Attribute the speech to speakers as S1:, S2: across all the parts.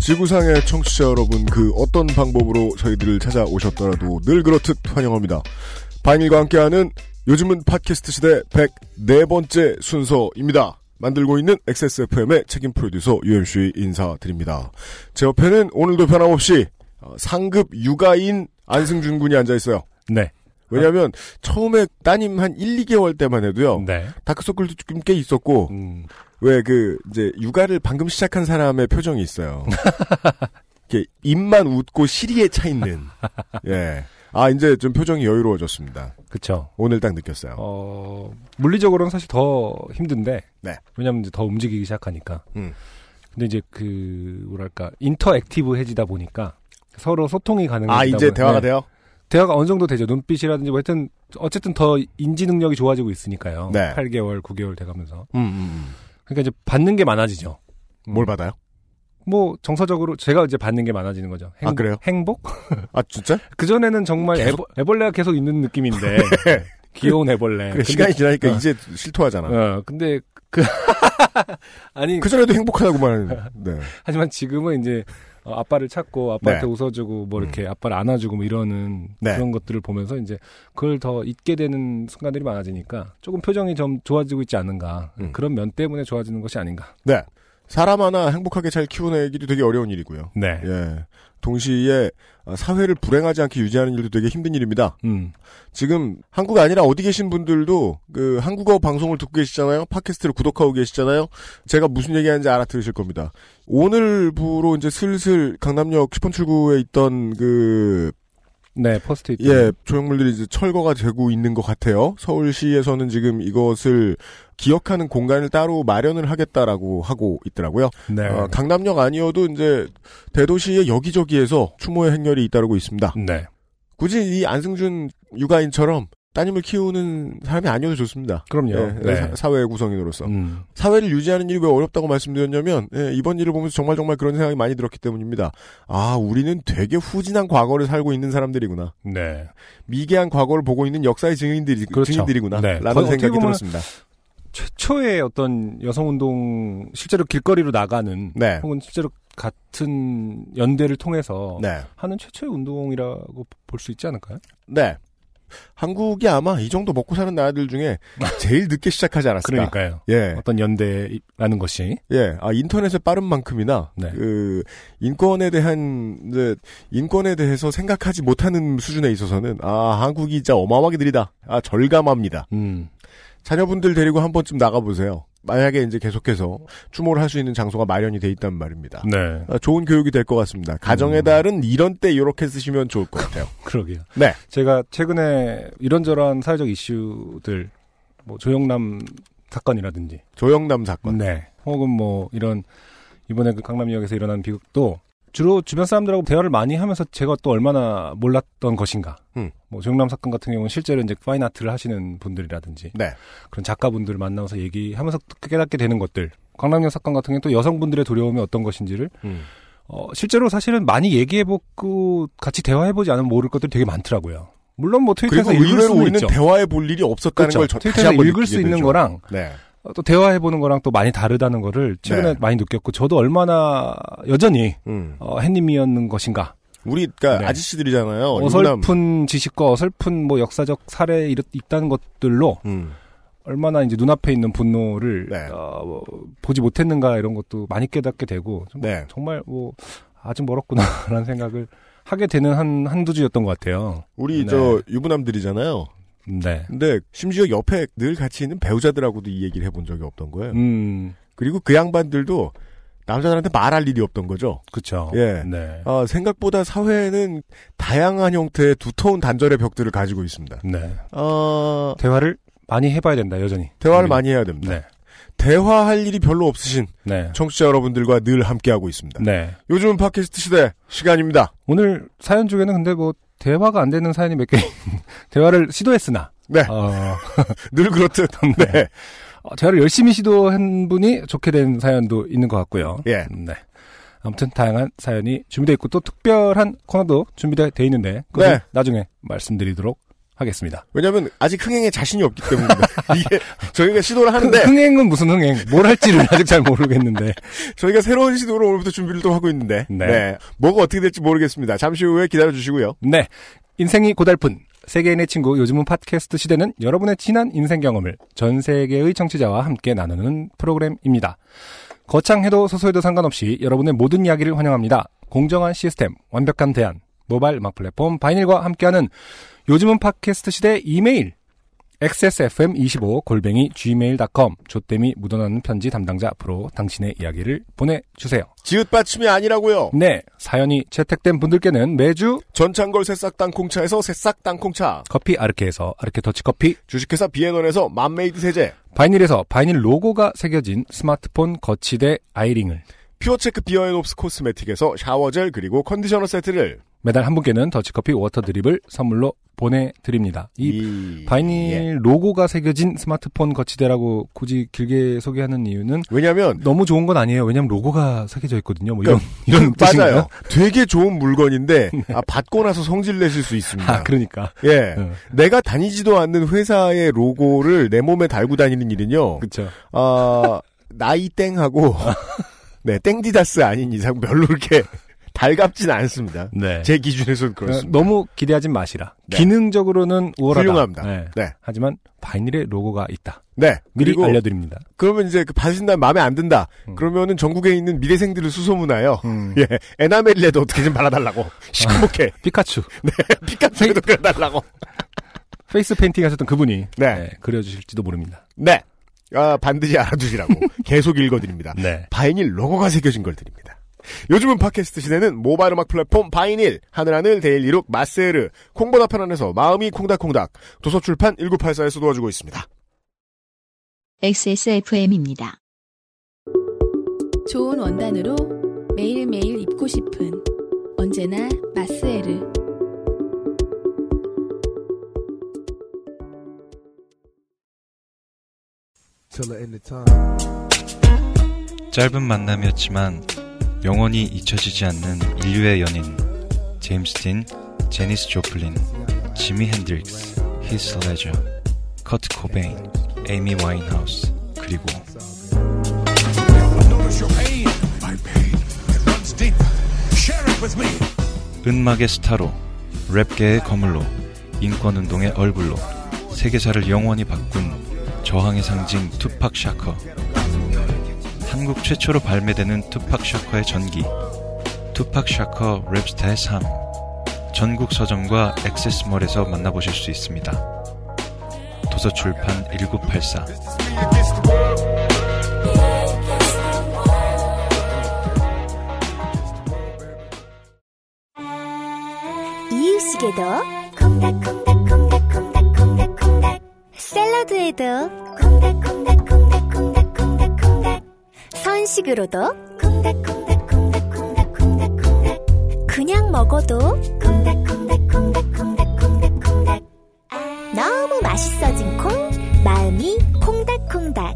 S1: 지구상의 청취자 여러분, 그 어떤 방법으로 저희들을 찾아오셨더라도 늘 그렇듯 환영합니다. 바인일과 함께하는 요즘은 팟캐스트 시대 104번째 순서입니다. 만들고 있는 XSFM의 책임 프로듀서 UMC 인사드립니다. 제 옆에는 오늘도 변함없이 어, 상급 육아인 안승준 군이 앉아 있어요.
S2: 네.
S1: 왜냐하면 처음에 따님 한 1, 2개월 때만 해도요.
S2: 네.
S1: 다크서클도 조금 꽤 있었고
S2: 음,
S1: 왜 그 이제 육아를 방금 시작한 사람의 표정이 있어요. 이렇게 입만 웃고 시리에 차 있는. 예. 아 이제 좀 표정이 여유로워졌습니다.
S2: 그쵸.
S1: 오늘 딱 느꼈어요.
S2: 어, 물리적으로는 사실 더 힘든데.
S1: 네.
S2: 왜냐면 이제 더 움직이기 시작하니까.
S1: 음.
S2: 근데 이제 그, 뭐랄까, 인터액티브해지다 보니까 서로 소통이 가능해지다
S1: 아 이제
S2: 보니-
S1: 대화가
S2: 네.
S1: 돼요?
S2: 대화가 어느 정도 되죠. 눈빛이라든지 뭐 하여튼, 어쨌든 더 인지 능력이 좋아지고 있으니까요.
S1: 네.
S2: 8개월, 9개월 돼가면서.
S1: 음, 음,
S2: 그러니까 이제 받는 게 많아지죠.
S1: 음. 뭘 받아요?
S2: 뭐, 정서적으로 제가 이제 받는 게 많아지는 거죠.
S1: 아, 그래요?
S2: 행복?
S1: 아 진짜? 네.
S2: 그전에는 정말
S1: 계속-
S2: 애벌, 레가 계속 있는 느낌인데. 귀여운 애벌레.
S1: 예. 그래,
S2: 근데-
S1: 시간이 지나니까
S2: 어.
S1: 이제 실토하잖아.
S2: 어, 근데 그 아니
S1: 그 전에도 행복하다고만. 네.
S2: 하지만 지금은 이제 어, 아빠를 찾고 아빠한테
S1: 네.
S2: 웃어주고 뭐 이렇게 아빠를 안아주고 뭐 이러는
S1: 네.
S2: 그런 것들을 보면서 이제 그걸 더 잊게 되는 순간들이 많아지니까 조금 표정이 좀 좋아지고 있지 않은가
S1: 음.
S2: 그런 면 때문에 좋아지는 것이 아닌가.
S1: 네. 사람 하나 행복하게 잘 키우내기도 되게 어려운 일이고요.
S2: 네.
S1: 예. 동시에 아, 사회를 불행하지 않게 유지하는 일도 되게 힘든 일입니다.
S2: 음.
S1: 지금 한국 아니라 어디 계신 분들도 그 한국어 방송을 듣고 계시잖아요. 팟캐스트를 구독하고 계시잖아요. 제가 무슨 얘기하는지 알아들으실 겁니다. 오늘부로 이제 슬슬 강남역 10번 출구에 있던 그,
S2: 네. 포스트잇.
S1: 예, 조형물들이 이제 철거가 되고 있는 것 같아요. 서울시에서는 지금 이것을 기억하는 공간을 따로 마련을 하겠다라고 하고 있더라고요.
S2: 네.
S1: 어, 강남역 아니어도 이제 대도시의 여기저기에서 추모의 행렬이 잇따르고 있습니다.
S2: 네.
S1: 굳이 이 안승준 육아인처럼 따님을 키우는 사람이 아니어도 좋습니다.
S2: 그럼요.
S1: 예,
S2: 네.
S1: 사- 사회의 구성인으로서
S2: 음.
S1: 사회를 유지하는 일이 왜 어렵다고 말씀드렸냐면 예, 이번 일을 보면서 정말 정말 그런 생각이 많이 들었기 때문입니다. 아 우리는 되게 후진한 과거를 살고 있는 사람들이구나
S2: 네.
S1: 미개한 과거를 보고 있는 역사의 증인들이
S2: 그렇죠.
S1: 증인들이구나
S2: 네.
S1: 라는
S2: 거의 어떻게
S1: 생각이
S2: 보면-
S1: 들었습니다.
S2: 최초의 어떤 여성 운동 실제로 길거리로 나가는
S1: 네,
S2: 혹은 실제로 같은 연대를 통해서
S1: 네,
S2: 하는 최초의 운동이라고 볼 수 있지 않을까요?
S1: 네. 한국이 아마 이 정도 먹고 사는 나라들 중에 제일 늦게 시작하지 않았을까.
S2: 그러니까요.
S1: 예,
S2: 어떤 연대라는 것이
S1: 예, 아 인터넷에 빠른 만큼이나
S2: 네.
S1: 그 인권에 대한 이제 인권에 대해서 생각하지 못하는 수준에 있어서는 아 한국이 진짜 어마어마하게 느리다. 아 절감합니다.
S2: 음,
S1: 자녀분들 데리고 한 번쯤 나가 보세요. 만약에 이제 계속해서 추모를 할 수 있는 장소가 마련이 돼 있단 말입니다.
S2: 네,
S1: 아, 좋은 교육이 될 것 같습니다. 가정의
S2: 음.
S1: 달은 이런 때 이렇게 쓰시면 좋을 것 같아요.
S2: 그러게요.
S1: 네.
S2: 제가 최근에 이런저런 사회적 이슈들, 뭐 조영남 사건이라든지,
S1: 조영남 사건.
S2: 네, 혹은 뭐 이런 이번에 그 강남역에서 일어난 비극도 주로 주변 사람들하고 대화를 많이 하면서 제가 또 얼마나 몰랐던 것인가.
S1: 음.
S2: 뭐 조영남 사건 같은 경우는 실제로 이제 파인 아트를 하시는 분들이라든지
S1: 네.
S2: 그런 작가분들을 만나서 얘기하면서 또 깨닫게 되는 것들. 강남역 사건 같은 경우 또 여성분들의 두려움이 어떤 것인지를
S1: 음.
S2: 어, 실제로 사실은 많이 얘기해보고 같이 대화해보지 않으면 모를 것들이 되게 많더라고요. 물론 뭐
S1: 그리고
S2: 트위터에서 읽을
S1: 의외로
S2: 수는
S1: 우리는
S2: 있죠.
S1: 대화해 볼 일이 없었다는
S2: 그렇죠.
S1: 걸저 다시
S2: 트위터에서
S1: 한번
S2: 읽을 수
S1: 느끼게
S2: 있는
S1: 되죠.
S2: 거랑
S1: 네.
S2: 어, 또 대화해보는 거랑 또 많이 다르다는 거를 최근에
S1: 네.
S2: 많이 느꼈고 저도 얼마나 여전히
S1: 음.
S2: 어, 햇님이었는 것인가.
S1: 우리 그러니까
S2: 네.
S1: 아저씨들이잖아요. 유부남.
S2: 어설픈 지식과 어설픈 뭐 역사적 사례 이렇, 있다는 것들로
S1: 음.
S2: 얼마나 이제 눈앞에 있는 분노를
S1: 네.
S2: 어, 뭐, 보지 못했는가 이런 것도 많이 깨닫게 되고 좀
S1: 네.
S2: 정말 뭐 아직 멀었구나라는 생각을 하게 되는 한 한두 주였던 것 같아요.
S1: 우리
S2: 네.
S1: 저 유부남들이잖아요.
S2: 네.
S1: 근데 심지어 옆에 늘 같이 있는 배우자들하고도 이 얘기를 해본 적이 없던 거예요.
S2: 음.
S1: 그리고 그 양반들도 남자들한테 말할 일이 없던 거죠.
S2: 그렇죠.
S1: 예.
S2: 네.
S1: 아, 생각보다 사회는 다양한 형태의 두터운 단절의 벽들을 가지고 있습니다.
S2: 네.
S1: 아,
S2: 대화를 많이 해봐야 된다 여전히.
S1: 대화를
S2: 음.
S1: 많이 해야 됩니다.
S2: 네.
S1: 대화할 일이 별로 없으신
S2: 네.
S1: 청취자 여러분들과 늘 함께하고 있습니다.
S2: 네.
S1: 요즘은 팟캐스트 시대 시간입니다.
S2: 오늘 사연 중에는 근데 뭐 대화가 안 되는 사연이 몇 개, 대화를 시도했으나,
S1: 네,
S2: 어,
S1: 늘 그렇듯. 네,
S2: 어, 대화를 열심히 시도한 분이 좋게 된 사연도 있는 것 같고요.
S1: 예.
S2: 네. 아무튼 다양한 사연이 준비되어 있고 또 특별한 코너도 준비되어 있는데, 그건
S1: 네.
S2: 나중에 말씀드리도록 하겠습니다.
S1: 왜냐면 하 아직 흥행에 자신이 없기 때문입니다. 이게 저희가 시도를
S2: 흥-
S1: 하는데
S2: 흥행은 무슨 흥행? 뭘 할지를 아직 잘 모르겠는데.
S1: 저희가 새로운 시도로 오늘부터 준비를 또 하고 있는데
S2: 네.
S1: 뭐가 어떻게 될지 모르겠습니다. 잠시 후에 기다려 주시고요.
S2: 네. 인생이 고달픈 세계인의 친구 요즘은 팟캐스트 시대는 여러분의 지난 인생 경험을 전 세계의 청취자와 함께 나누는 프로그램입니다. 거창해도 소소해도 상관없이 여러분의 모든 이야기를 환영합니다. 공정한 시스템, 완벽한 대안, 모바일 음악 플랫폼 바이닐과 함께하는 요즘은 팟캐스트 시대 이메일 xsfm25 골뱅이 gmail.com 조땜이 묻어나는 편지 담당자 앞으로 당신의 이야기를 보내주세요.
S1: 지읒 받침이 아니라고요.
S2: 네, 사연이 채택된 분들께는 매주
S1: 전창걸 새싹 땅콩차에서 새싹 땅콩차,
S2: 커피 아르케에서 아르케 더치커피,
S1: 주식회사 비앤원에서 맘메이드 세제,
S2: 바이닐에서 바이닐 로고가 새겨진 스마트폰 거치대 아이링을,
S1: 퓨어체크 비어앤옵스 코스메틱에서 샤워젤 그리고 컨디셔너 세트를
S2: 매달 한 분께는 더치커피 워터드립을 선물로 보내드립니다. 이
S1: 이-
S2: 바이닐
S1: 예.
S2: 로고가 새겨진 스마트폰 거치대라고 굳이 길게 소개하는 이유는
S1: 왜냐하면
S2: 너무 좋은 건 아니에요. 왜냐면 로고가 새겨져 있거든요. 뭐 이런,
S1: 그러니까
S2: 이런 뜻인가요? 네.
S1: 맞아요. 되게 좋은 물건인데 아, 받고 나서 성질 내실 수 있습니다.
S2: 아, 그러니까.
S1: 예.
S2: 응,
S1: 내가 다니지도 않는 회사의 로고를 내 몸에 달고 다니는 일은요.
S2: 그쵸.
S1: 아, 나이 땡하고, 네, 땡디다스 아닌 이상 별로 이렇게 달갑진 않습니다.
S2: 네.
S1: 제 기준에서는 그렇습니다.
S2: 어, 너무 기대하진 마시라.
S1: 네.
S2: 기능적으로는 우월하다.
S1: 훌륭합니다.
S2: 네.
S1: 네.
S2: 하지만 바이닐의 로고가 있다.
S1: 네.
S2: 미리
S1: 그리고
S2: 알려드립니다.
S1: 그러면 이제 그 받으신다면 마음에 안 든다.
S2: 음.
S1: 그러면은 전국에 있는 미래생들을 수소문하여, 예, 에나멜이라도 어떻게 좀 발라달라고. 시커멓게. 네.
S2: 피카츄
S1: 피카츄에도 그려달라고.
S2: 페이스 페인팅 하셨던 그분이
S1: 네.
S2: 네, 그려주실지도 모릅니다.
S1: 네. 아, 반드시 알아두시라고. 계속 읽어드립니다.
S2: 네.
S1: 바이닐 로고가 새겨진 걸 드립니다. 요즘은 팟캐스트 시대는 모바일 음악 플랫폼 바이닐, 하늘하늘 데일리룩 마세르, 콩보다 편안해서 마음이 콩닥콩닥, 도서출판 1984에서 도와주고 있습니다.
S3: XSFM입니다.
S4: 좋은 원단으로 매일매일 입고 싶은 언제나 마스에르
S5: 짧은 만남이었지만 영원히 잊혀지지 않는 인류의 연인 제임스 딘, 제니스 조플린, 지미 핸드릭스, 히스 레저, 커트 코베인, 에이미 와인하우스 그리고 음악의 스타로 랩계의 거물로 인권운동의 얼굴로 세계사를 영원히 바꾼 저항의 상징 투팍 샤커 한국 최초로 발매되는 투팍 샤커의 전기 투팍 샤커 랩스타의 삶 전국 서점과 액세스몰에서 만나보실 수 있습니다 도서출판 1984
S6: 이유식에도 콩닥콩닥콩닥콩닥콩닥콩닥 샐러드에도 콩닥콩닥콩닥콩닥콩닥콩닥 선식으로도 콩닥콩닥콩닥콩닥콩닥콩닥 그냥 먹어도 콩닥콩닥콩닥콩닥콩닥콩닥 너무 맛있어진 콩 마음이 콩닥콩닥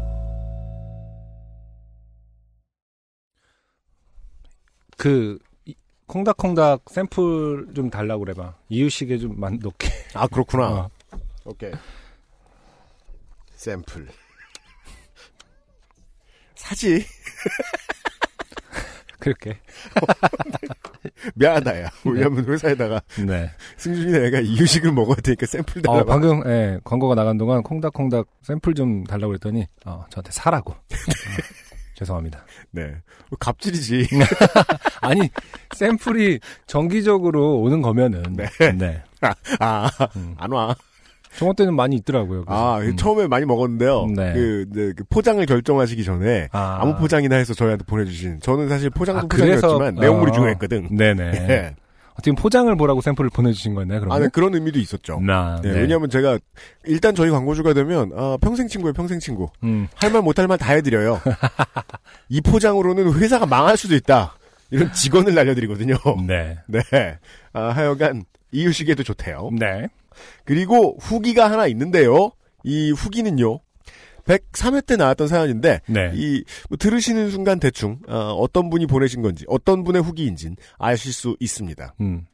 S2: 그 이- 콩닥콩닥 샘플 좀 달라고 그래봐. 이유식에 좀 만- 넣게.
S1: 아, 그렇구나.
S2: 어.
S1: 오케이. 샘플. 사지.
S2: 그렇게.
S1: 미안하다, 야. 왜냐면 회사에다가
S2: 네.
S1: 승준이네 애가 이유식을 먹어야 되니까 샘플
S2: 어,
S1: 달라고.
S2: 방금 예, 광고가 나간 동안 콩닥콩닥 샘플 좀 달라고 그랬더니 어, 저한테 사라고. 어, 죄송합니다.
S1: 네. 갑질이지.
S2: 네. 아니 샘플이 정기적으로 오는 거면은
S1: 네.
S2: 네.
S1: 아,
S2: 음.
S1: 안 와.
S2: 저거 때는 많이 있더라고요. 그래서.
S1: 아,
S2: 음.
S1: 처음에 많이 먹었는데요.
S2: 네.
S1: 그, 네, 그 포장을 결정하시기 전에
S2: 아.
S1: 아무 포장이나 해서 저희한테 보내주신. 저는 사실 포장도
S2: 아,
S1: 포장이었지만
S2: 그래서-
S1: 내용물이
S2: 어.
S1: 중요했거든.
S2: 네네.
S1: 예.
S2: 어떻게 보면 포장을 보라고 샘플을 보내주신 거였나요? 그러면?
S1: 아, 네, 그런 의미도 있었죠.
S2: 나,
S1: 네,
S2: 네.
S1: 왜냐하면 제가 일단 저희 광고주가 되면 아, 평생 친구예요, 평생 친구.
S2: 음,
S1: 할 말 못할 말 다 해드려요. 이 포장으로는 회사가 망할 수도 있다. 이런 직원을 날려드리거든요.
S2: 네.
S1: 네. 아, 하여간 이유식에도 좋대요.
S2: 네.
S1: 그리고 후기가 하나 있는데요. 이 후기는요. 103회 때 나왔던 사연인데
S2: 네.
S1: 이뭐 들으시는 순간 대충 어, 떤 분이 보내신 건지 어떤 분의 후기인진 아실 수 있습니다.
S2: 음.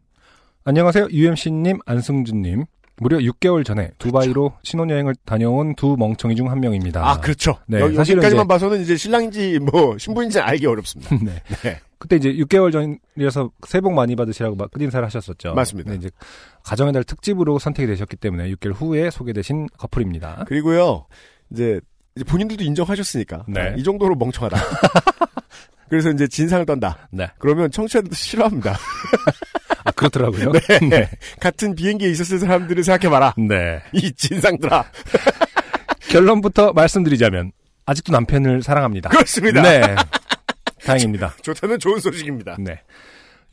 S2: 안녕하세요. UMC님, 안승준님. 무려 6개월 전에 두바이로 신혼여행을 다녀온 두 멍청이 중 한 명입니다.
S1: 아, 그렇죠.
S2: 네,
S1: 여기,
S2: 사실은
S1: 여기까지만
S2: 이제-
S1: 봐서는 이제 신랑인지 뭐 신부인지 알기 어렵습니다.
S2: 네.
S1: 네.
S2: 그때 이제 6개월 전이라서 새해 복 많이 받으시라고 막 끝인사를 하셨었죠.
S1: 맞습니다.
S2: 근데 이제 가정의 달 특집으로 선택이 되셨기 때문에 6개월 후에 소개되신 커플입니다.
S1: 그리고요. 이제 이제 본인들도 인정하셨으니까
S2: 네.
S1: 이 정도로 멍청하다. 그래서 이제 진상을 떤다.
S2: 네.
S1: 그러면 청취자들도 싫어합니다.
S2: 아, 그렇더라고요.
S1: 네. 같은 비행기에 있었을 사람들을 생각해봐라.
S2: 네.
S1: 이 진상들아.
S2: 결론부터 말씀드리자면 아직도 남편을 사랑합니다.
S1: 그렇습니다.
S2: 네. 다행입니다.
S1: 좋다면 좋은 소식입니다.
S2: 네.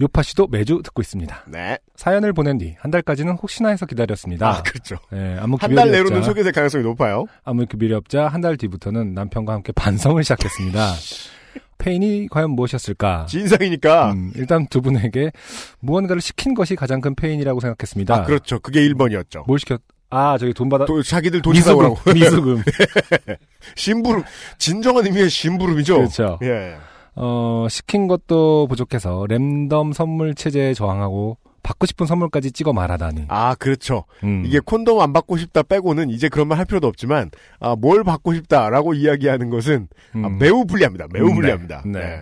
S2: 요파 씨도 매주 듣고 있습니다.
S1: 네.
S2: 사연을 보낸 뒤 한 달까지는 혹시나 해서 기다렸습니다.
S1: 아, 그렇죠.
S2: 예, 아무
S1: 한 달
S2: 기별이
S1: 내로는
S2: 없자-
S1: 소개될 가능성이 높아요.
S2: 아무 그 미래 없자 한 달 뒤부터는 남편과 함께 반성을 시작했습니다. 페인이 과연 무엇이었을까?
S1: 진상이니까.
S2: 음, 일단 두 분에게 무언가를 시킨 것이 가장 큰 페인이라고 생각했습니다.
S1: 아, 그렇죠. 그게 1번이었죠.
S2: 뭘 시켰? 아 저기 돈 받아
S1: 또 자기들 돈
S2: 미수금
S1: 주라고.
S2: 미수금.
S1: 심부름. 진정한 의미의 심부름이죠.
S2: 그렇죠.
S1: 예.
S2: 어 시킨 것도 부족해서 랜덤 선물 체제에 저항하고 받고 싶은 선물까지 찍어 말하다니.
S1: 아, 그렇죠.
S2: 음.
S1: 이게 콘돔 안 받고 싶다 빼고는 이제 그런 말 할 필요도 없지만, 아, 뭘 받고 싶다라고 이야기하는 것은 아,
S2: 음.
S1: 매우 불리합니다. 매우
S2: 음, 네.
S1: 불리합니다.
S2: 네.
S1: 네.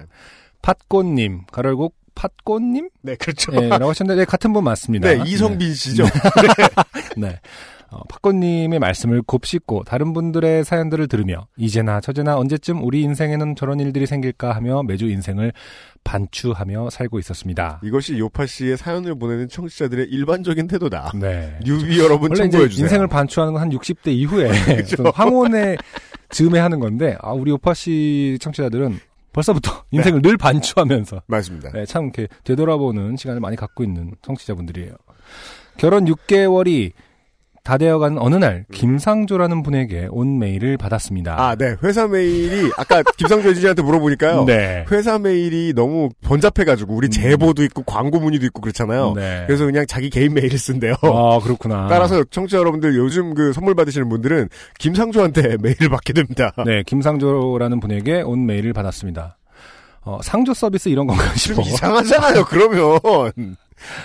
S2: 팟꽃님 가열곡 팟꽃님?
S1: 네, 그렇죠.
S2: 예, 라고 하셨는데 네, 같은 분 맞습니다.
S1: 네, 이성빈 씨죠.
S2: 네. 어, 박건님의 말씀을 곱씹고 다른 분들의 사연들을 들으며 이제나 저제나 언제쯤 우리 인생에는 저런 일들이 생길까 하며 매주 인생을 반추하며 살고 있었습니다.
S1: 이것이 요파 씨의 사연을 보내는 청취자들의 일반적인 태도다.
S2: 네.
S1: 뉴비 여러분
S2: 원래 이제
S1: 참고해주세요. 그렇죠.
S2: 인생을 반추하는 건 한 60대 이후에 어떤 황혼의 즈음에 하는 건데 아 우리 오파 씨 청취자들은 벌써부터
S1: 네.
S2: 인생을 늘 반추하면서
S1: 맞습니다.
S2: 네, 참 이렇게 되돌아보는 시간을 많이 갖고 있는 청취자분들이에요. 결혼 6개월이 다 되어간 어느 날 김상조라는 분에게 온 메일을 받았습니다.
S1: 음. 아, 네. 회사 메일이 아까 김상조 에디터한테 물어보니까요.
S2: 네.
S1: 회사 메일이 너무 번잡해가지고 우리 제보도 있고 광고 문의도 있고 그렇잖아요.
S2: 음. 네.
S1: 그래서 그냥 자기 개인 메일을 쓴대요.
S2: 아 그렇구나.
S1: 따라서 청취자 여러분들 요즘 그 선물 받으시는 분들은 김상조한테 메일을 받게 됩니다.
S2: 네 김상조라는 분에게 온 메일을 받았습니다. 어, 상조 서비스 이런 건가
S1: 좀
S2: 싶어.
S1: 이상하잖아요. 그러면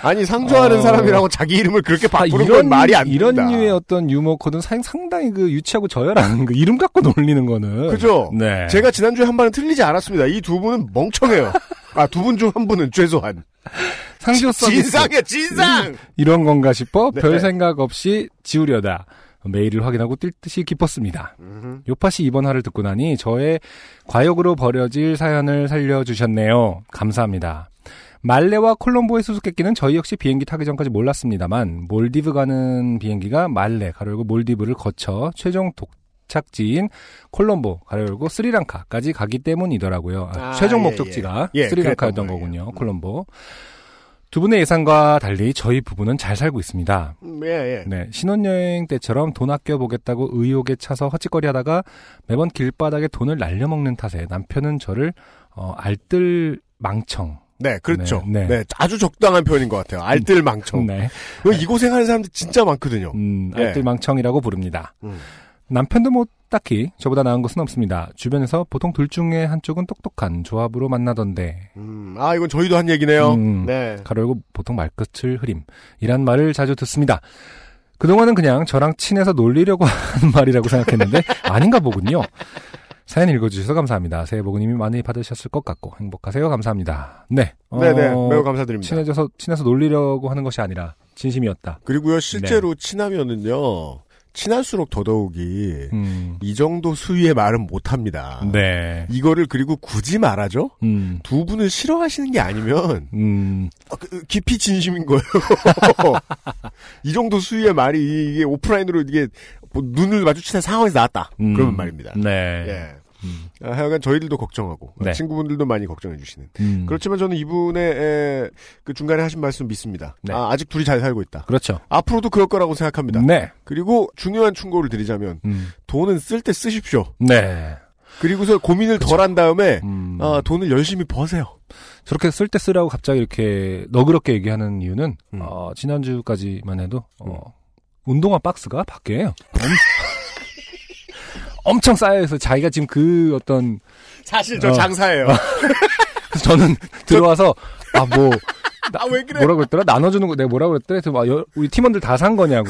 S1: 아니 상조하는
S2: 어.
S1: 사람이라고 자기 이름을 그렇게
S2: 아,
S1: 바꾸는 건 말이 안
S2: 이런
S1: 된다.
S2: 류의 어떤 유머 코드는 상- 상당히 그 유치하고 저열한 그 이름 갖고 놀리는 거는
S1: 그죠?
S2: 네.
S1: 제가 지난주에 한 번은 틀리지 않았습니다. 이 두 분은 멍청해요. 아, 두 분 중 한 분은 최소한.
S2: 상조 서비스
S1: 진상이야,
S2: 음.
S1: 진상!
S2: 이런 건가 싶어
S1: 네.
S2: 별 생각 없이 지우려다 메일을 확인하고 뛸 듯이 기뻤습니다.
S1: 음.
S2: 요파시 이번 화를 듣고 나니 저의 과욕으로 버려질 사연을 살려주셨네요. 감사합니다. 말레와 콜롬보의 수수께끼는 저희 역시 비행기 타기 전까지 몰랐습니다만 몰디브 가는 비행기가 말레 가로열고 몰디브를 거쳐 최종 도착지인 콜롬보 가로열고 스리랑카까지 가기 때문이더라고요. 아,
S1: 아,
S2: 최종
S1: 예,
S2: 목적지가
S1: 예. 예,
S2: 스리랑카였던
S1: 그랬단 말이에요. 음.
S2: 거군요. 콜롬보. 두 분의 예상과 달리 저희 부부는 잘 살고 있습니다.
S1: 음, 예, 예.
S2: 네, 신혼여행 때처럼 돈 아껴보겠다고 의욕에 차서 헛짓거리 하다가 매번 길바닥에 돈을 날려먹는 탓에 남편은 저를 어, 알뜰망청.
S1: 네, 그렇죠.
S2: 네,
S1: 네,
S2: 네.
S1: 아주 적당한 표현인 것 같아요. 알뜰망청.
S2: 네.
S1: 왜이 고생하는 사람들 진짜 많거든요.
S2: 음,
S1: 예.
S2: 알뜰망청이라고 부릅니다.
S1: 음.
S2: 남편도 뭐 딱히 저보다 나은 것은 없습니다. 주변에서 보통 둘 중에 한쪽은 똑똑한 조합으로 만나던데
S1: 음, 아, 이건 저희도 한 얘기네요.
S2: 음.
S1: 네.
S2: 가로열고 보통 말끝을 흐림. 이란 말을 자주 듣습니다. 그동안은 그냥 저랑 친해서 놀리려고 하는 말이라고 생각했는데 아닌가 보군요. 사연 읽어주셔서 감사합니다. 새해 복은 이미 많이 받으셨을 것 같고 행복하세요. 감사합니다. 네. 어,
S1: 네네. 매우 감사드립니다.
S2: 친해져서 친해서 놀리려고 하는 것이 아니라 진심이었다.
S1: 그리고요,
S2: 네.
S1: 실제로 친하면은요, 친할수록 더더욱이
S2: 음.
S1: 이 정도 수위의 말은 못 합니다.
S2: 네.
S1: 이거를 그리고 굳이 말하죠?
S2: 음.
S1: 두 분을 싫어하시는 게 아니면
S2: 음.
S1: 아, 그, 깊이 진심인 거예요. 이 정도 수위의 말이 이게 오프라인으로 이게 뭐 눈을 마주치는 상황에서 나왔다.
S2: 음.
S1: 그러면 말입니다.
S2: 네.
S1: 예. 아, 하여간 저희들도 걱정하고
S2: 네.
S1: 친구분들도 많이 걱정해 주시는.
S2: 음.
S1: 그렇지만 저는 이분의 에, 그 중간에 하신 말씀 믿습니다.
S2: 네.
S1: 아, 아직 둘이 잘 살고 있다.
S2: 그렇죠.
S1: 앞으로도 그럴 거라고 생각합니다.
S2: 네.
S1: 그리고 중요한 충고를 드리자면
S2: 음.
S1: 돈은 쓸 때 쓰십시오.
S2: 네.
S1: 그리고서 고민을 덜 한 다음에
S2: 그렇죠. 음.
S1: 아, 돈을 열심히 버세요.
S2: 저렇게 쓸 때 쓰라고 갑자기 이렇게 너그럽게 얘기하는 이유는
S1: 음.
S2: 어, 지난주까지만 해도 어, 운동화 박스가 밖에 엄, 엄청 쌓여있어 자기가 지금 그 어떤 어.
S1: 사실
S2: 저
S1: 장사예요.
S2: 그래서 저는 들어와서 아 뭐
S1: 아, 왜 그래?
S2: 뭐라 그랬더라 나눠주는 거 내가 뭐라 그랬더라 그래서 막 여- 우리 팀원들 다 산 거냐고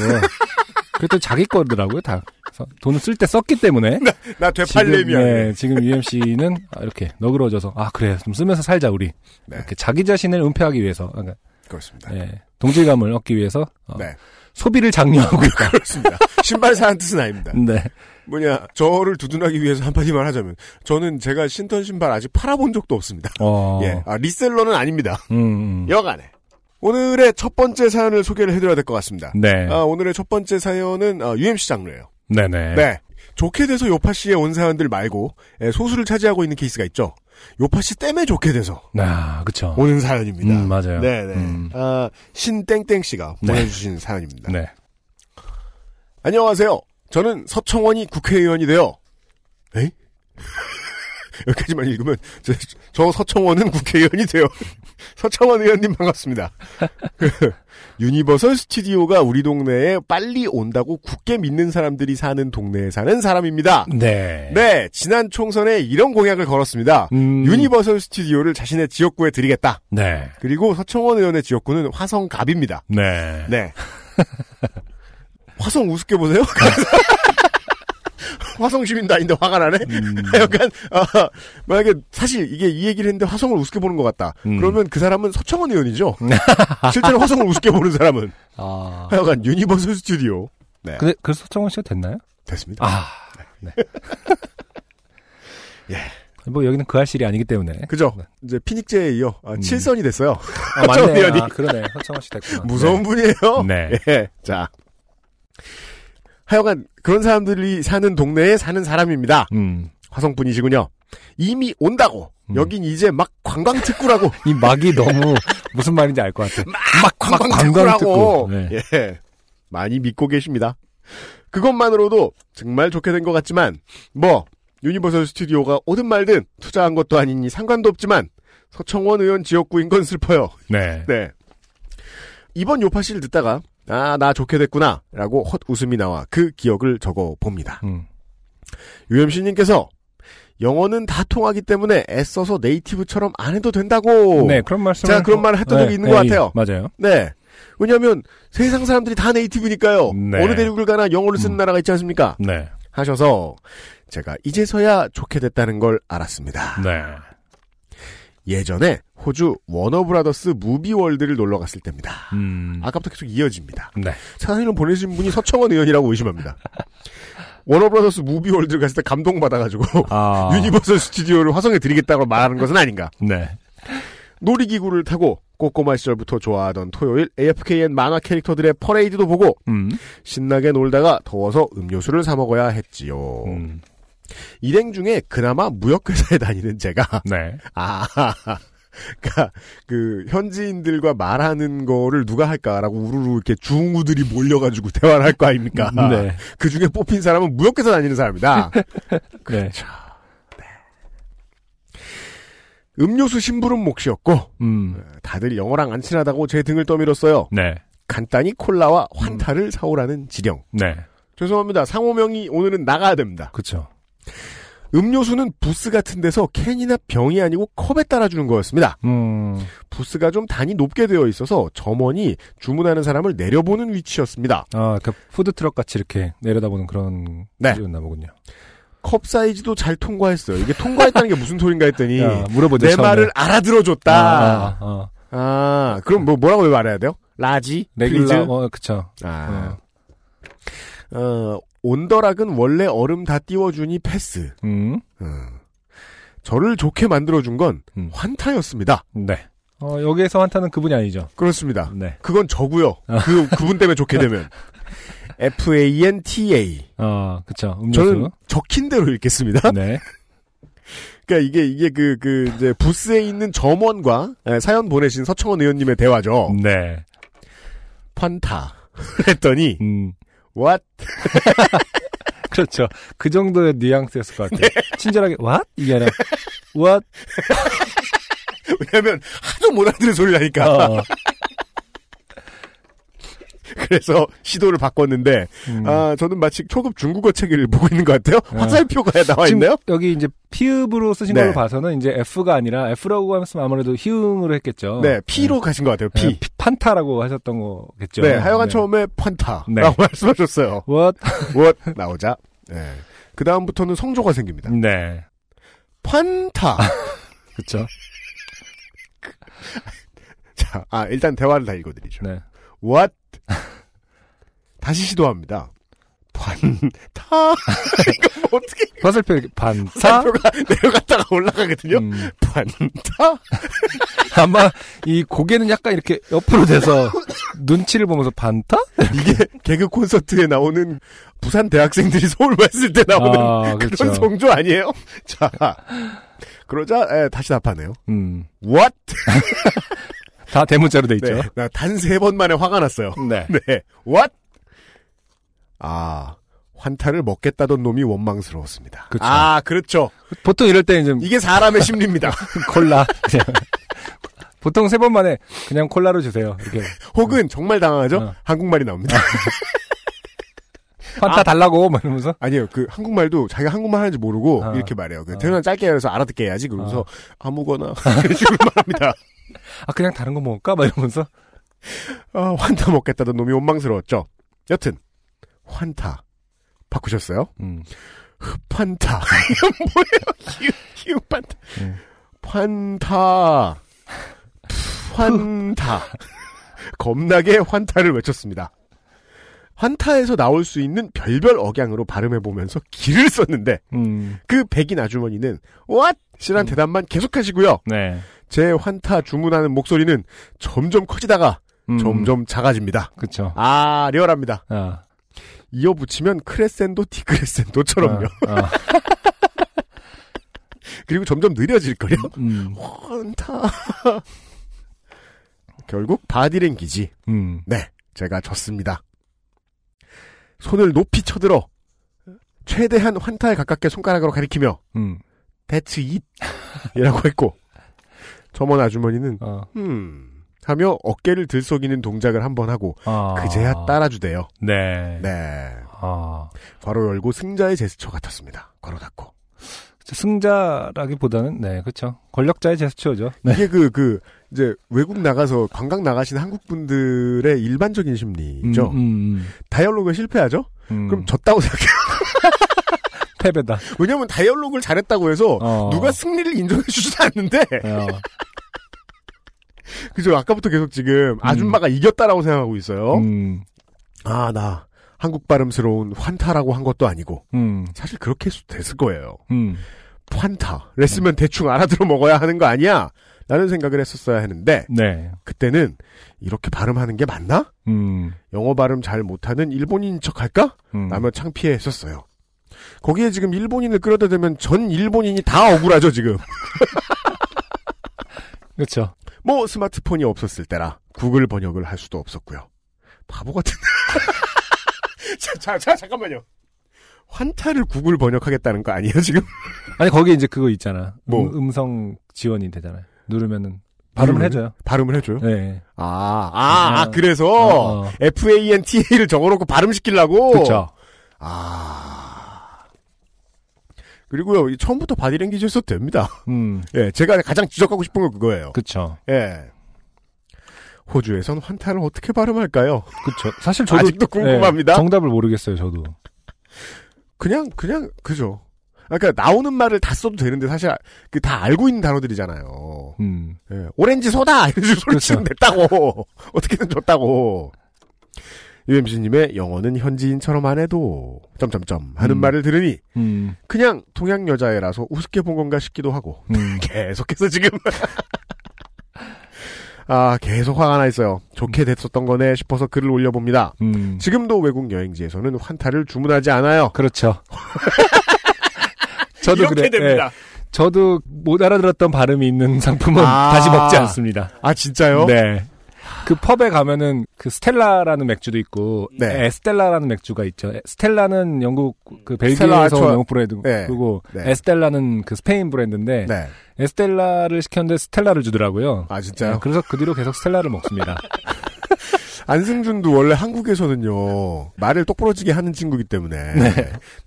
S2: 그랬더니 자기 거더라고요 다 그래서 돈을 쓸 때 썼기 때문에
S1: 나 네, 되팔림이야.
S2: 지금, 네, 지금 UMC는 이렇게 너그러져서 아 그래 좀 쓰면서 살자 우리
S1: 네.
S2: 이렇게 자기 자신을 은폐하기 위해서 그러니까,
S1: 그렇습니다.
S2: 예, 동질감을 얻기 위해서 어,
S1: 네.
S2: 소비를 장려하고 있다.
S1: 그렇습니다. 신발 사는 뜻은 아닙니다.
S2: 네.
S1: 뭐냐, 저를 두둔하기 위해서 한마디만 하자면, 저는 제가 신던 신발 아직 팔아본 적도 없습니다.
S2: 어.
S1: 예, 아, 리셀러는 아닙니다.
S2: 음, 음.
S1: 여간에. 오늘의 첫 번째 사연을 소개를 해드려야 될 것 같습니다.
S2: 네.
S1: 아, 오늘의 첫 번째 사연은 아, UMC 장르예요.
S2: 네네.
S1: 네. 좋게 돼서 요파 씨의 온 사연들 말고 예, 소수를 차지하고 있는 케이스가 있죠. 요파 씨 때문에 좋게 돼서
S2: 아, 그쵸.
S1: 오는 사연입니다.
S2: 음, 맞아요.
S1: 네네.
S2: 음.
S1: 아, 신땡땡 씨가
S2: 네.
S1: 보내주신 사연입니다.
S2: 네.
S1: 안녕하세요. 저는 서청원이 국회의원이 되어 에이? 여기까지만 읽으면 저, 저 서청원은 국회의원이 돼요. 서청원 의원님 반갑습니다. 그, 유니버설 스튜디오가 우리 동네에 빨리 온다고 굳게 믿는 사람들이 사는 동네에 사는 사람입니다.
S2: 네.
S1: 네, 지난 총선에 이런 공약을 걸었습니다.
S2: 음.
S1: 유니버설 스튜디오를 자신의 지역구에 드리겠다.
S2: 네.
S1: 그리고 서청원 의원의 지역구는 화성갑입니다.
S2: 네.
S1: 네. 화성 우습게 보세요? 화성 시민도 아닌데 화가 나네?
S2: 음.
S1: 약간, 아, 만약에 사실 이게 이 얘기를 했는데 화성을 우습게 보는 것 같다.
S2: 음.
S1: 그러면 그 사람은 서청원 의원이죠? 실제로 화성을 우습게 보는 사람은.
S2: 아.
S1: 하여간 유니버설 스튜디오. 네.
S2: 근데, 그래서 서정원 씨가 됐나요?
S1: 됐습니다.
S2: 아. 네. 뭐, 여기는 그 할실이 아니기 때문에.
S1: 예. 그죠? 이제 피닉제에 이어 아,
S2: 음.
S1: 7선이 됐어요.
S2: 아,
S1: 서정원 의원이.
S2: 아, 그러네. 서정원 씨 됐구나.
S1: 무서운 분이에요.
S2: 네.
S1: 예. 자. 하여간 그런 사람들이 사는 동네에 사는 사람입니다.
S2: 네. 음.
S1: 화성분이시군요. 이미 온다고.
S2: 음.
S1: 여긴 이제 막 관광특구라고.
S2: 이 막이 너무 무슨 말인지 알 것 같아.
S1: 막
S2: 관광특구.
S1: 관광특구라고.
S2: 네.
S1: 예. 많이 믿고 계십니다. 그것만으로도 정말 좋게 된 것 같지만 뭐 유니버설 스튜디오가 오든 말든 투자한 것도 아니니 상관도 없지만 서청원 의원 지역구인 건 슬퍼요.
S2: 네.
S1: 네. 이번 요파 씨를 듣다가 아, 나 좋게 됐구나. 라고 헛웃음이 나와 그 기억을 적어 봅니다.
S2: 음.
S1: 유엠씨님께서 영어는 다 통하기 때문에 애써서 네이티브처럼 안 해도 된다고.
S2: 네, 그런 말씀.
S1: 제가 그런 말을 했던 적이 있는 것 같아요.
S2: 맞아요.
S1: 네. 왜냐면 세상 사람들이 다 네이티브니까요.
S2: 네.
S1: 어느 대륙을 가나 영어를 쓰는
S2: 음.
S1: 나라가 있지 않습니까?
S2: 네.
S1: 하셔서 제가 이제서야 좋게 됐다는 걸 알았습니다.
S2: 네.
S1: 예전에 호주 워너브라더스 무비월드를 놀러 갔을 때입니다.
S2: 음.
S1: 아까부터 계속 이어집니다.
S2: 네.
S1: 사진을 보내신 분이 서청원 의원이라고 의심합니다. 워너브라더스 무비월드 갔을 때 감동받아가지고
S2: 아.
S1: 유니버설 스튜디오를 화성에 드리겠다고 말하는 것은 아닌가.
S2: 네.
S1: 놀이기구를 타고 꼬꼬마 시절부터 좋아하던 토요일 AFKN 만화 캐릭터들의 퍼레이드도 보고
S2: 음.
S1: 신나게 놀다가 더워서 음료수를 사 먹어야 했지요.
S2: 음.
S1: 일행 중에 그나마 무역회사에 다니는 제가
S2: 네.
S1: 아, 그러니까 그 현지인들과 말하는 거를 누가 할까라고 우르르 이렇게 중우들이 몰려가지고 대화를 할 거 아닙니까?
S2: 네.
S1: 그 중에 뽑힌 사람은 무역회사 다니는 사람이다.
S2: 네.
S1: 음료수 심부름 몫이었고
S2: 음.
S1: 다들 영어랑 안 친하다고 제 등을 떠밀었어요.
S2: 네.
S1: 간단히 콜라와 환타를 사오라는 지령.
S2: 네.
S1: 죄송합니다. 상호명이 오늘은 나가야 됩니다.
S2: 그쵸.
S1: 음료수는 부스 같은 데서 캔이나 병이 아니고 컵에 따라주는 거였습니다.
S2: 음.
S1: 부스가 좀 단이 높게 되어 있어서 점원이 주문하는 사람을 내려보는 위치였습니다.
S2: 아, 그 푸드트럭 같이 이렇게 내려다보는 그런.
S1: 네.
S2: 였나 보군요.
S1: 컵 사이즈도 잘 통과했어요. 이게 통과했다는 게 무슨 소린가 했더니
S2: 야, 물어보자.
S1: 내
S2: 처음에.
S1: 말을 알아들어줬다.
S2: 아,
S1: 아,
S2: 아, 아.
S1: 그럼 뭐 뭐라고 말해야 돼요? 라지, 플리즈.
S2: 레귤러, 어, 그쵸.
S1: 아, 어, 온더락은 원래 얼음 다 띄워주니 패스.
S2: 음.
S1: 음. 저를 좋게 만들어준 건
S2: 음.
S1: 환타였습니다.
S2: 네. 어, 여기에서 한타는 그분이 아니죠.
S1: 그렇습니다.
S2: 네.
S1: 그건 저고요. 그 그분 때문에 좋게 되면 F A N T A.
S2: 어, 그쵸. 음료수.
S1: 저는 적힌 대로 읽겠습니다.
S2: 네.
S1: 그러니까 이게 이게 그 그 이제 부스에 있는 점원과 예, 사연 보내신 서청원 의원님의 대화죠.
S2: 네.
S1: 판타 했더니
S2: 음.
S1: what
S2: 그렇죠. 네. 그 정도의 뉘앙스였을 것 같아요. 친절하게 what 이게 아니라 what
S1: 왜냐면 하도 못 알아들은 소리를 하니까
S2: 어.
S1: 그래서 시도를 바꿨는데
S2: 음.
S1: 아 저는 마치 초급 중국어 책을 보고 있는 것 같아요.
S2: 아.
S1: 화살표가 나와
S2: 지금
S1: 있네요.
S2: 여기 이제 피읍으로 쓰신
S1: 네.
S2: 걸로 봐서는 이제 F가 아니라 F라고 하면 아무래도 희응으로 했겠죠.
S1: 네 P로 가신 것 같아요.
S2: 네,
S1: P.
S2: 피- 판타라고 하셨던 거겠죠.
S1: 네 하여간 처음에 판타라고
S2: 네.
S1: 말씀하셨어요.
S2: what
S1: what 나오자. 네. 그 다음부터는 성조가 생깁니다.
S2: 네.
S1: 판타.
S2: 그렇죠.
S1: 자, 아 일단 대화를 다 읽어드리죠.
S2: 네.
S1: What? 다시 시도합니다. 판타. 이거 뭐 어떻게
S2: 화살표 이렇게 반타
S1: 사표가 내려갔다가 올라가거든요.
S2: 음,
S1: 판타.
S2: 아마 이 고개는 약간 이렇게 옆으로 돼서 눈치를 보면서 반타?
S1: 이게 개그 콘서트에 나오는 부산 대학생들이 서울 왔을 때 나오는
S2: 아,
S1: 그런
S2: 그렇죠.
S1: 성조 아니에요? 자, 그러자 에, 다시 답하네요.
S2: 음.
S1: What?
S2: 다 대문자로 돼 있죠.
S1: 네, 나단 세 번 만에 화가 났어요.
S2: 네.
S1: 네. What? 아, 환타를 먹겠다던 놈이 원망스러웠습니다.
S2: 그쵸.
S1: 아, 그렇죠.
S2: 음, 보통 이럴 때 이제
S1: 이게 사람의 심리입니다.
S2: 콜라 그냥 보통 세 번 만에 그냥 콜라로 주세요. 이렇게
S1: 혹은 정말 당황하죠?
S2: 어.
S1: 한국말이 나옵니다.
S2: 환타
S1: 아.
S2: 달라고 막 이러면서
S1: 아니요, 그 한국말도 자기가 한국말 하는지 모르고
S2: 어.
S1: 이렇게 말해요. 그
S2: 어.
S1: 대단 짧게 해서 알아듣게 해야지. 그러면서
S2: 어.
S1: 아무거나 이런 식으로 말합니다.
S2: 아 그냥 다른 거 먹을까 막 이러면서
S1: 아, 환타 먹겠다던 놈이 원망스러웠죠. 여튼 환타 바꾸셨어요?
S2: 음.
S1: 판타. 이건 뭐예요? 휴, 휴, 판타.
S2: 음.
S1: 판타. 환타. 겁나게 환타를 외쳤습니다. 환타에서 나올 수 있는 별별 억양으로 발음해보면서 기를 썼는데,
S2: 음.
S1: 그 백인 아주머니는, what? 실한 대답만 계속하시고요.
S2: 네.
S1: 제 환타 주문하는 목소리는 점점 커지다가
S2: 음.
S1: 점점 작아집니다.
S2: 그쵸.
S1: 아, 리얼합니다.
S2: 아.
S1: 이어붙이면 크레센도 디크레센도처럼요.
S2: 아, 아.
S1: 그리고 점점 느려질 거요.
S2: 음.
S1: 헌타. 결국 바디랭귀지.
S2: 음.
S1: 네, 제가 졌습니다. 손을 높이 쳐들어 최대한 환타에 가깝게 손가락으로 가리키며
S2: 음.
S1: That's it 이라고 했고 점원 아주머니는
S2: 어.
S1: 음 하며 어깨를 들썩이는 동작을 한번 하고
S2: 아.
S1: 그제야 따라주대요.
S2: 네.
S1: 네,
S2: 아.
S1: 괄호 열고 승자의 제스처 같았습니다. 괄호 닫고
S2: 승자라기보다는 네, 그렇죠. 권력자의 제스처죠. 네.
S1: 이게 그, 그, 이제 외국 나가서 관광 나가신 한국분들의 일반적인 심리죠.
S2: 음, 음,
S1: 다이얼로그에 실패하죠?
S2: 음.
S1: 그럼 졌다고 생각해요.
S2: 패배다.
S1: 왜냐면 다이얼로그를 잘했다고 해서
S2: 어.
S1: 누가 승리를 인정해주지도 않는데,
S2: 어.
S1: 그죠? 아까부터 계속 지금 아줌마가 이겼다라고 생각하고 있어요.
S2: 음.
S1: 아, 나 한국 발음스러운 환타라고 한 것도 아니고,
S2: 음.
S1: 사실 그렇게 해서 됐을 거예요.
S2: 음.
S1: 환타. 랬으면 대충 알아들어 먹어야 하는 거 아니야? 라는 생각을 했었어야 했는데,
S2: 네.
S1: 그때는 이렇게 발음하는 게 맞나?
S2: 음.
S1: 영어 발음 잘 못하는 일본인인 척 할까?
S2: 음.
S1: 라며 창피해했었어요. 거기에 지금 일본인을 끌어다 대면 전 일본인이 다 억울하죠, 지금.
S2: 그렇죠.
S1: 뭐 스마트폰이 없었을 때라 구글 번역을 할 수도 없었고요. 바보 같은. 자, 자, 자, 잠깐만요. 환타를 구글 번역하겠다는 거 아니에요, 지금?
S2: 아니 거기 이제 그거 있잖아.
S1: 뭐?
S2: 음, 음성 지원이 되잖아요. 누르면은 발음을
S1: 누르면은?
S2: 해줘요.
S1: 발음을 해줘요?
S2: 네.
S1: 아, 아, 아,
S2: 어.
S1: 그래서
S2: 어, 어.
S1: FANTA를 적어놓고 발음시키려고?
S2: 그렇죠.
S1: 아. 그리고요, 이 처음부터 바디랭귀지 해도 됩니다.
S2: 음.
S1: 예, 제가 가장 지적하고 싶은 건 그거예요.
S2: 그렇죠.
S1: 예. 호주에선 환타를 어떻게 발음할까요?
S2: 그렇죠. 사실 저도
S1: 아직도 궁금합니다.
S2: 네, 정답을 모르겠어요, 저도.
S1: 그냥 그냥 그죠. 아, 그러니까 나오는 말을 다 써도 되는데 사실 그 다 알고 있는 단어들이잖아요.
S2: 음.
S1: 예, 오렌지 소다 이런 식으로 소리
S2: 그렇죠.
S1: 치면 됐다고 어떻게든 줬다고. UMC님의 영어는 현지인처럼 안 해도 점점점 하는
S2: 음.
S1: 말을 들으니
S2: 음.
S1: 그냥 동양 여자애라서 우습게 본 건가 싶기도 하고
S2: 음.
S1: 계속해서 지금 아 계속 화가 나 있어요. 좋게 됐었던 거네 싶어서 글을 올려봅니다.
S2: 음.
S1: 지금도 외국 여행지에서는 환타를 주문하지 않아요.
S2: 그렇죠. 저도 그래. 예. 저도 못 알아들었던 발음이 있는 상품은
S1: 아.
S2: 다시 먹지 않습니다.
S1: 아 진짜요?
S2: 네. 그 펍에 가면은 그 스텔라라는 맥주도 있고
S1: 네.
S2: 에스텔라라는 맥주가 있죠. 에- 스텔라는 영국 그 벨기에에서 온
S1: 아초아-
S2: 영국 브랜드고
S1: 네. 네.
S2: 에스텔라는 그 스페인 브랜드인데
S1: 네.
S2: 에스텔라를 시켰는데 스텔라를 주더라고요.
S1: 아 진짜요?
S2: 네, 그래서 그 뒤로 계속 스텔라를 먹습니다.
S1: 안승준도 원래 한국에서는요 말을 똑부러 지게 하는 친구기 때문에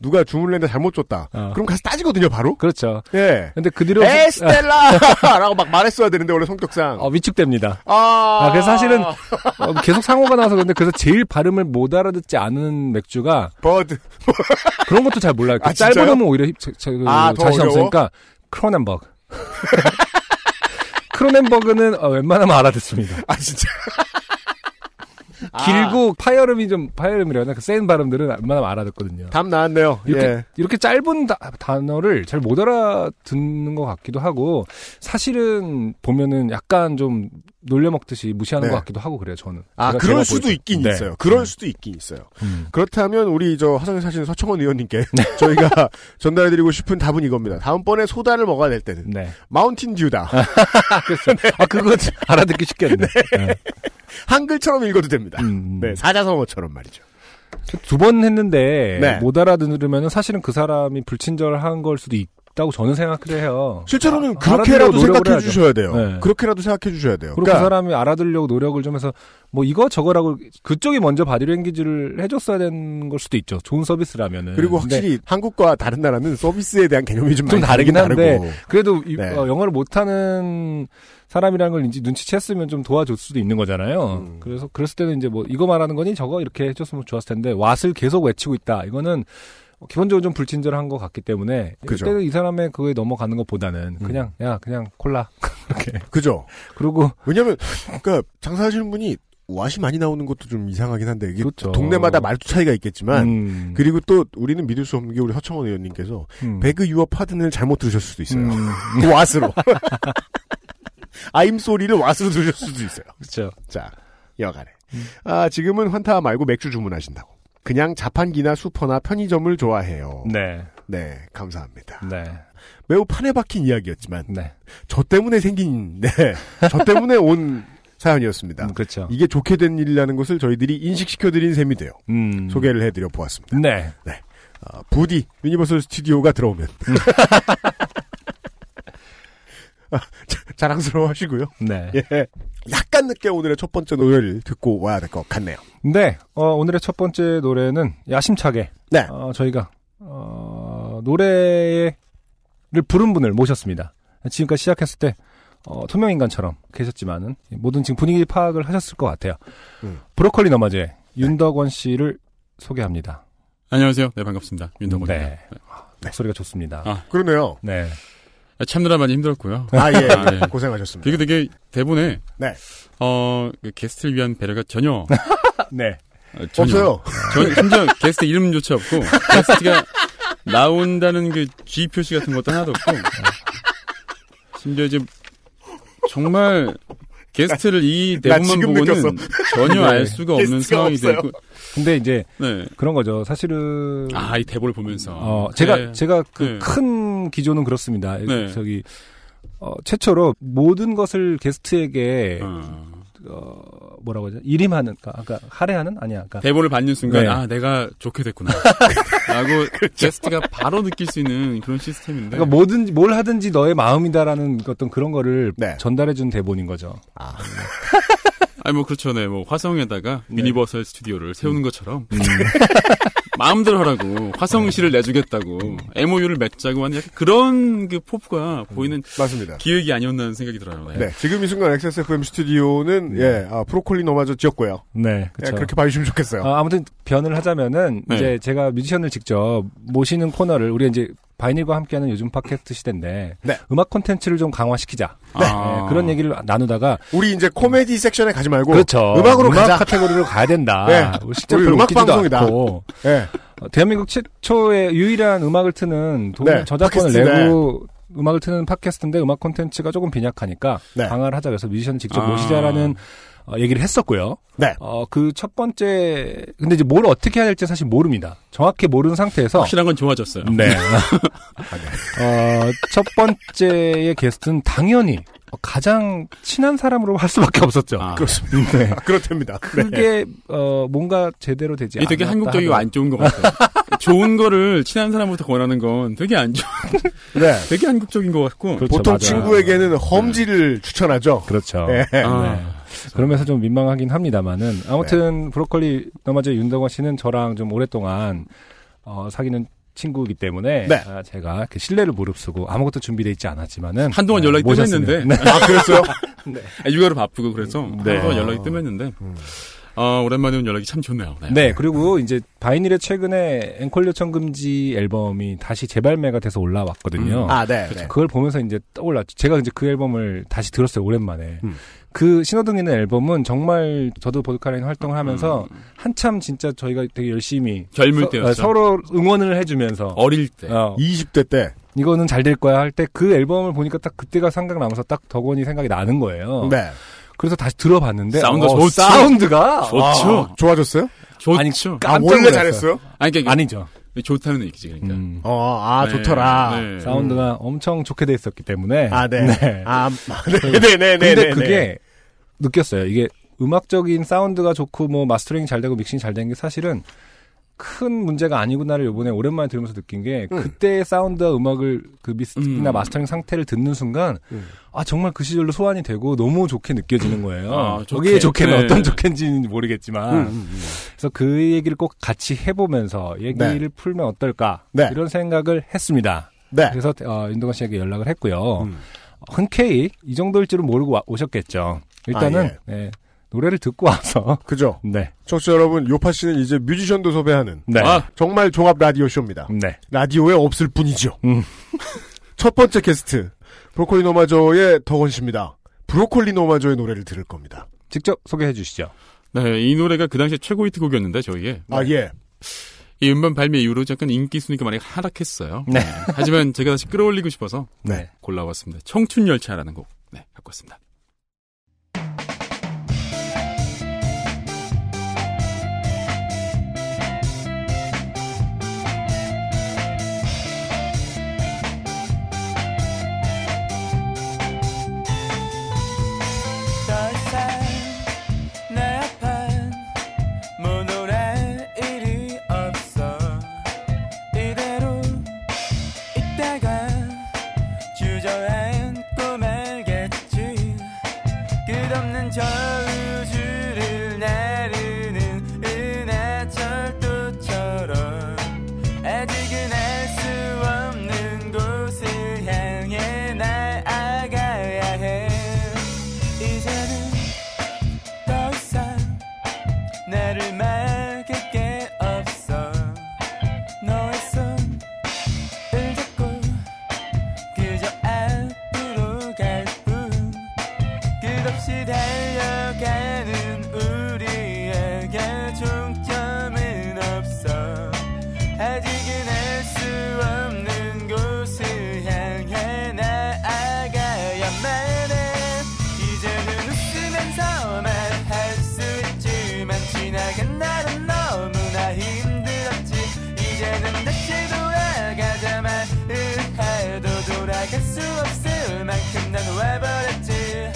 S1: 누가 주문을 했는데 잘못 줬다
S2: 네. 어.
S1: 그럼 가서 따지거든요 바로
S2: 그렇죠.
S1: 예
S2: 근데 그 뒤로
S1: 에스텔라라고 막 말했어야 되는데 원래 성격상
S2: 어, 위축됩니다.
S1: 아~,
S2: 아, 그래서 사실은 어, 계속 상호가 나와서 그런데 그래서 제일 발음을 못 알아듣지 않은 맥주가
S1: 버드
S2: 그런 것도 잘 몰라요. 그
S1: 아, 진짜요?
S2: 짧은 음은 오히려 힙- 자- 자-
S1: 아, 더
S2: 자신
S1: 어려워?
S2: 없으니까 크로넨버그. 크로넨버그는 어, 웬만하면 알아듣습니다.
S1: 아 진짜 아.
S2: 길고 파열음이 좀 파열음이라나 그센 발음들은 웬만하면 알아듣거든요.
S1: 답 나왔네요
S2: 이렇게
S1: 예.
S2: 이렇게 짧은 다- 단어를 잘 못 알아듣는 것 같기도 하고 사실은 보면은 약간 좀 놀려먹듯이 무시하는
S1: 네.
S2: 것 같기도 하고 그래요. 저는.
S1: 아
S2: 제가-
S1: 그럴
S2: 제가
S1: 수도
S2: 볼 때.
S1: 있긴
S2: 네.
S1: 있어요 그럴 수도 있긴 있어요
S2: 음.
S1: 그렇다면 우리 저 화성에 사시는 서청원 의원님께
S2: 네.
S1: 저희가 전달해드리고 싶은 답은 이겁니다 다음번에 소다를 먹어야 될 때는
S2: 네.
S1: 마운틴 듀다
S2: 아, 그렇죠. 아, 그거 알아듣기 쉽겠네. 네.
S1: 한글처럼 읽어도 됩니다
S2: 음.
S1: 네 사자성어처럼 말이죠
S2: 두 번 했는데
S1: 네.
S2: 못 알아들으면 사실은 그 사람이 불친절한 걸 수도 있다고 저는 생각을 해요.
S1: 실제로는
S2: 아,
S1: 그렇게라도
S2: 알아들으려고 노력을
S1: 생각해
S2: 해야죠.
S1: 주셔야 돼요.
S2: 네.
S1: 그렇게라도 생각해 주셔야 돼요. 그러니까
S2: 그리고 그 사람이 알아들려고 노력을 좀 해서 뭐 이거 저거라고 그쪽이 먼저 바디랭귀지를 해줬어야 되는 걸 수도 있죠. 좋은 서비스라면은. 네.
S1: 그리고
S2: 근데
S1: 확실히 한국과 다른 나라는 서비스에 대한 개념이 네. 좀,
S2: 좀
S1: 많이
S2: 다르긴
S1: 다르고.
S2: 한데 그래도 이-
S1: 네.
S2: 어, 영어를 못하는 사람이라는 걸 이제 눈치챘으면 좀 도와줄 수도 있는 거잖아요.
S1: 음.
S2: 그래서 그랬을 때는 이제 뭐 이거 말하는 거니 저거 이렇게 해줬으면 좋았을 텐데 왓을 계속 외치고 있다. 이거는 기본적으로 좀 불친절한 것 같기 때문에
S1: 그죠. 음.
S2: 그때는 이 사람의 그거에 넘어가는 것보다는 그냥 야 그냥 콜라 이렇게
S1: 그죠?
S2: 그리고
S1: 왜냐면 그러니까 장사하시는 분이 왓이 많이 나오는 것도 좀 이상하긴 한데 이게
S2: 그렇죠.
S1: 동네마다 말투 차이가 있겠지만
S2: 음,
S1: 그리고 또 우리는 믿을 수 없는 게 우리 서청원 의원님께서
S2: 음.
S1: 배그 유어 파든을 잘못 들으셨을 수도 있어요.
S2: 음,
S1: 왓으로. 아임 소리를 왓으로 들으셨을 수도 있어요.
S2: 그렇죠.
S1: 자, 여간에. 아, 지금은 환타 말고 맥주 주문하신다고. 그냥 자판기나 슈퍼나 편의점을 좋아해요.
S2: 네,
S1: 네, 감사합니다.
S2: 네,
S1: 매우 판에 박힌 이야기였지만,
S2: 네,
S1: 저 때문에 생긴, 네, 저 때문에 온 사연이었습니다.
S2: 음, 그렇죠.
S1: 네. 이게 좋게 된 일이라는 것을 저희들이 인식시켜드린 셈이 돼요.
S2: 음,
S1: 소개를 해드려 보았습니다.
S2: 네, 음.
S1: 아, 부디 유니버설 스튜디오가 들어오면. 아, 자- 자랑스러워 하시고요.
S2: 네.
S1: 예. 약간 늦게 오늘의 첫 번째 노래를 듣고 와야 될 것 같네요.
S2: 네, 어, 오늘의 첫 번째 노래는 야심차게
S1: 네.
S2: 어, 저희가 어, 노래를 부른 분을 모셨습니다. 지금까지 시작했을 때 어, 투명인간처럼 계셨지만은 모든 지금 분위기 파악을 하셨을 것 같아요.
S1: 음.
S2: 브로콜리 너마제
S7: 네.
S2: 윤덕원 씨를 소개합니다.
S7: 안녕하세요. 네, 반갑습니다. 윤동원입니다.
S2: 네. 목소리가 좋습니다.
S7: 아.
S1: 그러네요.
S2: 네.
S7: 아, 참느라 많이 힘들었고요.
S1: 아, 예.
S7: 아, 네.
S1: 고생하셨습니다.
S7: 이게 되게 대본에
S1: 네.
S7: 어, 그 게스트를 위한 배려가 전혀, 어,
S2: 네.
S7: 전혀
S1: 없어요.
S7: 전, 심지어 게스트 이름조차 없고 게스트가 나온다는 그 G 표시 같은 것도 하나도 없고 어, 심지어 이제 정말 게스트를 이
S1: 나
S7: 대본만
S1: 지금
S7: 보고는
S1: 느꼈어.
S7: 전혀
S2: 네.
S7: 알 수가 없는
S1: 게스트가
S7: 상황이
S1: 없어요.
S7: 되고
S2: 근데 이제
S7: 네.
S2: 그런 거죠. 사실은
S7: 아, 이 대본을 보면서
S2: 어, 제가
S7: 네.
S2: 제가
S7: 네.
S2: 그 큰 기조는 그렇습니다.
S7: 네.
S2: 저기 어, 최초로 모든 것을 게스트에게
S7: 어,
S2: 어, 뭐라고 하죠? 일임하는, 그러니까 아까 할애하는? 아니야. 그러니까
S7: 대본을 받는 순간
S2: 네. 그렇죠.
S7: 아 내가 좋게 됐구나 라고 게스트가 바로 느낄 수 있는 그런 시스템인데
S2: 그러니까 뭐든지 뭘 하든지 너의 마음이다라는 어떤 그런 거를
S1: 네.
S2: 전달해 준 대본인 거죠.
S7: 아니 뭐 그렇죠 네뭐 화성에다가 유니버설 스튜디오를 세우는
S2: 음.
S7: 것처럼 마음대로 하라고 화성시를 내주겠다고
S2: 음.
S7: MOU를 맺자고 하는 약간 그런 그 포부가 보이는
S1: 맞습니다.
S7: 기획이 아니었나 하는 생각이 들어요
S2: 예.
S7: 네.
S1: 네, 지금 이 순간 XSFM 스튜디오는 예, 아, 프로콜리 너마저 지었고요.
S2: 네.
S1: 그 그렇게 봐주시면 좋겠어요.
S2: 아, 무튼 변을 하자면은
S7: 네.
S2: 이제 제가 뮤지션을 직접 모시는 코너를 우리 이제 바이닐과 함께하는 요즘 팟캐스트 시대인데
S1: 네. 아.
S2: 음악 콘텐츠를 좀 강화시키자.
S7: 아.
S2: 네, 그런 얘기를 나누다가
S1: 우리 이제 코미디 섹션에 가지 말고
S2: 그렇죠.
S1: 음악으로
S2: 음악
S1: 가자.
S2: 카테고리로 가야 된다. 뭐
S1: 네.
S2: 실제로
S1: 우리
S2: 별로
S1: 음악
S2: 웃기지도
S1: 방송이다.
S2: 않고
S1: 예,
S2: 어, 대한민국 최초의 유일한 음악을 트는 동,
S1: 네,
S2: 저작권을
S1: 팟캐스트,
S2: 내고 음악을 트는 팟캐스트인데 음악 콘텐츠가 조금 빈약하니까
S1: 네.
S2: 강화를 하자 그래서 뮤지션을 직접
S7: 아.
S2: 모시자라는 어, 얘기를 했었고요.
S1: 네.
S2: 어, 그 첫 번째, 근데 이제 뭘 어떻게 해야 될지 사실 모릅니다. 정확히 모르는 상태에서.
S7: 확실한 건 좋아졌어요.
S2: 네.
S1: 네.
S2: 어, 첫 번째의 게스트는 당연히 가장 친한 사람으로 할 수밖에 없었죠.
S7: 아,
S1: 그렇습니다.
S2: 네.
S1: 아, 그렇답니다. 네.
S2: 그게 어, 뭔가 제대로 되지
S7: 이게 되게
S2: 않았다
S7: 한국적이고
S2: 하는-
S7: 안 좋은 것 같아요. 좋은 거를 친한 사람부터 권하는 건 되게 안 좋,
S1: 네.
S7: 되게 한국적인 것 같고.
S2: 그렇죠,
S1: 보통
S2: 맞아요.
S1: 친구에게는 험지를 추천하죠.
S2: 그렇죠.
S1: 예.
S7: 아,
S2: 그러면서 좀 민망하긴 합니다만은
S7: 네.
S2: 아무튼 브로콜리 너마저 윤덕원 씨는 저랑 좀 오랫동안 어, 사귀는 친구이기 때문에
S1: 네.
S2: 아, 제가 그 신뢰를 무릅쓰고 아무것도 준비돼 있지 않았지만은
S7: 한동안
S2: 네,
S7: 연락이
S2: 모셨으면-
S7: 뜸했는데.
S2: 네.
S1: 아, 그랬어요?
S7: 아, 육아로 바쁘고 그래서
S2: 네. 음.
S7: 한번 연락이 뜸했는데 아, 오랜만에 온 연락이 참 좋네요. 네.
S2: 네, 그리고 이제 바이닐의 최근에 앵콜 요청 금지 앨범이 다시 재발매가 돼서 올라왔거든요.
S7: 음.
S1: 아, 네. 네.
S2: 그걸 보면서 이제 떠올랐죠. 제가 이제 그 앨범을 다시 들었어요, 오랜만에.
S1: 음.
S2: 그 신호등 있는 앨범은 정말 저도 보드카라인 활동을 하면서
S7: 음.
S2: 한참 진짜 저희가 되게 열심히
S7: 젊을
S2: 서-
S7: 때였죠.
S2: 어, 서로 응원을 해주면서
S7: 어릴 네. 때.
S2: 어,
S1: 20대 때.
S2: 이거는 잘 될 거야 할 때 그 앨범을 보니까 딱 그때가 생각나면서 딱 덕원이 생각이 나는 거예요.
S1: 네.
S2: 그래서 다시 들어봤는데
S7: 사운드
S2: 어,
S7: 좋죠.
S2: 사운드가
S7: 좋죠.
S1: 아, 좋아졌어요?
S7: 좋죠.
S2: 아니,
S1: 아,
S2: 깜짝
S1: 원래
S2: 놀랐어요.
S1: 잘했어요?
S7: 아니, 그러니까
S2: 아니죠.
S7: 좋다는 얘기지 그러니까.
S2: 음.
S1: 어, 아,
S7: 네,
S1: 좋더라.
S7: 네.
S2: 사운드가 엄청 좋게 돼 있었기 때문에
S1: 아, 네.
S2: 네.
S1: 아, 네네네.
S2: 근데 그게 느꼈어요. 이게 음악적인 사운드가 좋고 뭐 마스터링이 잘 되고 믹싱이 잘 된 게 사실은 큰 문제가 아니구나를 요번에 오랜만에 들으면서 느낀 게
S1: 음.
S2: 그때의 사운드와 음악을 그 미스틱이나
S7: 음.
S2: 마스터링 상태를 듣는 순간
S1: 음.
S2: 아 정말 그 시절로 소환이 되고 너무 좋게 느껴지는 거예요.
S7: 아, 좋게.
S2: 거기에 좋게는
S7: 네.
S2: 어떤 좋게인지는
S1: 음,
S2: 모르겠지만 그래서 그 얘기를 꼭 같이 해보면서 얘기를 풀면 어떨까
S1: 네.
S2: 이런 생각을 했습니다.
S1: 네.
S2: 그래서 어, 윤동건 씨에게 연락을 했고요.
S1: 음.
S2: 흔쾌히 이 정도일 줄은 모르고 와- 오셨겠죠. 일단은
S7: 아,
S2: 예, 노래를 듣고 와서
S1: 그죠.
S2: 네,
S1: 청취자 여러분, 요파 씨는 이제 뮤지션도 섭외하는
S2: 네,
S7: 아,
S1: 정말 종합 라디오 쇼입니다.
S2: 네,
S1: 라디오에 없을 뿐이죠.
S2: 음.
S1: 첫 번째 게스트 브로콜리 노마저의 덕원 씨입니다. 브로콜리 노마저의 노래를 들을 겁니다.
S2: 직접 소개해 주시죠.
S7: 네, 이 노래가 그 당시에 최고 히트곡이었는데 저희의
S1: 아 예.
S7: 이 음반 발매 이후로 잠깐 인기 순위가 많이 하락했어요.
S2: 네.
S7: 하지만 제가 다시 끌어올리고 싶어서
S1: 네.
S7: 골라왔습니다. 청춘 열차라는 곡. 네, 갖고 왔습니다.
S8: 널산 내 앞엔 무노랄 일이 없어 이대로 있다가 주저앉고 말겠지 끝없는 저우주를 나르는 은하철도처럼 아직은 알 수 없는 곳을 향해 나아가야 해 이제는 더 이상 나를 막을 게 없어 너의 손을 잡고 그저 앞으로 갈 뿐 끝없이 달려가는 우리에게 종점은 없어 아직은 알 수 없는 곳을 향해 나아가야만 해 이제는 웃으면서 말할 수 있지만 지나간 날은 너무나 힘들었지 이제는 다시 돌아가자 말을 해도 돌아갈 수 없을 만큼 난 와버렸지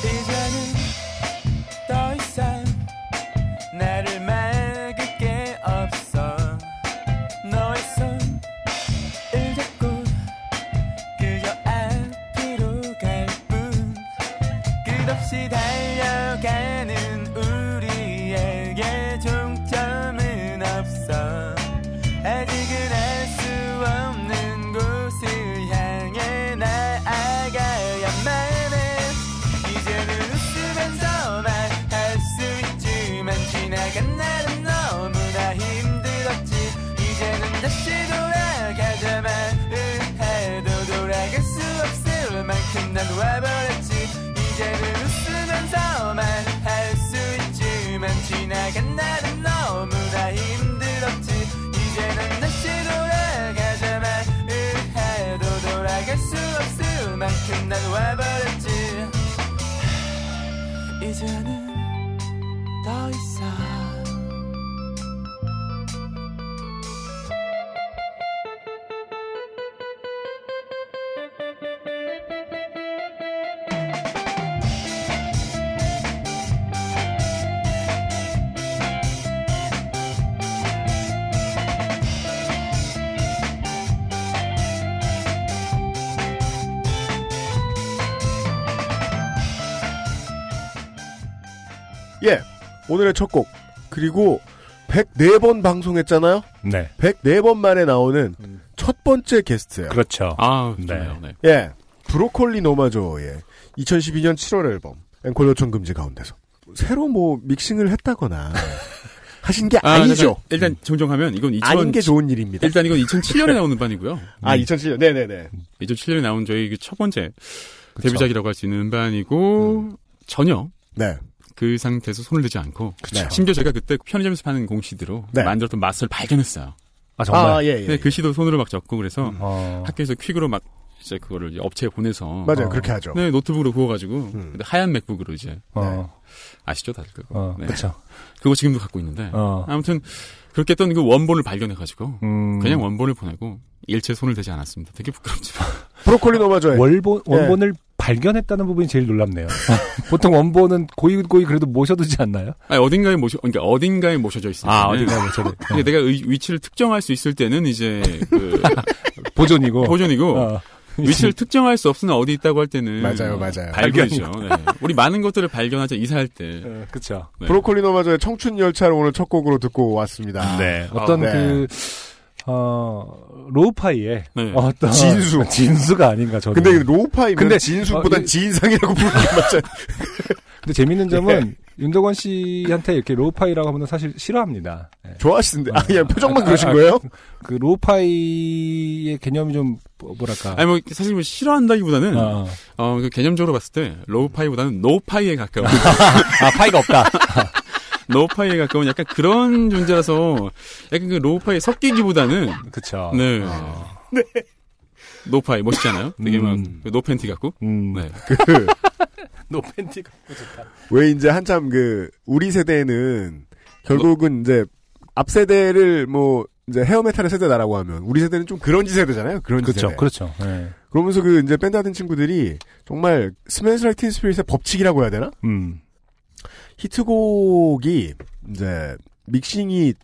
S8: 이제는 더 이상 나를 막을 게 없어 너의 손을 잡고 그저 앞으로 갈 뿐 끝없이 달려가는 우리에게 종점은 없어 아직은 알 수 없는 곳을 향해 나아가야만 해 이제는 웃으면서 말할 수 있지만 지나간 날은 너무나 힘들었지 이제는 다시 돌아가자 말을 해도 돌아갈 수 없을 만큼 난 와버렸지 이제는 웃으면서 말할 수 있지
S1: 예. 오늘의 첫 곡. 그리고 104번 방송했잖아요.
S2: 네.
S1: 104번 만에 나오는
S7: 음.
S1: 첫 번째 게스트예요.
S2: 그렇죠.
S7: 아,
S2: 네.
S7: 좋네요. 네.
S1: 예. 브로콜리 노마저의 2012년 7월 앨범 앵콜 요청 금지 가운데서 새로 뭐 믹싱을 했다거나 하신 게
S7: 아,
S1: 아, 니죠
S7: 잠깐, 일단 정정하면 이건 2000
S1: 아닌 게 좋은 일입니다.
S7: 일단 이건 2007년에 나오는 반이고요.
S1: 아 2007년 네네네.
S7: 2007년에 나온 저희 그 첫 번째
S2: 그쵸.
S7: 데뷔작이라고 할 수 있는 음반이고 전혀
S1: 네.
S7: 그 상태에서 손을 대지 않고
S1: 그쵸.
S7: 네. 심지어 제가 그때 편의점에서 파는 공시대로
S1: 네.
S7: 만들었던 맛을 발견했어요.
S2: 아 정말.
S1: 아 예예. 음.
S7: 근데 그 시도 손으로 막 적고 그래서
S2: 어.
S7: 학교에서 퀵으로 막 이제 그거를 이제 업체에 보내서
S1: 맞아요.
S2: 어.
S1: 그렇게 하죠.
S7: 네 노트북으로 구워가지고
S1: 음.
S7: 근데 하얀 맥북으로 이제
S2: 어.
S7: 아시죠 다들 그거
S2: 어.
S7: 네.
S2: 그렇죠.
S7: 그거 지금도 갖고 있는데
S2: 어.
S7: 아무튼 그렇게 했던 그 원본을 발견해가지고
S2: 음.
S7: 그냥 원본을 보내고 일체 손을 대지 않았습니다. 되게 부끄럽지만
S1: 브로콜리 노마저의
S2: 월본
S7: 네.
S2: 원본을 발견했다는 부분이 제일 놀랍네요. 보통 원본은 고이 고이 그래도 모셔두지 않나요? 네,
S7: 아니, 어딘가에 모셔 그러니까 어딘가에 모셔져 아, 있어요.
S2: 아, 모셔두.
S7: 근데 내가 의- 위치를 특정할 수 있을 때는 이제 그
S2: 보존이고.
S7: 보존이고
S2: 어.
S7: 위치를 특정할 수 없으나 어디 있다고 할 때는
S1: 맞아요, 맞아요.
S7: 발견이죠. 네. 우리 많은 것들을 발견하자 이사할 때
S2: 어, 그렇죠.
S7: 네.
S1: 브로콜리 노마저의 청춘 열차를 오늘 첫 곡으로 듣고 왔습니다.
S7: 네.
S2: 어떤
S1: 아, 네.
S2: 그 어, 로우파이의
S7: 네.
S2: 어떤
S1: 아, 진수.
S2: 아, 진수가 아닌가 저는.
S1: 근데 그- 아, 로우파이면
S2: 근데-
S1: 진숙보단
S2: 어, 이-
S1: 지인상이라고 부르는 게 맞잖아요.
S2: 근데 재밌는 점은 윤덕원 씨한테 이렇게 로우파이라고 하면 사실 싫어합니다. 예.
S1: 좋아하시는데 아 그냥 표정만
S2: 아,
S1: 그러신
S2: 아,
S1: 거예요?
S2: 그 로우파이의 개념이 좀 뭐- 뭐랄까.
S7: 아니 뭐 사실 뭐 싫어한다기보다는
S2: 어.
S7: 어, 그 개념적으로 봤을 때 로우파이보다는 노파이에 가까운
S2: 아 파이가 없다.
S7: 노파이에 가까운 약간 그런 존재라서 약간 그 로우파이 섞이기보다는
S2: 그렇죠.
S7: 네. 노파이 멋있잖아요. 되게 막그
S2: 음.
S7: 노팬티 같고.
S2: 음.
S7: 네.
S2: 노팬티가.
S1: 왜 이제 한참 그 우리 세대는 결국은 이제 앞 세대를 뭐 이제 헤어메탈의 세대다라고 하면 우리 세대는 좀 그런지 세대잖아요. 그런지
S2: 그렇죠.
S1: 세대.
S2: 그렇죠. 예.
S1: 그러면서 그 이제 밴드 하던 친구들이 정말 스맨스 라이트 인스피릿의 법칙이라고 해야 되나?
S2: 음.
S1: 히트곡이 이제 믹싱이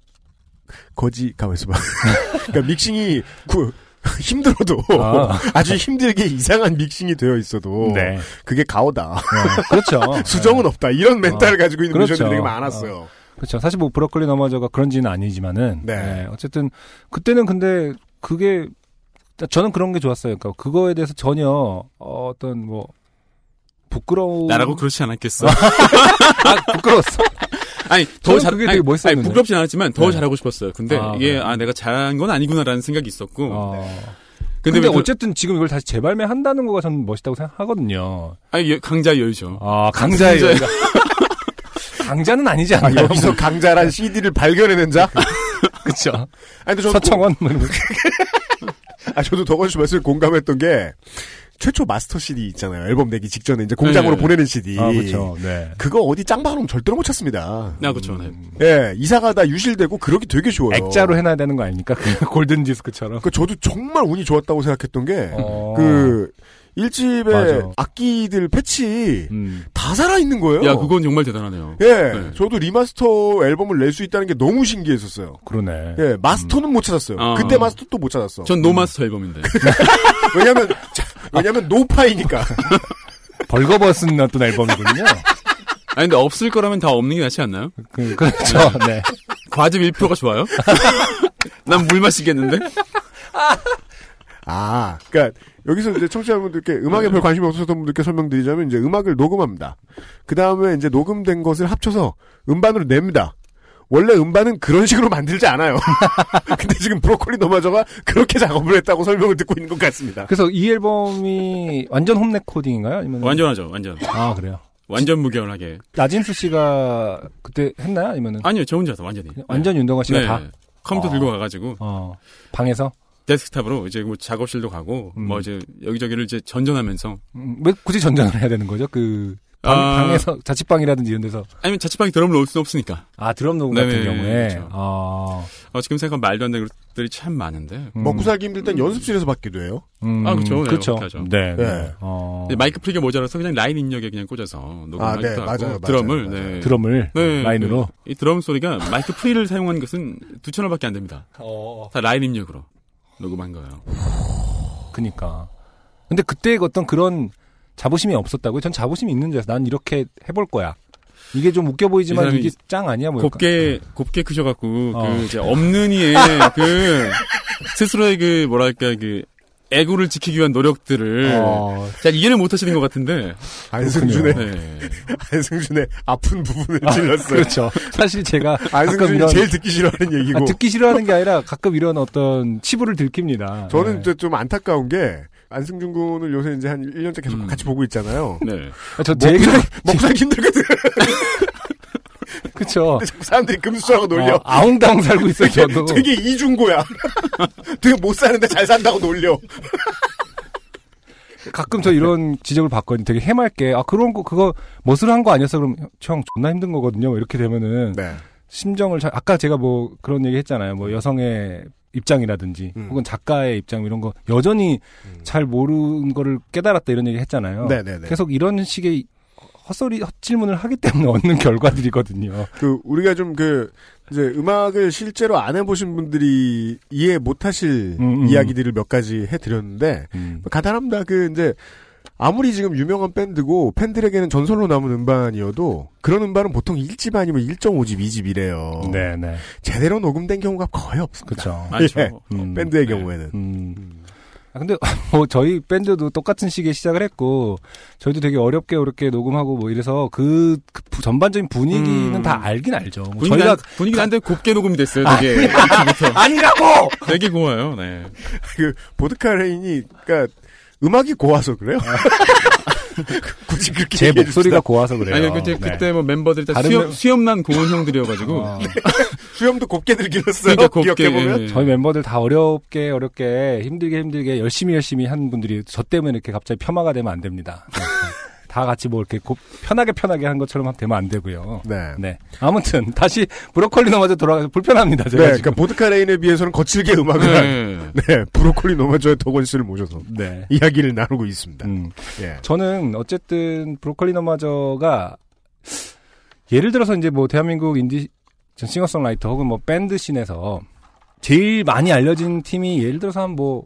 S1: 거지 가만 있어봐. 그러니까 믹싱이 구- 힘들어도
S2: 아.
S1: 아. 주 힘들게 이상한 믹싱이 되어 있어도
S2: 네.
S1: 그게 가오다.
S2: 어, 그렇죠.
S1: 수정은 없다. 이런 멘탈을 가지고 있는
S2: 그렇죠.
S1: 뮤지션들이 되게 많았어요.
S2: 그렇죠. 사실 뭐 브로콜리 너머저가 그런지는 아니지만은
S1: 네.
S2: 예, 어쨌든 그때는 근데 그게 저는 그런 게 좋았어요. 그러니까 그거에 대해서 전혀 어, 어떤 뭐 부끄러운
S7: 나라고 그렇지 않았겠어.
S2: 아, 부끄러웠어.
S7: 아니
S2: 저는
S7: 더 잘,
S2: 그게
S7: 아니,
S2: 되게 멋있었는데.
S7: 아니, 부끄럽진 않았지만 더
S2: 네.
S7: 잘하고 싶었어요. 근데
S2: 아,
S7: 이게
S2: 네.
S7: 아 내가 잘한 건 아니구나라는 생각이 있었고.
S2: 어. 근데,
S7: 근데, 왜 그-
S2: 어쨌든 지금 이걸 다시 재발매 한다는 거가 저는 멋있다고 생각하거든요.
S7: 아니 여- 강자의 여유죠.
S2: 아 강자의
S7: 강자의
S2: 여자. 강자는 아니지
S1: 아,
S2: 않나요? 뭐
S1: 여기서 강자란 CD를 발견해낸 자?
S2: 그렇죠.
S1: 아니, 근데 저는
S2: 서청원 뭐 이런 거.
S1: 고- 아, 저도 덕원 씨 말씀에 공감했던 게, 최초 마스터 CD 있잖아요. 앨범 내기 직전에 이제 공장으로
S7: 네.
S1: 보내는 CD.
S2: 아 그렇죠. 네.
S1: 그거 어디 짱바하면 절대로 못 찾습니다.
S2: 아.
S7: 나 그렇죠. 네.
S1: 예, 이사가다 유실되고 그러기 되게 쉬워요.
S2: 액자로 해놔야 되는 거 아닙니까? 그 골든 디스크처럼.
S1: 그 저도 정말 운이 좋았다고 생각했던 게,
S2: 어.
S1: 그, 일집에
S2: 맞아.
S1: 악기들 패치
S2: 음.
S1: 다 살아있는 거예요.
S7: 야 그건 정말 대단하네요.
S1: 예,
S7: 네.
S1: 저도 리마스터 앨범을 낼 수 있다는 게 너무 신기했었어요.
S2: 그러네.
S1: 예, 마스터는 못 찾았어요.
S7: 아.
S1: 그때 마스터 또 못 찾았어.
S7: 전
S2: 음.
S7: 노마스터 앨범인데.
S1: 왜냐면, 자, 왜냐면 노파이니까.
S2: 벌거벗은 어떤 앨범이군요.
S7: 아니 근데 없을 거라면 다 없는 게 낫지 않나요?
S2: 그, 그렇죠. 네.
S7: 과즙 1%가 좋아요? 난 물 마시겠는데?
S1: 아, 그러니까 여기서 이제 청취자분들께 음악에
S2: 네.
S1: 별 관심이 없으셨던 분들께 설명드리자면 이제 음악을 녹음합니다. 그 다음에 이제 녹음된 것을 합쳐서 음반으로 냅니다. 원래 음반은 그런 식으로 만들지 않아요. 근데 지금 브로콜리 너마저가 그렇게 작업을 했다고 설명을 듣고 있는 것 같습니다.
S2: 그래서 이 앨범이 완전 홈 레코딩인가요? 아니면
S7: 음. 완전하죠, 완전.
S2: 아 그래요.
S7: 완전 무결하게.
S2: 나진수 씨가 그때 했나요? 아니면은
S7: 아니요, 저 혼자서 완전히.
S2: 그냥 완전 윤동아 씨가
S7: 네.
S2: 다
S7: 컴퓨터
S2: 아.
S7: 들고 가가지고
S2: 어, 방에서
S7: 데스크탑으로 이제 뭐 작업실도 가고
S2: 음.
S7: 뭐 이제 여기저기를 이제 전전하면서
S2: 음, 왜 굳이 전전을 해야 되는 거죠? 그 방,
S7: 아.
S2: 에서 자취방이라든지 이런 데서
S7: 아니면 자취방에 드럼 넣을 수는 없으니까
S2: 아 드럼 녹음 같은
S7: 네네,
S2: 경우에
S7: 그렇죠.
S2: 아,
S7: 어, 지금 생각하면 말도 안 되는 것들이 참 많은데
S2: 음,
S1: 먹고 살기 힘들 땐 연습실에서 받기도 해요.
S2: 음,
S7: 아, 그렇죠. 네,
S2: 그렇죠.
S7: 그렇게 하죠.
S2: 네.
S1: 네.
S2: 어,
S7: 근데 마이크 프릭이 모자라서 그냥 라인 입력에 그냥 꽂아서 녹음을
S1: 아,
S7: 하기도
S1: 네,
S7: 하고
S1: 맞아요, 맞아요,
S7: 드럼을
S1: 맞아요.
S7: 네.
S2: 드럼을
S7: 네,
S2: 라인으로.
S7: 네. 이 드럼 소리가 마이크 프리를 사용한 것은 두 채널밖에 안 됩니다. 다 라인 입력으로 녹음한 거예요.
S2: 그니까. 근데 그때 어떤 그런 자부심이 없었다고요? 전 자부심이 있는 자서 난 이렇게 해볼 거야. 이게 좀 웃겨
S7: 이
S2: 보이지만
S7: 사람이
S2: 이게 짱 아니야 뭐.
S7: 곱게 곱게 크셔갖고
S2: 어.
S7: 그 이제 없는 이의 그 스스로의 그 뭐랄까 그 애구를 지키기 위한 노력들을
S2: 어,
S7: 잘 이해를 못하시는 것 같은데
S2: 아,
S1: 안승준의
S7: 네.
S1: 안승준의 아픈 부분을 찔렀어요.
S2: 그렇죠. 사실 제가 가끔
S1: 안승준이
S2: 이런
S1: 제일 듣기 싫어하는 얘기고.
S2: 아, 듣기 싫어하는 게 아니라 가끔 이런 어떤 치부를 들킵니다.
S1: 저는
S2: 네.
S1: 이제 좀 안타까운 게 안승준 군을 요새 이제 한 1년째 계속
S7: 음.
S1: 같이 보고 있잖아요.
S7: 네.
S2: 아, 저제 얘기를
S1: 먹사기 힘들거든.
S2: 그쵸.
S1: 사람들이 금수저하고 놀려.
S2: 어, 아웅다웅 살고 있어요 저도.
S1: 되게 이중고야. 되게 못 사는데 잘 산다고 놀려.
S2: 가끔 저 이런 지적을 받거든요. 되게 해맑게 아 그런 거 그거 멋을 한 거 아니었어? 그럼 형 존나 힘든 거거든요. 뭐 이렇게 되면은
S1: 네.
S2: 심정을 잘 아까 제가 뭐 그런 얘기 했잖아요. 뭐 여성의 입장이라든지
S1: 음.
S2: 혹은 작가의 입장 이런 거 여전히 잘 모르는 거를 깨달았다 이런 얘기 했잖아요.
S1: 네네네.
S2: 계속 이런 식의 헛소리 헛질문을 하기 때문에 얻는 결과들이거든요.
S1: 그 우리가 좀 그 이제 음악을 실제로 안 해보신 분들이 이해 못하실
S2: 음, 음.
S1: 이야기들을 몇 가지 해드렸는데 간단합니다. 그 이제 아무리 지금 유명한 밴드고 팬들에게는 전설로 남은 음반이어도 그런 음반은 보통 1집 아니면 1.5집, 2집이래요.
S2: 네네.
S1: 제대로 녹음된 경우가 거의 없습니다.
S2: 그렇죠.
S7: 많죠. 어.
S1: 예.
S2: 음.
S1: 밴드의 경우에는
S2: 음. 아, 근데 뭐 저희 밴드도 똑같은 시기에 시작을 했고 저희도 되게 어렵게 어렵게 녹음하고 뭐 이래서 그, 그 부- 전반적인 분위기는
S7: 음.
S2: 다 알긴 알죠. 뭐
S7: 분위기
S2: 저희가 아, 예.
S7: 안, 분위기 한데 곱게 녹음이 됐어요. 되게
S2: 아니라고
S7: 되게 고와요. 네.
S1: 그 보드카 레인이 그러니까 음악이 고와서 그래요? 굳이 그렇게
S2: 제
S1: 얘기해 줍시다.
S2: 목소리가 고와서 그래요.
S7: 아니 그때
S2: 네.
S7: 그때 뭐 멤버들이 다
S2: 다른
S7: 수염
S2: 멤-
S7: 수염난 고은 형들이어가지고
S2: 어.
S1: 네. 수염도 곱게 들길렀어요.
S7: 그러니까 곱게
S1: 기억해 보면
S7: 예.
S2: 저희 멤버들 다 어렵게 어렵게 힘들게 힘들게 열심히 열심히 한 분들이 저 때문에 이렇게 갑자기 폄하가 되면 안 됩니다. 네. 다 같이 뭐 이렇게 곱- 편하게 편하게 한 것처럼 되면 안 되고요.
S1: 네.
S2: 네. 아무튼 다시 브로콜리 넘어져 돌아가서 불편합니다. 예.
S1: 네,
S2: 제가
S1: 그러니까
S2: 지금.
S1: 보드카 레인에 비해서는 거칠게 음악을 한,
S7: 네.
S1: 네, 브로콜리 노마저의 덕원 씨를 모셔서
S2: 네.
S1: 그러니까 이야기를 나누고 있습니다.
S2: 음.
S1: 예.
S2: 저는 어쨌든 브로콜리 너마저가 예를 들어서 이제 뭐 대한민국 인디 전 싱어송라이터 혹은 뭐 밴드 씬에서 제일 많이 알려진 팀이 예를 들어서 한 뭐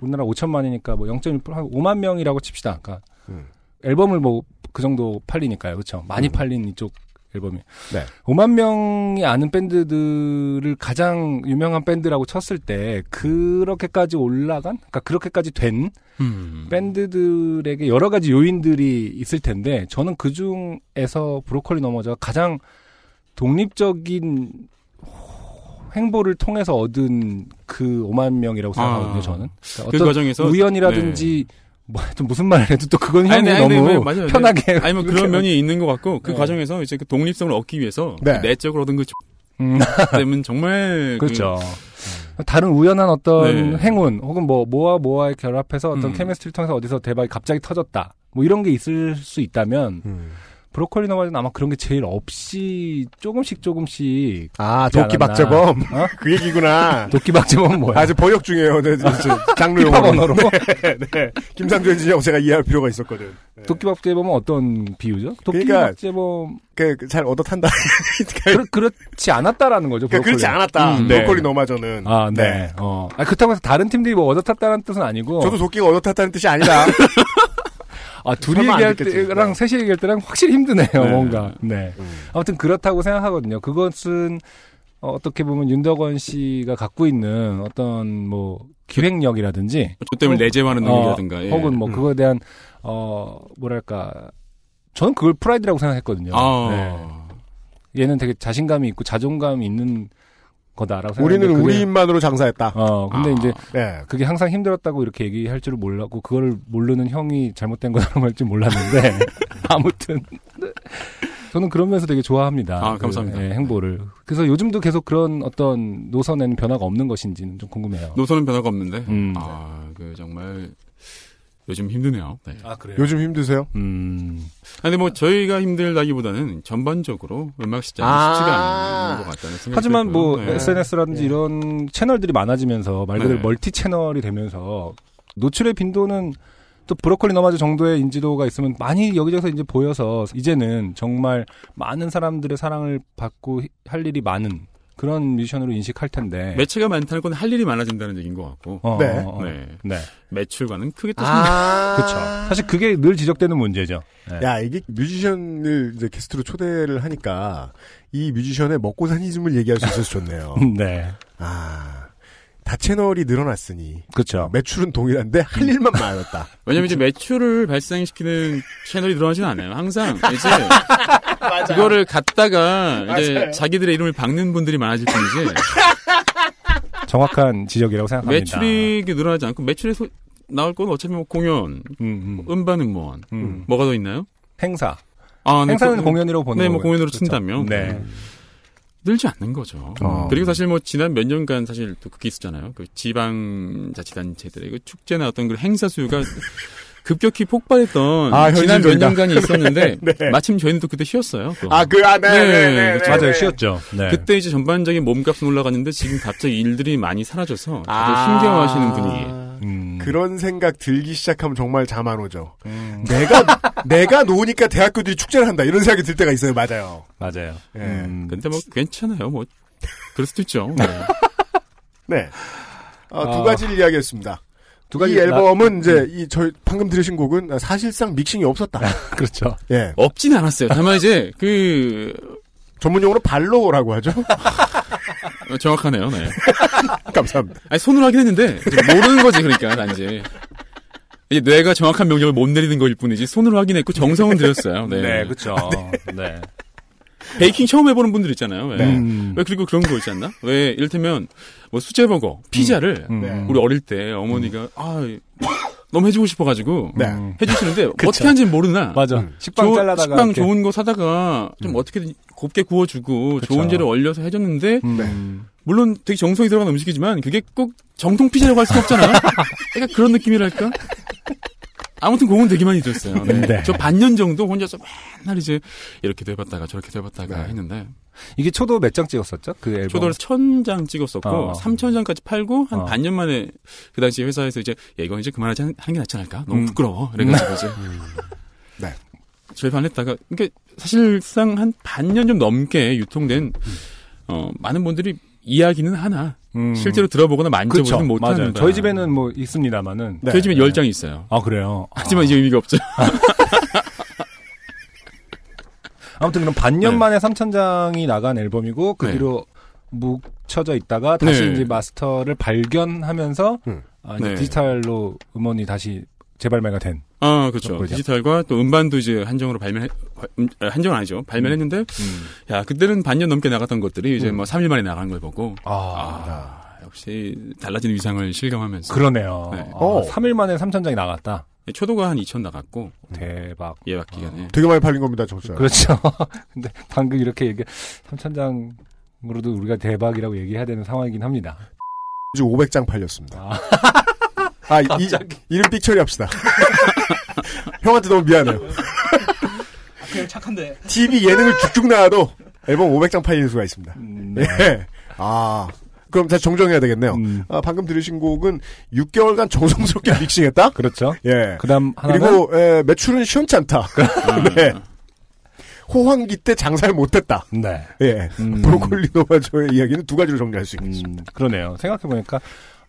S2: 우리나라 5천만이니까 뭐 0.1%한 5만 명이라고 칩시다. 그러니까
S1: 음.
S2: 앨범을 뭐 그 정도 팔리니까요. 그렇죠. 많이 팔린 이쪽 앨범이.
S1: 네.
S2: 5만 명이 아는 밴드들을 가장 유명한 밴드라고 쳤을 때 그렇게까지 올라간 그러니까 그렇게까지 된
S7: 음.
S2: 밴드들에게 여러 가지 요인들이 있을 텐데 저는 그 중에서 브로콜리 넘어져 가장 독립적인 행보를 통해서 얻은 그 5만 명이라고 생각하거든요.
S7: 아,
S2: 저는 그러니까
S7: 그
S2: 어떤
S7: 과정에서 네.
S2: 우연이라든지 뭐 하여튼 무슨 말을 해도 또 그건 형이
S7: 아니, 아니, 아니,
S2: 너무
S7: 뭐, 맞아요.
S2: 편하게
S7: 아니 뭐 그런 면이 있는 것 같고 그
S2: 네.
S7: 과정에서 이제 그 독립성을 얻기 위해서
S1: 네.
S7: 그 내적으로 얻은 그
S2: 음,
S7: 때문 정말 그-
S2: 그렇죠. 다른 우연한 어떤
S7: 네.
S2: 행운 혹은 뭐 모아 모아의 결합해서 어떤
S7: 음.
S2: 케미스트를 통해서 어디서 대박이 갑자기 터졌다. 뭐 이런 게 있을 수 있다면
S1: 음.
S2: 브로콜리 너마저는 아마 그런 게 제일 없이 조금씩 조금씩
S1: 아,
S2: 그렇지
S1: 도끼
S2: 않았나.
S1: 박재범.
S2: 어?
S1: 그 얘기구나.
S2: 도끼박제범은 뭐야?
S1: 아주 번역 중이에요. 네, 저- 저 장르
S2: 힙합
S1: 용어로. 네,
S2: 언어로
S1: 김상조 엔지니어하고 제가 이해할 필요가 있었거든.
S2: 도끼박제범은 어떤 비유죠?
S1: 그러니까-
S2: 도끼박제범
S1: 그, 그잘 얻어 탄다.
S2: 그러, 그렇지 않았다라는 거죠.
S1: 그러니까 그렇지
S2: 브로콜리는.
S1: 않았다.
S2: 음, 네.
S1: 브로콜리 노마저는.
S2: 아, 네. 어. 아, 그렇다고 해서 다른 팀들이 뭐 얻어탔다는 네, 뜻은 아니고.
S1: 저도 도끼가 얻어 탔다는 뜻이 아니다.
S2: 아, 둘이
S1: 설마 안
S2: 얘기할
S1: 듣겠지.
S2: 때랑
S1: 네.
S2: 셋이 얘기할 때랑 확실히 힘드네요,
S7: 네.
S2: 뭔가. 네.
S1: 음.
S2: 아무튼 그렇다고 생각하거든요. 그것은 어, 어떻게 보면 윤덕원 씨가 갖고 있는 어떤 뭐 기획력이라든지
S7: 저 때문에 내재하는
S2: 어,
S7: 능력이라든가 예.
S2: 혹은 뭐
S1: 음.
S2: 그거에 대한 어 뭐랄까 저는 그걸 프라이드라고 생각했거든요. 네.
S7: 아,
S2: 얘는 되게 자신감이 있고 자존감이 있는 거다라고 생각했는데
S1: 우리는
S2: 그게-
S1: 우리 입만으로 장사했다.
S2: 어 근데
S7: 아.
S2: 이제
S1: 네.
S2: 그게 항상 힘들었다고 이렇게 얘기할 줄을 몰랐고 그거를 모르는 형이 잘못된 거라고 할 줄 몰랐는데 아무튼 저는 그런 면에서 되게 좋아합니다.
S7: 아,
S2: 그,
S7: 감사합니다.
S2: 예, 행보를. 그래서 요즘도 계속 그런 어떤 노선에는 변화가 없는 것인지는 좀 궁금해요.
S7: 노선은 변화가 없는데
S2: 음.
S7: 아, 그 정말 요즘 힘드네요. 네.
S2: 아 그래요.
S1: 요즘 힘드세요?
S2: 음.
S7: 아니 뭐 저희가 힘들다기보다는 전반적으로 음악 시장이
S1: 아.
S7: 쉽지가 않은 것 같다는 생각이
S2: 하지만
S7: 들고요.
S2: 뭐
S7: 네.
S2: SNS라든지
S1: 예.
S2: 이런 채널들이 많아지면서 말 그대로
S7: 네.
S2: 멀티 채널이 되면서 노출의 빈도는 또 브로콜리 너마저 정도의 인지도가 있으면 많이 여기저기서 이제 보여서 이제는 정말 많은 사람들의 사랑을 받고 히- 할 일이 많은 그런 뮤지션으로 인식할 텐데.
S7: 매체가 많다는 건 할 일이 많아진다는 얘기인 것 같고
S2: 어,
S1: 네.
S2: 어, 어. 네.
S7: 네. 매출과는 크게 또 상관-
S1: 아.
S2: 그렇죠. 사실 그게 늘 지적되는 문제죠. 네.
S1: 야, 이게 뮤지션을 이제 게스트로 초대를 하니까 이 뮤지션의 먹고 산 이즘을 얘기할 수 있어서 좋네요.
S2: 네.
S1: 아. 다 채널이 늘어났으니
S2: 그렇죠.
S1: 매출은 동일한데 할 일만 많았다. 음.
S7: 왜냐면 이제 매출을 발생시키는 채널이 늘어나지는 않아요. 항상 이제 그거를 갖다가 이제 자기들의 이름을 박는 분들이 많아질 뿐이지
S2: 정확한 지적이라고 생각합니다.
S7: 매출이 이게 늘어나지 않고 매출에 소- 나올 건 어차피 뭐 공연,
S2: 음, 음,
S7: 음반 음원
S2: 음.
S7: 뭐가 더 있나요?
S2: 행사.
S7: 아, 네,
S2: 행사는
S7: 그-
S2: 공연이라고 보는
S7: 네, 뭐
S2: 거고요.
S7: 공연으로
S2: 그렇죠.
S7: 친다면
S2: 네.
S7: 늘지 않는 거죠.
S2: 어.
S7: 그리고 사실 뭐 지난 몇 년간 사실 또 그게 있었잖아요. 그 지방자치단체들의 그 축제나 어떤 그 행사 수요가 급격히 폭발했던
S1: 아,
S7: 지난 몇
S1: 현실적이다. 네.
S7: 년간이 있었는데 마침 저희는 또 그때 쉬었어요.
S2: 음.
S7: 또.
S1: 아, 그, 아, 네,
S7: 네,
S1: 네, 네, 네,
S7: 그렇죠.
S2: 맞아요.
S1: 네.
S2: 쉬었죠. 네.
S7: 그때 이제 전반적인 몸값은 올라갔는데 지금 갑자기 일들이 많이 사라져서 다들
S1: 아.
S7: 힘겨워하시는 분위기.
S2: 음.
S1: 그런 생각 들기 시작하면 정말 자만 오죠. 내가, 내가 노니까 대학교들이 축제를 한다. 이런 생각이 들 때가 있어요. 맞아요.
S2: 맞아요.
S1: 예.
S2: 음.
S7: 근데 뭐 괜찮아요. 뭐 그럴 수도 있죠. 네.
S1: 네. 어, 두
S2: 아.
S1: 가지를 이야기했습니다.
S2: 두 가지 음.
S1: 이 앨범은 이제 이 저희 방금 들으신 곡은 사실상 믹싱이 없었다.
S2: 나- 그렇죠.
S1: 예.
S7: 없진 않았어요. 다만 이제 그
S1: 전문용어로 발로라고 하죠.
S7: 어, 정확하네요. 네.
S1: 감사합니다.
S7: 아니 손으로 하긴 했는데 이제 모르는 거지 그러니까 단지 이제 뇌가 정확한 명령을 못 내리는 거일 뿐이지 손으로 하긴 했고 정성은 들였어요. 네,
S2: 그렇죠. 네.
S7: 베이킹 처음 해보는 분들 있잖아요. 왜,
S2: 음.
S7: 왜 그리고 그런 거 있지 않나? 왜 이를테면 뭐 수제버거, 피자를
S2: 음.
S1: 네.
S7: 음. 우리 어릴 때 어머니가 아 너무 해주고 싶어가지고
S2: 음,
S1: 네.
S7: 해주시는데 어떻게 하는지는 모르나
S2: 맞아. 음. 식빵
S7: 조-
S2: 잘라다가
S7: 식빵
S2: 이렇게. 음.
S7: 좋은 거 사다가 좀 어떻게든 곱게 구워주고 좋은 재료 얼려서 해줬는데
S2: 음. 네.
S7: 물론 되게 정성이 들어간 음식이지만 그게 꼭 정통 피자라고 할 수는 없잖아요. 그러니까 그런 느낌이랄까. 아무튼 공은 되게 많이 들었어요. 네.
S2: 네.
S7: 저 반년 정도 혼자서 맨날 이제 이렇게도 해봤다가 저렇게도 해봤다가
S2: 네.
S7: 했는데
S2: 이게 초도 몇 장 찍었었죠? 그 앨범.
S7: 초도를 천 장 찍었었고
S2: 어.
S7: 삼천 장까지 팔고 한
S2: 어.
S7: 반년 만에 그 당시 회사에서 이제 야, 이건 이제 그만하지 하는 게 낫지 않을까?
S2: 음.
S7: 너무 부끄러워. 그래가지고 이제
S1: 네.
S7: 절반했다가 그러니까 사실상 한 반년 좀 넘게 유통된 어, 많은 분들이 이야기는 하나
S2: 음.
S7: 실제로 들어보거나
S2: 그렇죠.
S7: 만져보지는
S2: 맞아요.
S7: 못하는
S2: 저희 집에는 그 뭐 있습니다만은.
S1: 네.
S7: 저희 집에 열 장 있어요.
S2: 아 그래요.
S7: 하지만 이제 의미가 없죠.
S2: 아무튼 그럼 반년
S7: 네.
S2: 만에 3천 장이 나간 앨범이고 그
S7: 네.
S2: 뒤로 묵혀져 있다가 다시
S7: 네.
S2: 이제 마스터를 발견하면서
S1: 음.
S2: 아, 이제
S7: 네.
S2: 디지털로 음원이 다시 재발매가 된.
S7: 아, 그렇죠.
S2: 그렇죠.
S7: 디지털과 또 음반도 이제 한정으로 발매 한정 은 아니죠.
S2: 음.
S7: 발매했는데 야 그때는 반년 넘게 나갔던 것들이 이제 뭐 3일 만에 나간 걸 보고 아, 역시 달라진 위상을 실감하면서
S2: 그러네요.
S7: 네.
S2: 아,
S1: 어.
S2: 3일 만에 3천 장이 나갔다.
S7: 초도가 한 2천 나갔고
S2: 대박.
S7: 예약 기간에
S1: 되게 많이 팔린 겁니다, 정말.
S2: 그렇죠. 근데 방금 이렇게 얘기 3천 장으로도 우리가 대박이라고 얘기해야 되는 상황이긴 합니다.
S1: 지금 500장 팔렸습니다.
S2: 아,
S1: 아, 이, 이름 삑 처리합시다. 형한테 너무 미안해요.
S9: 아, 그냥 착한데.
S1: TV 예능을 쭉쭉 나와도 앨범 500장 팔리는 수가 있습니다.
S2: 네.
S1: 예. 아, 그럼 다시 정정해야 되겠네요.
S2: 음,
S1: 아, 방금 들으신 곡은 6개월간 정성스럽게 믹싱했다?
S2: 그렇죠.
S1: 예.
S2: 그다음 하나는
S1: 그리고 예, 매출은 시원치 않다.
S7: 아, 음.
S1: 네. 호황기 때 장사를 못했다.
S2: 네.
S1: 예.
S2: 음.
S1: 브로콜리 노마저의 이야기는 두 가지로 정리할 수 있겠습니다.
S2: 음, 그러네요. 생각해보니까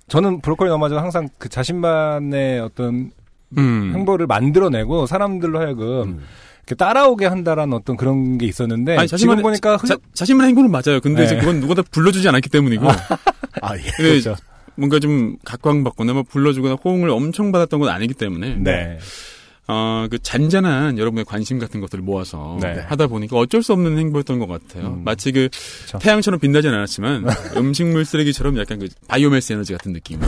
S2: 저는 브로콜리 너마저 항상 그 자신만의 어떤
S7: 음.
S2: 행보를 만들어내고 사람들로 하여금 이렇게 따라오게 한다라는 어떤 그런 게 있었는데
S7: 아니,
S2: 지금
S7: 자신만의-
S2: 보니까
S7: 자,
S2: 흐...
S7: 자신만의 행보는 맞아요. 근데
S2: 네.
S7: 이제 그건 누가 다 불러주지 않았기 때문이고
S1: 아, 예.
S7: 근데
S2: 그렇죠.
S7: 뭔가 좀 각광받거나 막 불러주거나 호응을 엄청 받았던 건 아니기 때문에
S2: 네.
S7: 어, 그 잔잔한 여러분의 관심 같은 것들을 모아서
S2: 네.
S7: 하다 보니까 어쩔 수 없는 행보였던 것 같아요.
S2: 음.
S7: 마치 그
S2: 그쵸.
S7: 태양처럼 빛나진 않았지만 음식물 쓰레기처럼 약간 그 바이오매스 에너지 같은 느낌으로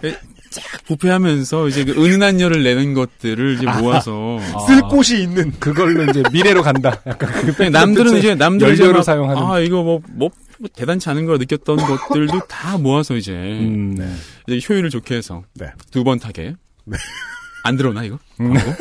S7: 그 쫙 부패하면서 이제 그 은은한 열을 내는 것들을 이제 모아서
S1: 쓸 곳이 있는.
S2: 그걸로 이제 미래로 간다. 약간 그
S7: 그냥 남들은 이제 남들은 이제
S2: 연료로
S7: 막,
S2: 사용하는.
S7: 아 이거 뭐 뭐 대단치 않은 걸 느꼈던 것들도 다 모아서 이제
S2: 음, 네.
S7: 이제 효율을 좋게 해서
S1: 네.
S7: 두 번 타게. 안 들어오나 이거?
S2: 음.
S7: 광고?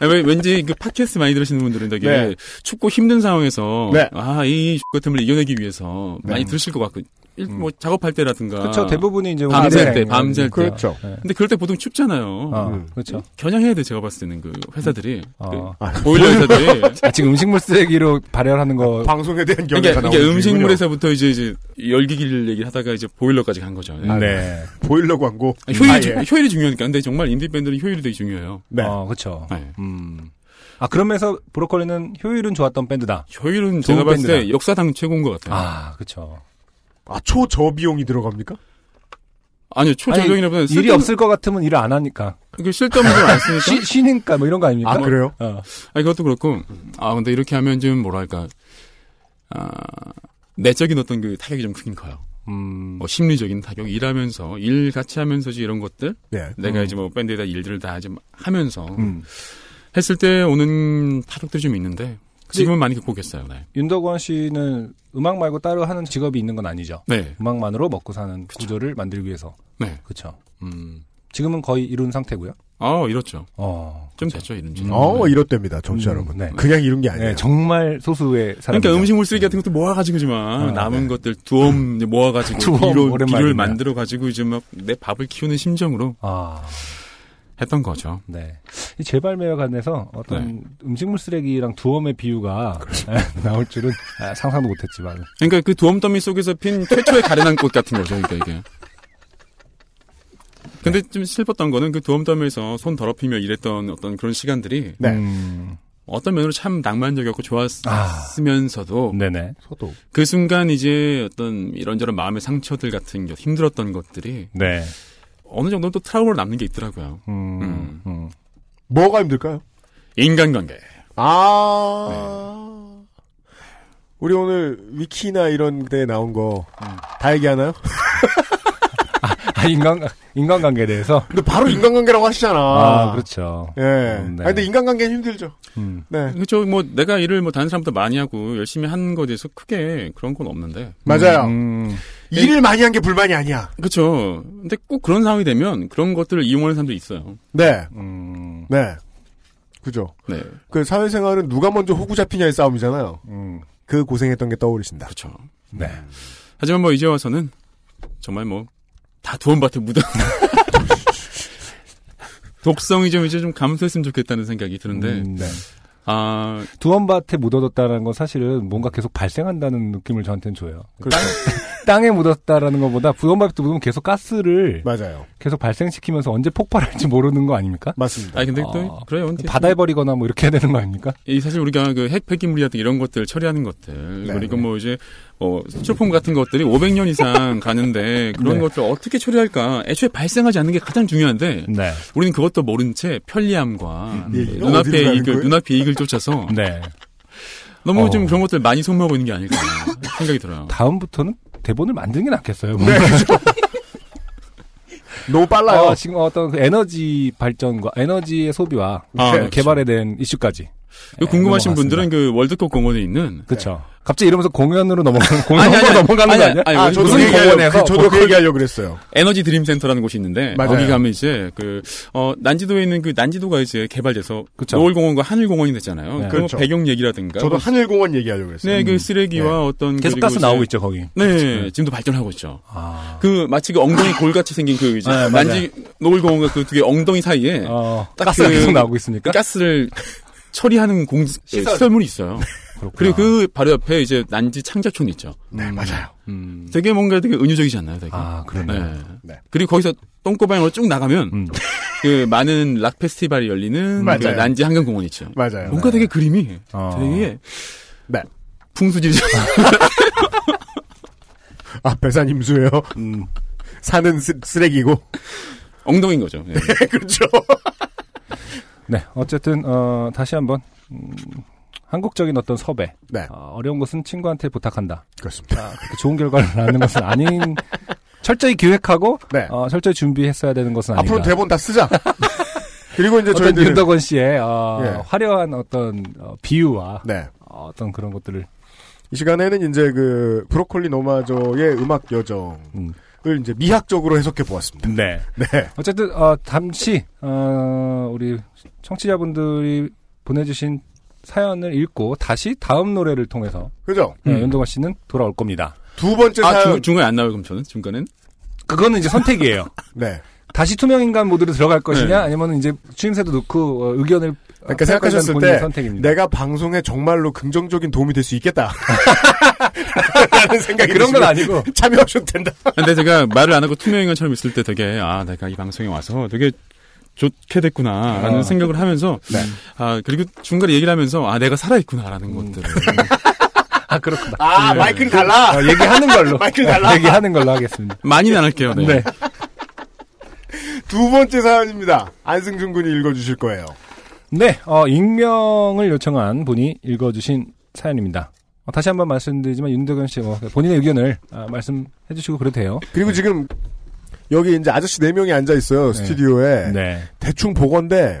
S7: 아, 왜- 왠지 그 팟캐스트 많이 들으시는 분들은 되게
S1: 네.
S7: 춥고 힘든 상황에서 아,
S1: 네.
S7: 아이 X 같은 걸 이겨내기 위해서 많이 들으실 것 같고 일-
S1: 음.
S7: 뭐 작업할 때라든가.
S2: 그렇죠. 대부분이 이제
S7: 아. 밤샐
S2: 운동
S7: 때, 밤샐 때.
S1: 그렇죠.
S7: 근데 그럴 때 보통 춥잖아요.
S2: 어,
S1: 음.
S2: 그렇죠.
S7: 겨냥해야 돼 제가 봤을 때는 그 회사들이
S2: 어.
S1: 아,
S7: 그 보일러 회사들이
S2: 아, 지금 음식물 쓰레기로 발열하는 거
S1: 아, 방송에 대한
S7: 그러니까,
S1: 경계가
S7: 그러니까
S1: 나오는
S7: 음식물에서부터 이제 이제 열기기를 얘기를 하다가 이제 보일러까지 간 거죠.
S2: 아,
S1: 네. 보일러 광고.
S7: 아니, 효율이
S1: 아,
S7: 주-
S1: 예.
S7: 효율이 중요하니까 근데 정말 인디 밴드는 효율이 되게 중요해요.
S1: 네.
S2: 어, 그렇죠.
S7: 네.
S2: 음. 아, 그러면서 브로콜리는 효율은 좋았던 밴드다.
S7: 효율은
S2: 좋은
S7: 제가 봤을 때
S2: 밴드다.
S7: 역사상 최고인 것 같아요.
S2: 아, 그렇죠.
S1: 아, 초저 비용이 들어갑니까?
S7: 아. 니요 초저용이라보다
S2: 일이 없을 것 같으면 일을 안 하니까.
S7: 쓸데없는 걸 안 쓰니까.
S2: 쉬, 쉬니까 뭐 이런 거 아닙니까?
S1: 아, 그래요?
S2: 어.
S7: 아니 그것도 그렇고 아 근데 이렇게 하면 좀 뭐랄까 아 내적인 어떤 그 타격이 좀 크긴 커요.
S2: 음.
S7: 뭐 심리적인 타격, 일하면서 일 같이 하면서지 이런 것들
S1: 네.
S7: 내가 이제 뭐 밴드에다 일들을 다 좀 하면서
S2: 음.
S7: 했을 때 오는 타격도 좀 있는데 지금은 많이 극복했어요. 네.
S2: 윤덕원 씨는 음악 말고 따로 하는 직업이 있는 건 아니죠.
S7: 네.
S2: 음악만으로 먹고 사는 구조를 만들기 위해서.
S7: 네.
S2: 그렇죠.
S7: 음.
S2: 지금은 거의 이룬 상태고요.
S7: 아, 이렇죠.
S2: 어.
S7: 좀 됐죠, 이런 지
S1: 어, 이렇답니다, 정치
S2: 음,
S1: 여러분.
S2: 네.
S1: 그냥 이런 게 아니에요.
S2: 네, 정말 소수의 네. 사람.
S7: 그러니까 음식물 쓰레기 같은 것도 모아가지고지만
S2: 아,
S7: 남은
S2: 네.
S7: 것들 두엄 이제 모아가지고
S2: 두엄,
S7: 비료,
S2: 오랜만이네요.
S7: 비료를 만들어가지고 이제 막 내 밥을 키우는 심정으로
S2: 아,
S7: 했던 거죠.
S2: 네. 이 재발매와 관해서
S1: 네.
S2: 어떤 음식물 쓰레기랑 두엄의 비유가 나올 줄은 아, 상상도 못했지만.
S7: 그러니까 그 두엄 더미 속에서 핀 최초의 가련한 꽃 같은 거죠, 그러니까 이게. 근데
S2: 네.
S7: 좀 슬펐던 거는 그 두엄 더미에서 손 더럽히며 일했던 어떤 그런 시간들이
S1: 네.
S2: 음,
S7: 어떤 면으로 참 낭만적이었고 좋았으면서도
S2: 아, 네네.
S1: 소독.
S7: 그 순간 이제 어떤 이런저런 마음의 상처들 같은 게 힘들었던 것들이
S2: 네.
S7: 어느 정도는 또 트라우마로 남는 게 있더라고요.
S2: 음,
S7: 음.
S2: 음.
S1: 뭐가 힘들까요?
S7: 인간관계.
S1: 아. 우리 오늘 위키나 이런 데 나온 거, 다 얘기하나요?
S2: 아, 인간, 인간관계에 대해서?
S1: 근데 바로 인간관계라고 하시잖아.
S2: 아, 그렇죠.
S1: 예.
S2: 음, 네.
S1: 아, 근데 인간관계는 힘들죠.
S2: 음.
S1: 네.
S7: 그렇죠. 뭐 내가 일을 뭐 다른 사람보다 많이 하고 열심히 한 거에 대해서 크게 그런 건 없는데.
S1: 맞아요. 네.
S2: 음,
S1: 일을 많이 한 게 불만이 아니야.
S7: 그렇죠. 근데 꼭 그런 상황이 되면 그런 것들을 이용하는 사람도 있어요.
S1: 네.
S2: 음,
S1: 네. 그죠.
S7: 네.
S1: 그 사회생활은 누가 먼저 호구 잡히냐의 싸움이잖아요.
S2: 음.
S1: 그 고생했던 게 떠오르신다.
S7: 그렇죠.
S2: 네.
S7: 하지만 뭐 이제 와서는 정말 뭐 다 두원밭에 묻어. 독성이 좀 이제 좀 감소했으면 좋겠다는 생각이 드는데
S2: 음, 네.
S7: 아
S2: 두원밭에 묻어뒀다는 건 사실은 뭔가 계속 발생한다는 느낌을 저한테는 줘요. 땅, 에 묻었다라는 것보다 두원밭에 묻으면 계속 가스를
S1: 맞아요.
S2: 계속 발생시키면서 언제 폭발할지 모르는 거 아닙니까?
S1: 맞습니다.
S7: 아니 근데
S2: 아,
S7: 또 그래요.
S2: 바다에 버리거나 뭐 이렇게 해야 되는 거 아닙니까?
S7: 이 사실 우리가 그 핵 폐기물이라든 이런 것들 처리하는 것들
S1: 네,
S7: 그리고 뭐 이제 어 수초폼 같은 것들이 500년 이상 가는데 그런
S2: 네.
S7: 것들 어떻게 처리할까 애초에 발생하지 않는 게 가장 중요한데
S2: 네.
S7: 우리는 그것도 모른 채 편리함과
S1: 예, 이거 어디로
S7: 눈앞의
S1: 가는
S7: 이익을
S1: 거예요?
S7: 눈앞의 이익을 쫓아서
S2: 네.
S7: 너무
S2: 어.
S7: 좀 그런 것들 많이 소모하고 있는 게 아닐까 생각이 들어요.
S2: 다음부터는 대본을 만드는 게 낫겠어요.
S7: 네.
S1: 네. 너무 빨라요.
S2: 어, 지금 어떤 그 에너지 발전과 에너지의 소비와 개-
S7: 아,
S1: 네.
S7: 그렇죠.
S2: 개발에 대한 이슈까지.
S7: 이거 궁금하신 분들은 그 월드컵 공원에 있는
S2: 그렇죠. 갑자기 이러면서 공연으로 넘어가는 공연으로
S7: 아니, 아니,
S2: 넘어가는
S7: 아니,
S2: 거 아니야?
S7: 아니,
S1: 아,
S7: 아니,
S1: 저도 그
S2: 무슨
S1: 얘기하려고,
S2: 공원에서
S1: 그- 저도 그 얘기하려고 그랬어요.
S7: 에너지 드림 센터라는 곳이 있는데
S1: 맞아요.
S7: 거기 가면 이제 그 어 난지도에 있는 그 난지도가 이제 개발돼서
S2: 그쵸.
S7: 노을공원과 하늘공원이 됐잖아요.
S2: 네. 음.
S7: 그뭐
S1: 그렇죠.
S7: 배경 얘기라든가
S1: 저도
S7: 뭐
S1: 하늘공원 얘기하려고 그랬어요.
S7: 네, 그 쓰레기와 어떤
S2: 계속
S7: 그리고
S2: 가스
S7: 이제-
S2: 나오고 있죠, 거기.
S7: 네, 지금도 발전하고 있죠.
S2: 아.
S7: 그 마치 그 엉덩이 골 같이 생긴 그 이제
S2: 아, 맞아요.
S7: 난지 노을공원과 그 두 개 엉덩이 사이에
S2: 어,
S7: 딱
S2: 가스가
S7: 그-
S2: 계속 나오고 있으니까.
S7: 가스를 처리하는 공 시설물이 있어요. 그리고 그 바로 옆에 이제 난지 창작촌 있죠.
S1: 네, 맞아요.
S2: 음.
S7: 되게 뭔가 되게 은유적이지 않나요? 되게.
S2: 아, 그러네.
S7: 네.
S1: 네.
S7: 그리고 거기서 똥꼬방으로 쭉 나가면
S2: 음.
S7: 그 많은 락 페스티벌이 열리는 그
S1: 맞아요.
S7: 난지 한강공원 있죠.
S1: 맞아요.
S7: 뭔가 되게 그림이
S2: 어.
S7: 되게
S1: 네.
S7: 풍수지리
S1: 아, 배산 임수예요. 사는 쓰, 쓰레기고.
S7: 엉덩인 거죠. 예.
S1: 그렇죠.
S2: 네, 어쨌든 어, 다시 한번 음, 한국적인 어떤 섭외.
S1: 네.
S2: 어, 려운 것은 친구한테 부탁한다.
S1: 그렇습니다.
S2: 아, 그렇게 좋은 결과를 낳는 것은 아닌. 철저히 기획하고
S1: 네.
S2: 어, 철저히 준비했어야 되는 것은 아니다.
S1: 앞으로 대본 다 쓰자. 그리고 이제
S2: 어떤
S1: 저희들은
S2: 윤덕원 씨의 어,
S1: 예.
S2: 화려한 어떤 어, 비유와
S1: 네.
S2: 어, 떤 그런 것들을
S1: 이 시간에는 이제 그 브로콜리 노마저의 음악 여정을
S2: 음.
S1: 이제 미학적으로 해석해 보았습니다.
S2: 네.
S1: 네.
S2: 어쨌든 어, 잠시 어, 우리 청취자분들이 보내주신 사연을 읽고 다시 다음 노래를 통해서
S1: 그죠?
S2: 예, 윤동아 씨는 돌아올 겁니다.
S1: 두 번째
S7: 아,
S1: 사연.
S7: 중, 중간에 안 나와요, 그럼 저는? 중간엔?
S2: 그거는 이제 선택이에요.
S1: 네.
S2: 다시 투명인간 모드로 들어갈 것이냐
S7: 네.
S2: 아니면 이제 추임새도 넣고 어, 의견을
S1: 그러니까
S2: 어,
S1: 생각하셨을
S2: 본인의
S1: 때 네.
S2: 선택입니다.
S1: 내가 방송에 정말로 긍정적인 도움이 될 수 있겠다. 라는 생각이
S2: 그런 건
S1: 드시면
S2: 아니고
S1: 참여하셔도 된다.
S7: 근데 제가 말을 안 하고 투명인간처럼 있을 때 되게, 아, 내가 이 방송에 와서 되게 좋게 됐구나, 라는
S2: 아.
S7: 생각을 하면서, 아, 그리고 중간에 얘기를 하면서, 아, 내가 살아있구나, 라는
S2: 음.
S7: 것들을.
S2: 아 그렇구나.
S1: 아, 마이크는 달라.
S2: 어, 얘기하는 걸로 네,
S1: 마이클 달라.
S2: 얘기하는 걸로 하겠습니다.
S7: 많이는 안 할게요, 네.
S2: 네.
S1: 두 번째 사연입니다. 안승준 군이 읽어주실 거예요.
S2: 네, 어, 익명을 요청한 분이 읽어주신 사연입니다. 어, 다시 한번 말씀드리지만 윤대근 씨 뭐, 본인의 의견을 아, 말씀해주시고 그래도 돼요.
S1: 그리고 지금 여기 이제 아저씨 네 명이 앉아 있어요. 스튜디오에.
S2: 네,
S1: 대충 보건데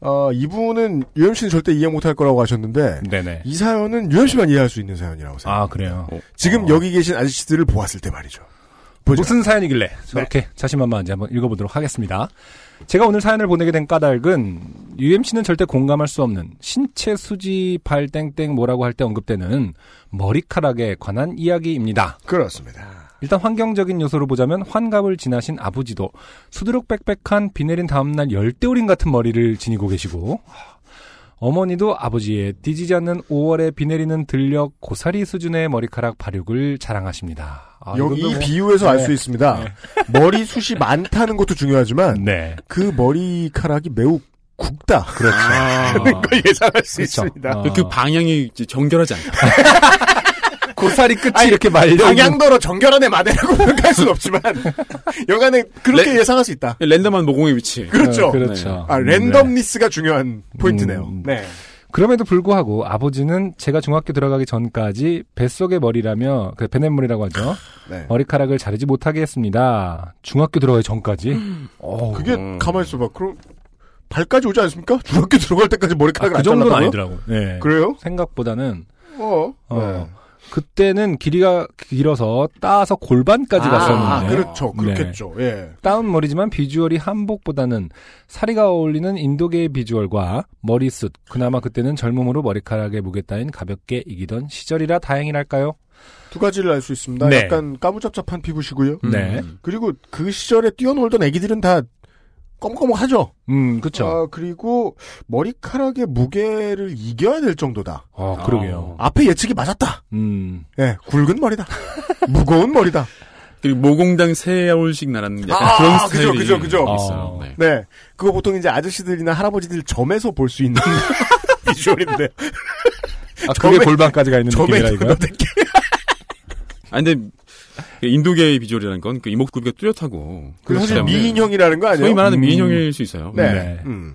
S1: 어, 이분은 유엠씨는 절대 이해 못할 거라고 하셨는데
S2: 네, 네.
S1: 이 사연은 유엠씨만 이해할 수 있는 사연이라고 네. 생각해요.
S2: 아 그래요.
S1: 지금 여기 계신 아저씨들을 보았을 때 말이죠. 보죠.
S2: 무슨 사연이길래
S1: 네.
S2: 저렇게 자신만만한지 한번 읽어보도록 하겠습니다. 제가 오늘 사연을 보내게 된 까닭은 UMC는 절대 공감할 수 없는 신체 수지 발 땡땡 뭐라고 할 때 언급되는 머리카락에 관한 이야기입니다.
S1: 그렇습니다.
S2: 일단 환경적인 요소로 보자면 환갑을 지나신 아버지도 수두룩 빽빽한 비 내린 다음날 열대우림 같은 머리를 지니고 계시고 어머니도 아버지의 뒤지지 않는 5월에 비 내리는 들녘 고사리 수준의 머리카락 발육을 자랑하십니다. 아,
S1: 여기
S2: 이건
S1: 이
S2: 뭐-
S1: 비유에서 알 수 있습니다. 머리숱이 많다는 것도 중요하지만
S2: 네.
S1: 그 머리카락이 매우 굵다.
S2: 그렇죠. 아,
S1: 그걸 예상할 수
S2: 그렇죠.
S1: 있습니다.
S2: 어.
S7: 그 방향이 이제 정결하지 않다.
S2: 고사리 끝이
S1: 아니,
S2: 이렇게 말려 있는
S1: 방향도로 정결한 애 마대라고 평가할 순 없지만 여간에 그렇게
S7: 레-
S1: 예상할 수 있다.
S7: 랜덤한 모공의 위치.
S1: 그렇죠.
S2: 어, 그렇죠.
S1: 아, 랜덤니스가 중요한 포인트네요.
S2: 음.
S1: 네.
S2: 그럼에도 불구하고 아버지는 제가 중학교 들어가기 전까지 뱃속의 머리라며 그 배냇물이라고 하죠.
S1: 네.
S2: 머리카락을 자르지 못하게 했습니다. 중학교 들어가기 전까지.
S1: 음.
S2: 어우,
S1: 그게 가만히 있어봐. 그럼 발까지 오지 않습니까? 중학교 들어갈 때까지
S2: 아,
S1: 머리카락을
S2: 그
S1: 안
S2: 정도는
S1: 잘랐다고요?
S2: 아니더라고. 네.
S1: 그래요?
S2: 생각보다는
S1: 어.
S2: 어,
S1: 네.
S2: 그때는 길이가 길어서 따서 골반까지
S7: 아,
S1: 아,
S2: 갔었는데
S1: 그렇죠.
S2: 네.
S1: 그렇겠죠. 예.
S2: 다운 머리지만 비주얼이 한복보다는 사리가 어울리는 인도계의 비주얼과 머리숱, 그나마 그때는 젊음으로 머리카락의 무게 따윈 가볍게 이기던 시절이라 다행이랄까요?
S1: 두 가지를 알 수 있습니다.
S2: 네.
S1: 약간 까무잡잡한 피부시고요.
S2: 네.
S1: 그리고 그 시절에 뛰어놀던 애기들은 다 껌껌하죠.
S2: 음, 그쵸.
S1: 아, 그리고 머리카락의 무게를 이겨야 될 정도다. 아,
S2: 어, 그러게요.
S1: 앞에 예측이 맞았다.
S2: 음.
S1: 예, 굵은 머리다. 무거운 머리다.
S7: 그리고 모공당 세 알씩 나라는 약간
S1: 아,
S7: 그런
S1: 그죠,
S7: 스타일이
S1: 그죠, 그죠.
S7: 있어요.
S2: 어.
S7: 네.
S1: 네. 그거 보통 이제 아저씨들이나 할아버지들 점에서 볼 수 있는 비주얼인데.
S2: 아,
S1: 점에-
S2: 그게 골반까지 가 있는
S1: 점에
S2: 느낌이라 이거요?
S1: 넣어둘게.
S7: 아 근데 그 인도계의 비주얼이라는 건 그 이목구비가 뚜렷하고
S1: 그
S7: 그렇기
S1: 사실
S7: 때문에
S1: 미인형이라는 거 아니에요?
S7: 그렇죠. 네. 소위 말하는
S2: 그렇죠. 음.
S7: 미인형일 수 있어요.
S1: 네.
S2: 네.
S1: 음.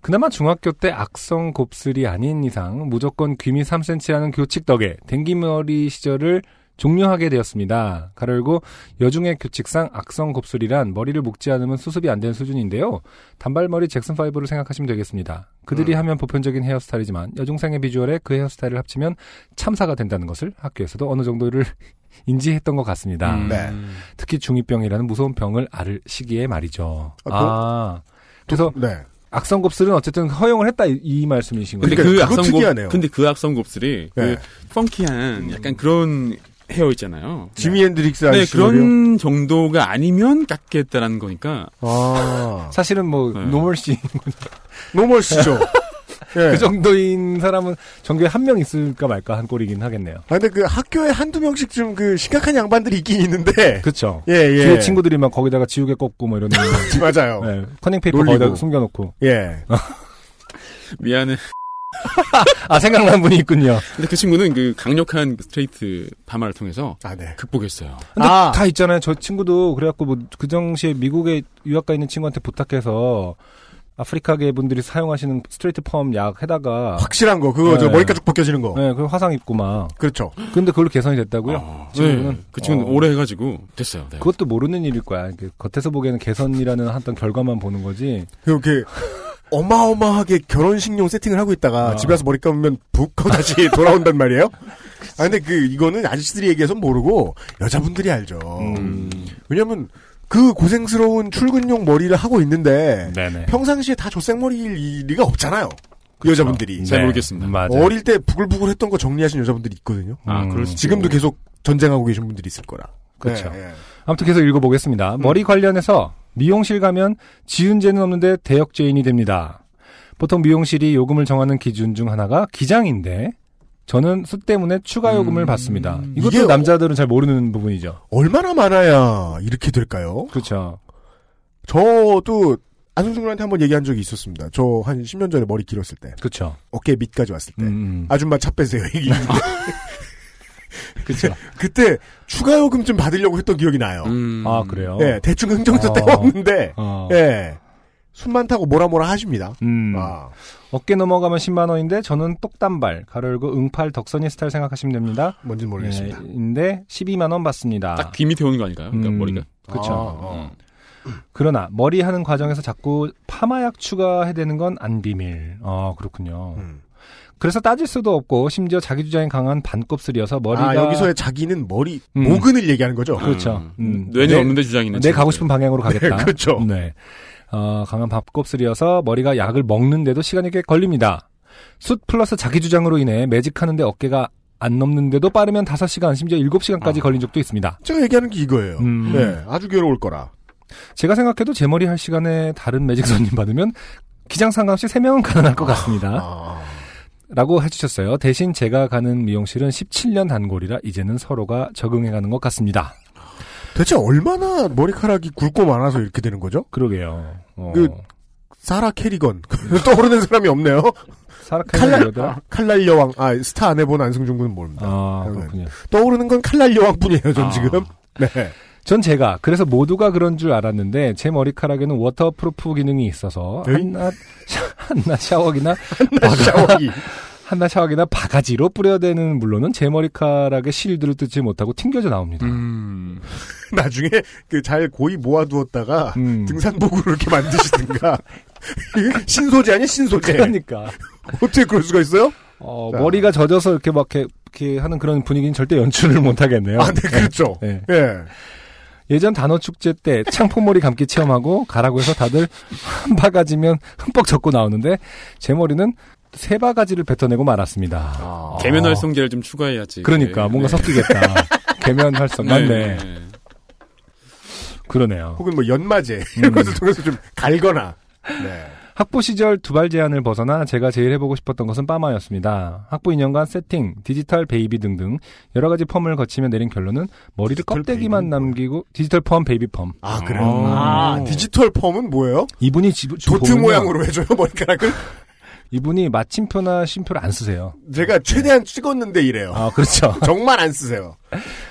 S2: 그나마 중학교 때 악성 곱슬이 아닌 이상 무조건 귀미 3cm라는 교칙 덕에 댕기머리 시절을 종료하게 되었습니다. 가열고 여중의 규칙상 악성 곱슬이란 머리를 묶지 않으면 수습이 안 되는 수준인데요. 단발머리 잭슨 5로 생각하시면 되겠습니다. 그들이
S1: 음.
S2: 하면 보편적인 헤어스타일이지만 여중생의 비주얼에 그 헤어스타일을 합치면 참사가 된다는 것을 학교에서도 어느 정도를 인지했던 것 같습니다.
S7: 음.
S1: 네.
S2: 특히 중이병이라는 무서운 병을 앓을 시기에 말이죠.
S1: 아,
S2: 아,
S1: 그럼-
S2: 그래서
S1: 네.
S2: 악성 곱슬은 어쨌든 허용을 했다 이, 이 말씀이신 거죠.
S7: 근데
S1: 그러니까
S7: 그
S1: 그거
S7: 악성곱
S1: 특이하네요.
S7: 근데 그 악성 곱슬이
S1: 네.
S7: 그 펑키한 약간 그런 헤어 있잖아요.
S1: 지미 앤드릭스
S7: 네,
S1: 아저씨. 머리요?
S7: 그런 정도가 아니면 깎겠다라는 거니까
S1: 아.
S2: 사실은 뭐
S7: 네.
S2: 노멀 씨그 그
S1: 노멀 씨죠. 예.
S2: 정도인 사람은 전교에 한 명 있을까 말까 한 꼴이긴 하겠네요.
S1: 아, 근데 그 학교에 한두 명씩 좀 그 심각한 양반들이 있긴 있는데.
S2: 그렇죠.
S1: 예, 예.
S2: 뒤에 친구들이 막 거기다가 지우개 꽂고 뭐 이런
S1: 맞아요.
S2: 네, 커닝 페이퍼
S1: 놀리고.
S2: 거기다 숨겨놓고
S7: 네.
S1: 예.
S7: 미안해.
S2: 아 생각난 분이 있군요.
S7: 근데 그 친구는 그 강력한 스트레이트 파마를 통해서
S1: 아, 네.
S7: 극복했어요.
S2: 근데
S1: 아.
S2: 다 있잖아요. 저 친구도 그래갖고 뭐 그 당시에 미국에 유학가 있는 친구한테 부탁해서 아프리카계 분들이 사용하시는 스트레이트 펌 약 해다가
S1: 확실한 거. 그거 저
S2: 네.
S1: 머리가죽 벗겨지는 거.
S2: 네, 그 화상 입고 막
S1: 그렇죠.
S2: 근데 그걸로 개선이 됐다고요?
S7: 어,
S2: 친구는?
S7: 네, 그 친구는
S2: 어.
S7: 오래 해가지고 됐어요. 네.
S2: 그것도 모르는 일일 거야. 이렇게 겉에서 보기에는 개선이라는 어떤 결과만 보는 거지.
S1: 이렇게 어마어마하게 결혼식용 세팅을 하고 있다가
S2: 아.
S1: 집에 와서 머리 감으면 북 하고 다시 돌아온단 말이에요. 아 근데 그 이거는 아저씨들이 얘기해서 모르고 여자분들이 알죠.
S2: 음.
S1: 왜냐면 그 고생스러운 출근용 머리를 하고 있는데
S2: 네네.
S1: 평상시에 다 조생머리일 리가 없잖아요. 그 여자분들이
S7: 잘
S2: 네,
S7: 모르겠습니다.
S2: 맞아요.
S1: 어릴 때 부글부글했던 거 정리하신 여자분들이 있거든요.
S7: 아,
S2: 음.
S7: 그럴 수도
S1: 지금도 계속 전쟁하고 계신 분들이 있을 거라.
S2: 그렇죠.
S1: 네, 네.
S2: 아무튼 계속 읽어보겠습니다. 머리 관련해서 미용실 가면 지은 죄는 없는데 대역죄인이 됩니다. 보통 미용실이 요금을 정하는 기준 중 하나가 기장인데 저는 숯 때문에 추가 요금을 받습니다. 이것도
S1: 이게 어-
S2: 남자들은 잘 모르는 부분이죠.
S1: 얼마나 많아야 이렇게 될까요?
S2: 그렇죠.
S1: 저도 안승준한테 한번 얘기한 적이 있었습니다. 저 한 10년 전에 머리 길었을 때
S2: 그렇죠.
S1: 어깨 밑까지 왔을 때
S2: 음,
S1: 아줌마 차 빼세요. 얘기.
S2: 그렇죠.
S1: 그때 추가 요금 좀 받으려고 했던 기억이 나요.
S7: 음.
S2: 아 그래요.
S1: 예, 대충 흥정서
S2: 어.
S1: 때웠는데
S2: 어.
S1: 예, 숨 많다고 뭐라 뭐라 하십니다.
S2: 음.
S1: 아,
S2: 어깨 넘어가면 10만 원인데 저는 똑단발 가로 열고 응팔 덕선이 스타일 생각하시면 됩니다.
S1: 뭔지는 모르겠습니다.
S2: 예, 인데 12만 원 받습니다.
S7: 딱 귀 밑에 오는 거 아닐까요? 그러니까
S2: 음,
S7: 머리가.
S2: 그렇죠.
S1: 아, 어.
S2: 그러나 머리 하는 과정에서 자꾸 파마약 추가해대는 건 안 비밀. 아 그렇군요.
S1: 음.
S2: 그래서 따질 수도 없고 심지어 자기 주장이 강한 반곱슬이어서 머리가
S1: 아, 여기서의 자기는 머리
S2: 음.
S1: 모근을 얘기하는 거죠.
S2: 그렇죠.
S7: 아,
S2: 음.
S7: 뇌는
S2: 내-
S7: 없는데 주장이네.
S2: 내 가고 싶은 방향으로 가겠다.
S1: 네, 그렇죠.
S2: 네. 어, 강한 밥곱슬이어서 머리가 약을 먹는데도 시간이 꽤 걸립니다. 숯 플러스 자기 주장으로 인해 매직하는데 어깨가 안 넘는데도 빠르면 5시간, 심지어 7시간까지
S7: 아.
S2: 걸린 적도 있습니다.
S1: 제가 얘기하는 게 이거예요.
S2: 음.
S1: 네, 아주 괴로울 거라.
S2: 제가 생각해도 제 머리 할 시간에 다른 매직 손님 받으면 기장 상관없이 3명은 가능할 것 같습니다.
S1: 아,
S2: 라고 해주셨어요. 대신 제가 가는 미용실은 17년 단골이라 이제는 서로가 적응해가는 것 같습니다.
S1: 대체 얼마나 머리카락이 굵고 많아서 이렇게 되는 거죠?
S2: 그러게요. 어,
S1: 그- 사라 캐리건 떠오르는 사람이 없네요.
S2: 사라카이는
S1: 칼날
S2: 이러더라?
S1: 칼날 여왕 아 스타 안 해본 안승준 군은 모릅니다.
S2: 아, 그렇군요.
S1: 떠오르는 건 칼날 여왕뿐이에요. 전 지금 네.
S2: 전 제가 그래서 모두가 그런 줄 알았는데 제 머리카락에는 워터프루프 기능이 있어서
S1: 에이?
S2: 한나 샤- 한나 샤워기나
S1: 샤워기
S2: 한나 샤워기나 바가지로 뿌려대는 물론은 제 머리카락에 실드를 뜯지 못하고 튕겨져 나옵니다.
S7: 음.
S1: 나중에 그 잘 고이 모아두었다가
S2: 음.
S1: 등산복으로 이렇게 만드시든가 신소재 아니 신소재
S2: 그러니까
S1: 어떻게 그럴 수가 있어요?
S2: 어,
S1: 자.
S2: 머리가 젖어서 이렇게 막 이렇게, 이렇게 하는 그런 분위기는 절대 연출을 못 하겠네요.
S1: 아, 네 그렇죠.
S2: 예.
S1: 예.
S2: 예전 단어 축제 때 창포머리 감기 체험하고 가라고 해서 다들 한 바가지면 흠뻑 젖고 나오는데 제 머리는 세 바가지를 뱉어내고 말았습니다.
S7: 개면
S2: 아.
S7: 활성제를 좀 추가해야지.
S2: 그러니까
S7: 네,
S2: 뭔가
S7: 네.
S2: 섞이겠다. 개면 활성 맞네.
S7: 네, 네.
S2: 그러네요.
S1: 혹은 뭐 연마제
S2: 음.
S1: 이런 것을 통해서 좀 갈거나 네.
S2: 학부 시절 두발 제한을 벗어나 제가 제일 해보고 싶었던 것은 빠마였습니다. 학부 2년간 세팅, 디지털 베이비 등등 여러 가지 펌을 거치며 내린 결론은 머리를
S1: 디지털
S2: 껍데기만
S1: 베이비는
S2: 남기고 디지털 펌, 베이비 펌.
S1: 아 그래요?
S2: 어.
S1: 아 디지털 펌은 뭐예요?
S2: 이분이 지, 지
S1: 도트
S2: 보면요.
S1: 모양으로 해줘요 머리카락을?
S2: 이분이 마침표나 쉼표를 안 쓰세요.
S1: 제가 최대한 찍었는데 이래요.
S2: 아 그렇죠.
S1: 정말 안 쓰세요.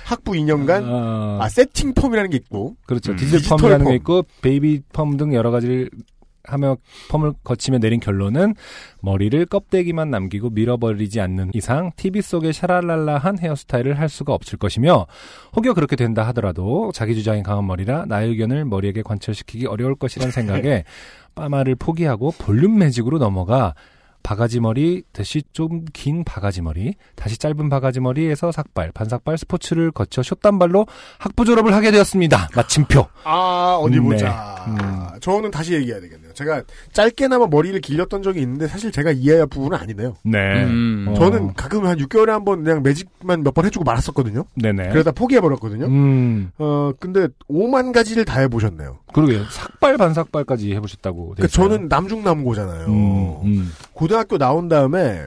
S1: 학부 2년간
S2: 아,
S1: 아 세팅 펌이라는 게 있고
S2: 그렇죠.
S7: 음.
S2: 디지털,
S1: 디지털
S2: 펌이라는
S1: 펌.
S2: 게 있고 베이비 펌 등 여러 가지를 하며 펌을 거치며 내린 결론은 머리를 껍데기만 남기고 밀어버리지 않는 이상 TV 속의 샤랄랄라한 헤어스타일을 할 수가 없을 것이며 혹여 그렇게 된다 하더라도 자기 주장이 강한 머리라 나의 의견을 머리에게 관철시키기 어려울 것이라는 생각에 파마를 포기하고 볼륨 매직으로 넘어가 바가지 머리 대신 좀 긴 바가지 머리 다시 짧은 바가지 머리에서 삭발 반삭발 스포츠를 거쳐 숏단발로 학부 졸업을 하게 되었습니다 마침표
S1: 아 어디
S2: 네. 음.
S1: 보자. 저는 다시 얘기해야 되겠네요. 제가 짧게나마 머리를 길렸던 적이 있는데 사실 제가 이해할 부분은 아니네요.
S2: 네
S7: 음.
S2: 어.
S1: 저는 가끔 한 6개월에 한 번 그냥 매직만 몇 번 해주고 말았었거든요.
S2: 네네
S1: 그러다 포기해버렸거든요.
S2: 음
S1: 어 근데 5만 가지를 다 해보셨네요.
S2: 그러게요 삭발 반삭발까지 해보셨다고 돼
S1: 그러니까
S2: 네, 있어요.
S1: 저는 남중남고잖아요.
S2: 음, 음.
S1: 고등학교 나온 다음에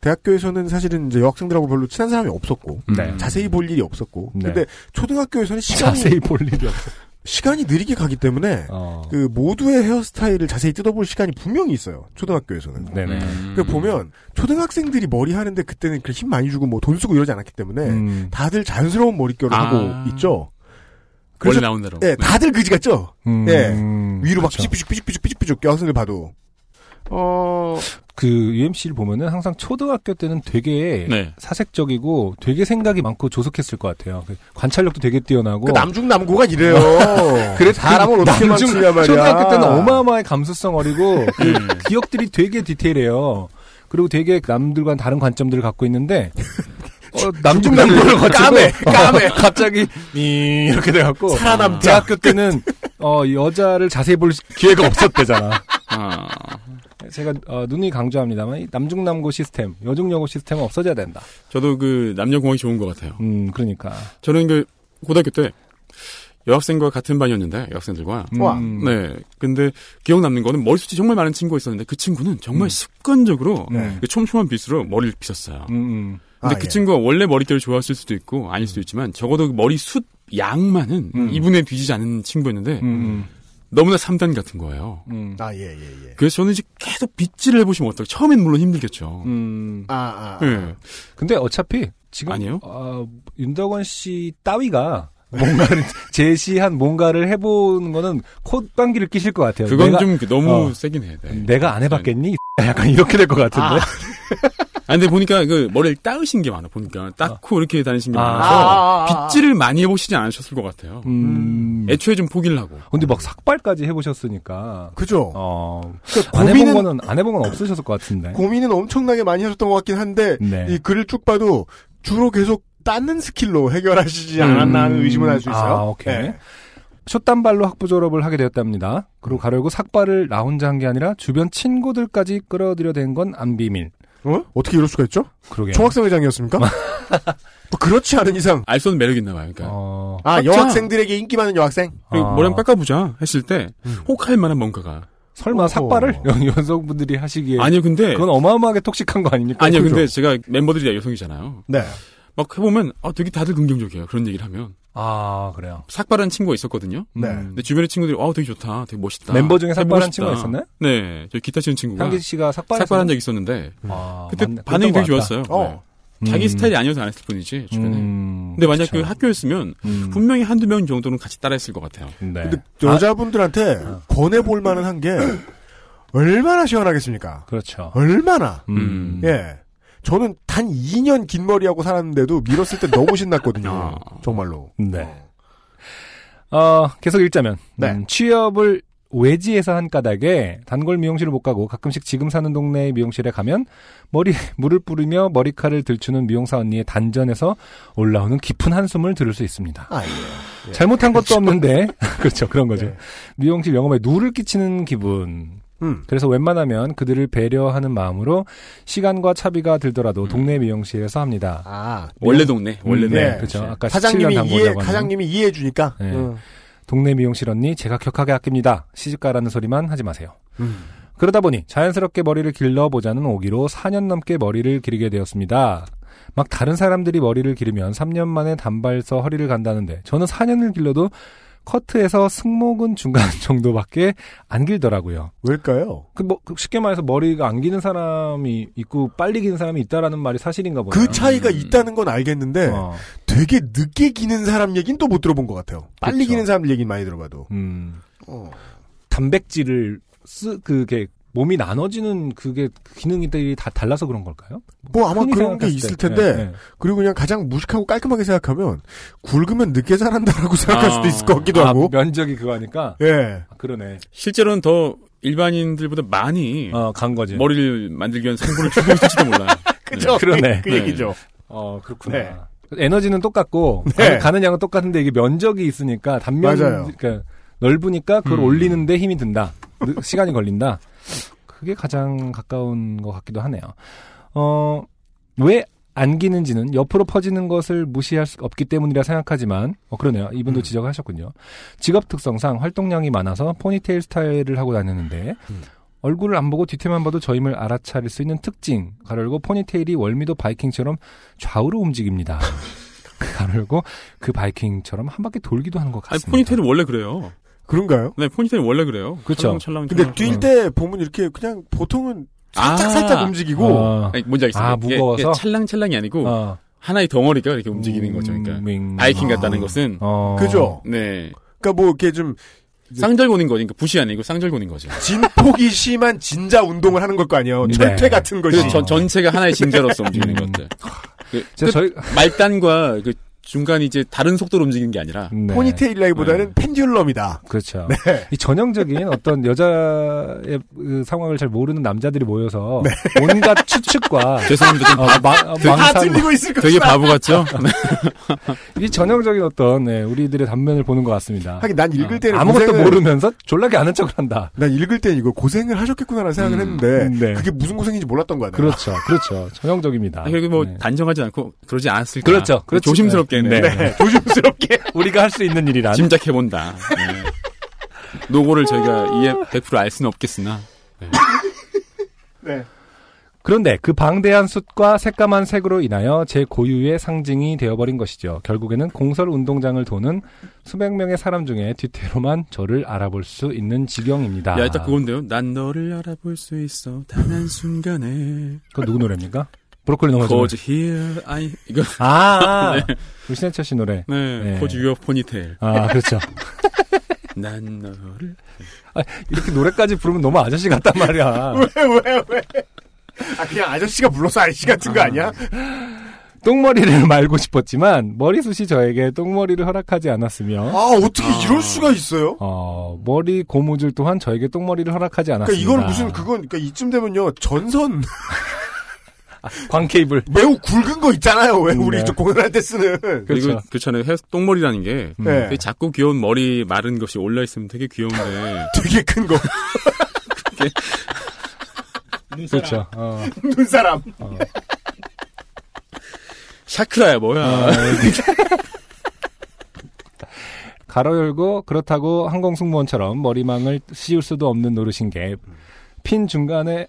S1: 대학교에서는 사실은 이제 여학생들하고 별로 친한 사람이 없었고
S2: 네.
S7: 음.
S1: 자세히 볼 일이 없었고
S2: 네.
S1: 근데 초등학교에서는 시간이
S2: 자세히 볼 일이
S1: 그
S2: 없어
S1: 시간이 느리게 가기 때문에
S2: 어.
S1: 그 모두의 헤어스타일을 자세히 뜯어볼 시간이 분명히 있어요. 초등학교에서는.
S2: 네네
S7: 음.
S1: 그 보면 초등학생들이 머리 하는데 그때는 그 힘 많이 주고 뭐 돈 쓰고 이러지 않았기 때문에
S2: 음,
S1: 다들 자연스러운 머릿결을
S7: 아.
S1: 하고 있죠.
S7: 원래
S1: 그래서
S7: 나온 대로.
S1: 예, 다들 그지 같죠.
S2: 음,
S1: 예.
S2: 네. 음,
S1: 위로 막
S2: 그렇죠.
S1: 삐죽삐죽 삐죽삐죽 삐죽삐죽 껴선을 봐도 어
S2: 그 UMC를 보면은 항상 초등학교 때는 되게
S7: 네.
S2: 사색적이고 되게 생각이 많고 조속했을 것 같아요. 그 관찰력도 되게 뛰어나고.
S1: 그 남중 남고가 이래요. 그래 사람을 어떻게
S2: 어. 남중-
S1: 망치냐 말이야. 음.
S2: 초등학교 때는 어마어마한 감수성 어리고 그 기억들이 되게 디테일해요. 그리고 되게 남들과는 다른 관점들을 갖고 있는데 어, 남중 남고를 거치고
S1: 까매, 까매.
S2: 어, 갑자기 이- 이렇게 돼갖고 어,
S1: 살아남자.
S2: 대학교 때는 어, 여자를 자세히 볼 기회가 없었대잖아.
S7: 아.
S2: 제가 어, 눈이 강조합니다만 이 남중남고 시스템, 여중여고 시스템은 없어져야 된다.
S7: 저도 그 남녀공학이 좋은 것 같아요.
S2: 음, 그러니까.
S7: 저는 그 고등학교 때 여학생과 같은 반이었는데 여학생들과
S2: 음,
S1: 와.
S7: 네 근데 기억 남는 거는 머리숱이 정말 많은 친구가 있었는데 그 친구는 정말
S2: 음.
S7: 습관적으로
S2: 네.
S7: 그 촘촘한 빗으로 머리를 빗었어요.
S2: 음, 음.
S7: 근데
S1: 아,
S7: 그
S1: 예.
S7: 친구가 원래 머릿결을 좋아했을 수도 있고 아닐 수도 있지만 적어도 그 머리숱 양만은
S2: 음.
S7: 2분의 뒤지지 않은 친구였는데
S2: 음,
S7: 너무나 3단 같은 거예요.
S2: 음.
S1: 아, 예, 예, 예.
S7: 그래서 저는 이제 계속 빗질을 해보시면 어떨까. 처음엔 물론 힘들겠죠.
S2: 음.
S1: 아, 아.
S7: 예.
S2: 근데 어차피 지금
S7: 아니요?
S2: 어, 윤덕원 씨 따위가 뭔가를 제시한 뭔가를 해보는 거는 콧방귀를 끼실 것 같아요.
S7: 그건
S2: 네. 내가,
S7: 좀 너무
S2: 어.
S7: 세긴 해. 네.
S2: 내가 안 해봤겠니? 약간 이렇게 될 것 같은데.
S7: 아, 근데 보니까 그 머리를 따으신 게 많아. 보니까 닦고 이렇게 다니신 게
S2: 아.
S7: 많아서
S9: 아, 아, 아.
S7: 빗질을 많이 해보시지 않으셨을 것 같아요.
S2: 음.
S7: 애초에 좀 포기를 하고.
S2: 근데 막 삭발까지 해보셨으니까.
S1: 그죠?
S2: 어.
S1: 그러니까
S2: 안
S1: 고민은
S2: 해본 거는 안 해본 건 없으셨을 것 같은데.
S1: 고민은 엄청나게 많이 하셨던 것 같긴 한데
S2: 네.
S1: 이 글을 쭉 봐도 주로 계속 닦는 스킬로 해결하시지 않았나 하는 의심을 할 수 있어요.
S2: 음. 아, 오케이.
S1: 예.
S2: 숏단발로 학부 졸업을 하게 되었답니다. 그리고 가려고 삭발을 나 혼자 한 게 아니라 주변 친구들까지 끌어들여 댄 건 안 비밀.
S1: 어? 어떻게 이럴 수가 있죠?
S2: 그러게.
S1: 총학생회장이었습니까? 뭐 그렇지 않은 이상
S7: 알선 매력이 있나 봐요. 그러니까.
S2: 어,
S1: 아
S7: 맞죠?
S1: 여학생들에게 인기 많은 여학생.
S7: 그리고
S2: 아.
S7: 머리 한번 깎아보자 했을 때
S1: 음.
S7: 혹할 만한 뭔가가.
S2: 설마
S1: 어.
S2: 삭발을 연성분들이 하시기에
S7: 아니요, 근데.
S2: 그건 어마어마하게 톡식한 거 아닙니까?
S7: 아니요,
S2: 그죠?
S7: 근데 제가 멤버들이 다 여성이잖아요.
S1: 네.
S7: 막 해보면 아, 되게 다들 긍정적이에요. 그런 얘기를 하면.
S2: 아 그래요.
S7: 삭발한 친구가 있었거든요.
S1: 네.
S7: 근데 주변의 친구들이 아, 되게 좋다. 되게 멋있다.
S2: 멤버 중에 삭발한
S7: 해보고 싶다.
S2: 친구가 있었나요?
S7: 네. 저 기타 치는 친구가
S2: 향기 씨가 삭발을
S7: 삭발한 적이 있었는데
S2: 아,
S7: 그때
S2: 맞네.
S7: 반응이
S2: 그랬던
S7: 되게
S2: 것 같다.
S7: 좋았어요.
S1: 어.
S7: 네. 자기
S2: 음.
S7: 스타일이 아니어서 안 했을 뿐이지 주변에.
S2: 음,
S7: 근데 만약 그
S2: 그쵸.
S7: 학교였으면
S2: 음.
S7: 분명히 한두 명 정도는 같이 따라했을 것 같아요.
S2: 네. 아.
S1: 근데 여자분들한테 권해볼 만한 한 게 얼마나 시원하겠습니까?
S2: 그렇죠.
S1: 얼마나.
S2: 음.
S1: 예. 저는 단 2년 긴 머리하고 살았는데도 밀었을 때 너무 신났거든요.
S7: 아.
S1: 정말로.
S2: 네. 어, 계속 읽자면.
S1: 네.
S2: 음, 취업을 외지에서 한 까닭에 단골 미용실을 못 가고 가끔씩 지금 사는 동네의 미용실에 가면 머리 물을 뿌리며 머리카락을 들추는 미용사 언니의 단전에서 올라오는 깊은 한숨을 들을 수 있습니다.
S1: 아, 예. 예.
S2: 잘못한 것도 없는데 그렇죠 그런 거죠.
S1: 네.
S2: 미용실 영업에 누를 끼치는 기분.
S1: 음.
S2: 그래서 웬만하면 그들을 배려하는 마음으로 시간과 차비가 들더라도 동네 미용실에서 합니다.
S1: 아.
S7: 원래 동네, 원래
S2: 음,
S7: 동네.
S2: 네, 그렇죠. 아까 17년
S1: 사장님이
S2: 단골이라고
S1: 이해,
S2: 하는.
S1: 사장님이 이해해주니까.
S2: 네.
S1: 음.
S2: 동네 미용실 언니 제가 격하게 아낍니다. 시집가라는 소리만 하지 마세요.
S1: 음.
S2: 그러다 보니 자연스럽게 머리를 길러보자는 오기로 4년 넘게 머리를 기르게 되었습니다. 막 다른 사람들이 머리를 기르면 3년 만에 단발서 허리를 간다는데 저는 4년을 길러도 커트에서 승모근 중간 정도밖에 안 길더라고요.
S1: 왜일까요?
S2: 그 뭐 쉽게 말해서 머리가 안 기는 사람이 있고 빨리 기는 사람이 있다라는 말이 사실인가 보네요.
S1: 그 차이가 있다는 건 알겠는데
S2: 음. 어,
S1: 되게 늦게 기는 사람 얘기는 또 못 들어본 것 같아요. 빨리
S2: 그쵸.
S1: 기는 사람 얘기는 많이 들어봐도.
S2: 음.
S1: 어.
S2: 단백질을 쓰 그게 몸이 나눠지는 그게 기능들이 다 달라서 그런 걸까요?
S1: 뭐 아마
S2: 흔히
S1: 그런 게
S2: 생각했을
S1: 있을
S2: 때.
S1: 텐데
S2: 네, 네.
S1: 그리고 그냥 가장 무식하고 깔끔하게 생각하면 굵으면 늦게 자란다라고 생각할
S7: 아.
S1: 수도 있을 것 같기도
S2: 아,
S1: 하고.
S2: 면적이 그거 하니까
S1: 예.
S2: 아, 그러네.
S7: 실제로는 더 일반인들보다 많이
S2: 어, 간 거지.
S7: 머리를 만들기 위한 상부를 주고 있을지도 몰라요.
S1: 그죠?
S2: 그러네.
S1: 그
S7: 네.
S1: 얘기죠.
S2: 어, 그렇구나. 에너지는 똑같고
S1: 네.
S2: 가는- 가는 양은 똑같은데 이게 면적이 있으니까 단면
S1: 맞아요.
S2: 그러니까 넓으니까 그걸
S7: 음.
S2: 올리는데 힘이 든다. 늦- 시간이 걸린다. 그게 가장 가까운 것 같기도 하네요. 어, 왜 안기는지는 옆으로 퍼지는 것을 무시할 수 없기 때문이라 생각하지만, 어, 그러네요.
S7: 음.
S2: 이분도 지적하셨군요. 직업 특성상 활동량이 많아서 포니테일 스타일을 하고 다녔는데,
S7: 음.
S2: 얼굴을 안 보고 뒤태만 봐도 저임을 알아차릴 수 있는 특징, 가로열고 포니테일이 월미도 바이킹처럼 좌우로 움직입니다. 가로열고 그 바이킹처럼 한 바퀴 돌기도 하는 것
S7: 아니,
S2: 같습니다.
S7: 포니테일은 원래 그래요.
S1: 그런가요?
S7: 네, 포니테일은 원래 그래요.
S2: 그쵸.
S7: 찰랑찰랑.
S1: 근데
S7: 찰랑찰랑.
S1: 뛸 때 보면 이렇게 그냥 보통은 살짝
S7: 아.
S1: 살짝 움직이고
S2: 어,
S7: 아니, 뭔지 알겠어요.
S2: 아,
S7: 이게- 이게
S2: 무거워서?
S7: 찰랑찰랑이 아니고
S2: 어,
S7: 하나의 덩어리가 이렇게 움직이는 거죠. 그러니까
S2: 윙.
S7: 바이킹 같다는 것은
S2: 어.
S1: 그죠?
S7: 네
S1: 그러니까 뭐 이렇게 좀
S7: 쌍절곤인 거니까 붓이 아니고 쌍절곤인 거죠.
S1: 진폭이 심한 진자 운동을 하는 걸 거 아니에요.
S2: 네.
S1: 철퇴 같은 것이.
S2: 음.
S7: 그 전, 전체가 하나의 징자로서 움직이는 것들. 그
S2: 제가
S7: 끝
S2: 저희
S7: 말단과 그 중간 이제 다른 속도로 움직이는 게 아니라
S2: 네.
S1: 포니테일라기보다는 펜듈럼이다.
S2: 그렇죠.
S1: 네.
S2: 이 전형적인 어떤 여자의 그 상황을 잘 모르는 남자들이 모여서 온갖 추측과
S7: 죄송합니다. 좀
S2: 어,
S7: 바-
S2: 마,
S1: 네. 다
S2: 망상
S1: 들리고 있을 것이다.
S7: 되게 바보 같죠? 네.
S2: 이 전형적인 어떤 네, 우리들의 단면을 보는 것 같습니다.
S1: 하긴 난 읽을 때는
S2: 어. 아무것도
S1: 고생을-
S2: 모르면서 졸라게 아는 척을 한다.
S1: 난 읽을 때 이거 고생을 하셨겠구나라는 생각을
S7: 음,
S1: 했는데
S2: 네.
S1: 그게 무슨 고생인지 몰랐던 거야. 내가.
S2: 그렇죠, 그렇죠. 전형적입니다.
S7: 아, 그리고 뭐
S2: 네.
S7: 단정하지 않고 그러지 않았을까.
S2: 그렇죠, 그렇죠.
S7: 조심스럽게
S2: 네.
S7: 네.
S1: 네, 조심스럽게
S2: 우리가 할 수 있는 일이란.
S7: 짐작해본다. 네. 노고를 저희가 이해 100%알 수는 없겠으나
S2: 그런데 그 방대한 숯과 새까만 색으로 인하여 제 고유의 상징이 되어버린 것이죠. 결국에는 공설 운동장을 도는 수백 명의 사람 중에 뒤태로만 저를 알아볼 수 있는 지경입니다.
S7: 야, 딱 그건데요. 난 너를 알아볼 수 있어. 단 한 순간에.
S2: 그거 누구 노래입니까? 브로콜리 넘어지
S7: Cause here I 이거
S2: 아,
S1: 네.
S2: 아. 우신해철 씨 노래.
S7: 네.
S2: 네.
S7: Cause your ponytail.
S2: 아, 그렇죠.
S7: 난 너를
S2: 이렇게 노래까지 부르면 너무 아저씨 같단 말이야.
S1: 왜왜 왜? 아 그냥 아저씨가 불러서 아저씨 같은 거
S2: 어?
S1: 아니야?
S2: 똥머리를 말고 싶었지만 머리숱이 저에게 똥머리를 허락하지 않았으며
S1: 아 어떻게 이럴 수가 있어요?
S2: 어, 머리 고무줄 또한 저에게 똥머리를 허락하지
S1: 그러니까
S2: 않았습니다.
S1: 이건 무슨 그건 그러니까 이쯤 되면요 전선
S2: 광케이블.
S1: 매우 굵은 거 있잖아요. 왜 우리
S2: 네.
S1: 저 공연할 때 쓰는
S7: 그리고
S2: 그렇죠. 음.
S7: 그렇잖아요. 해 똥머리라는 게
S1: 네.
S7: 되게 작고 귀여운 머리 마른 것이 올라 있으면 되게 귀여운데
S1: 되게 큰 거.
S9: 눈사람.
S2: 그렇죠. 어.
S1: 눈사람.
S7: 샤크라야
S2: 어, 아.
S7: 뭐야.
S2: 가로 열고 그렇다고 항공승무원처럼 머리망을 씌울 수도 없는 노릇인 게 핀 중간에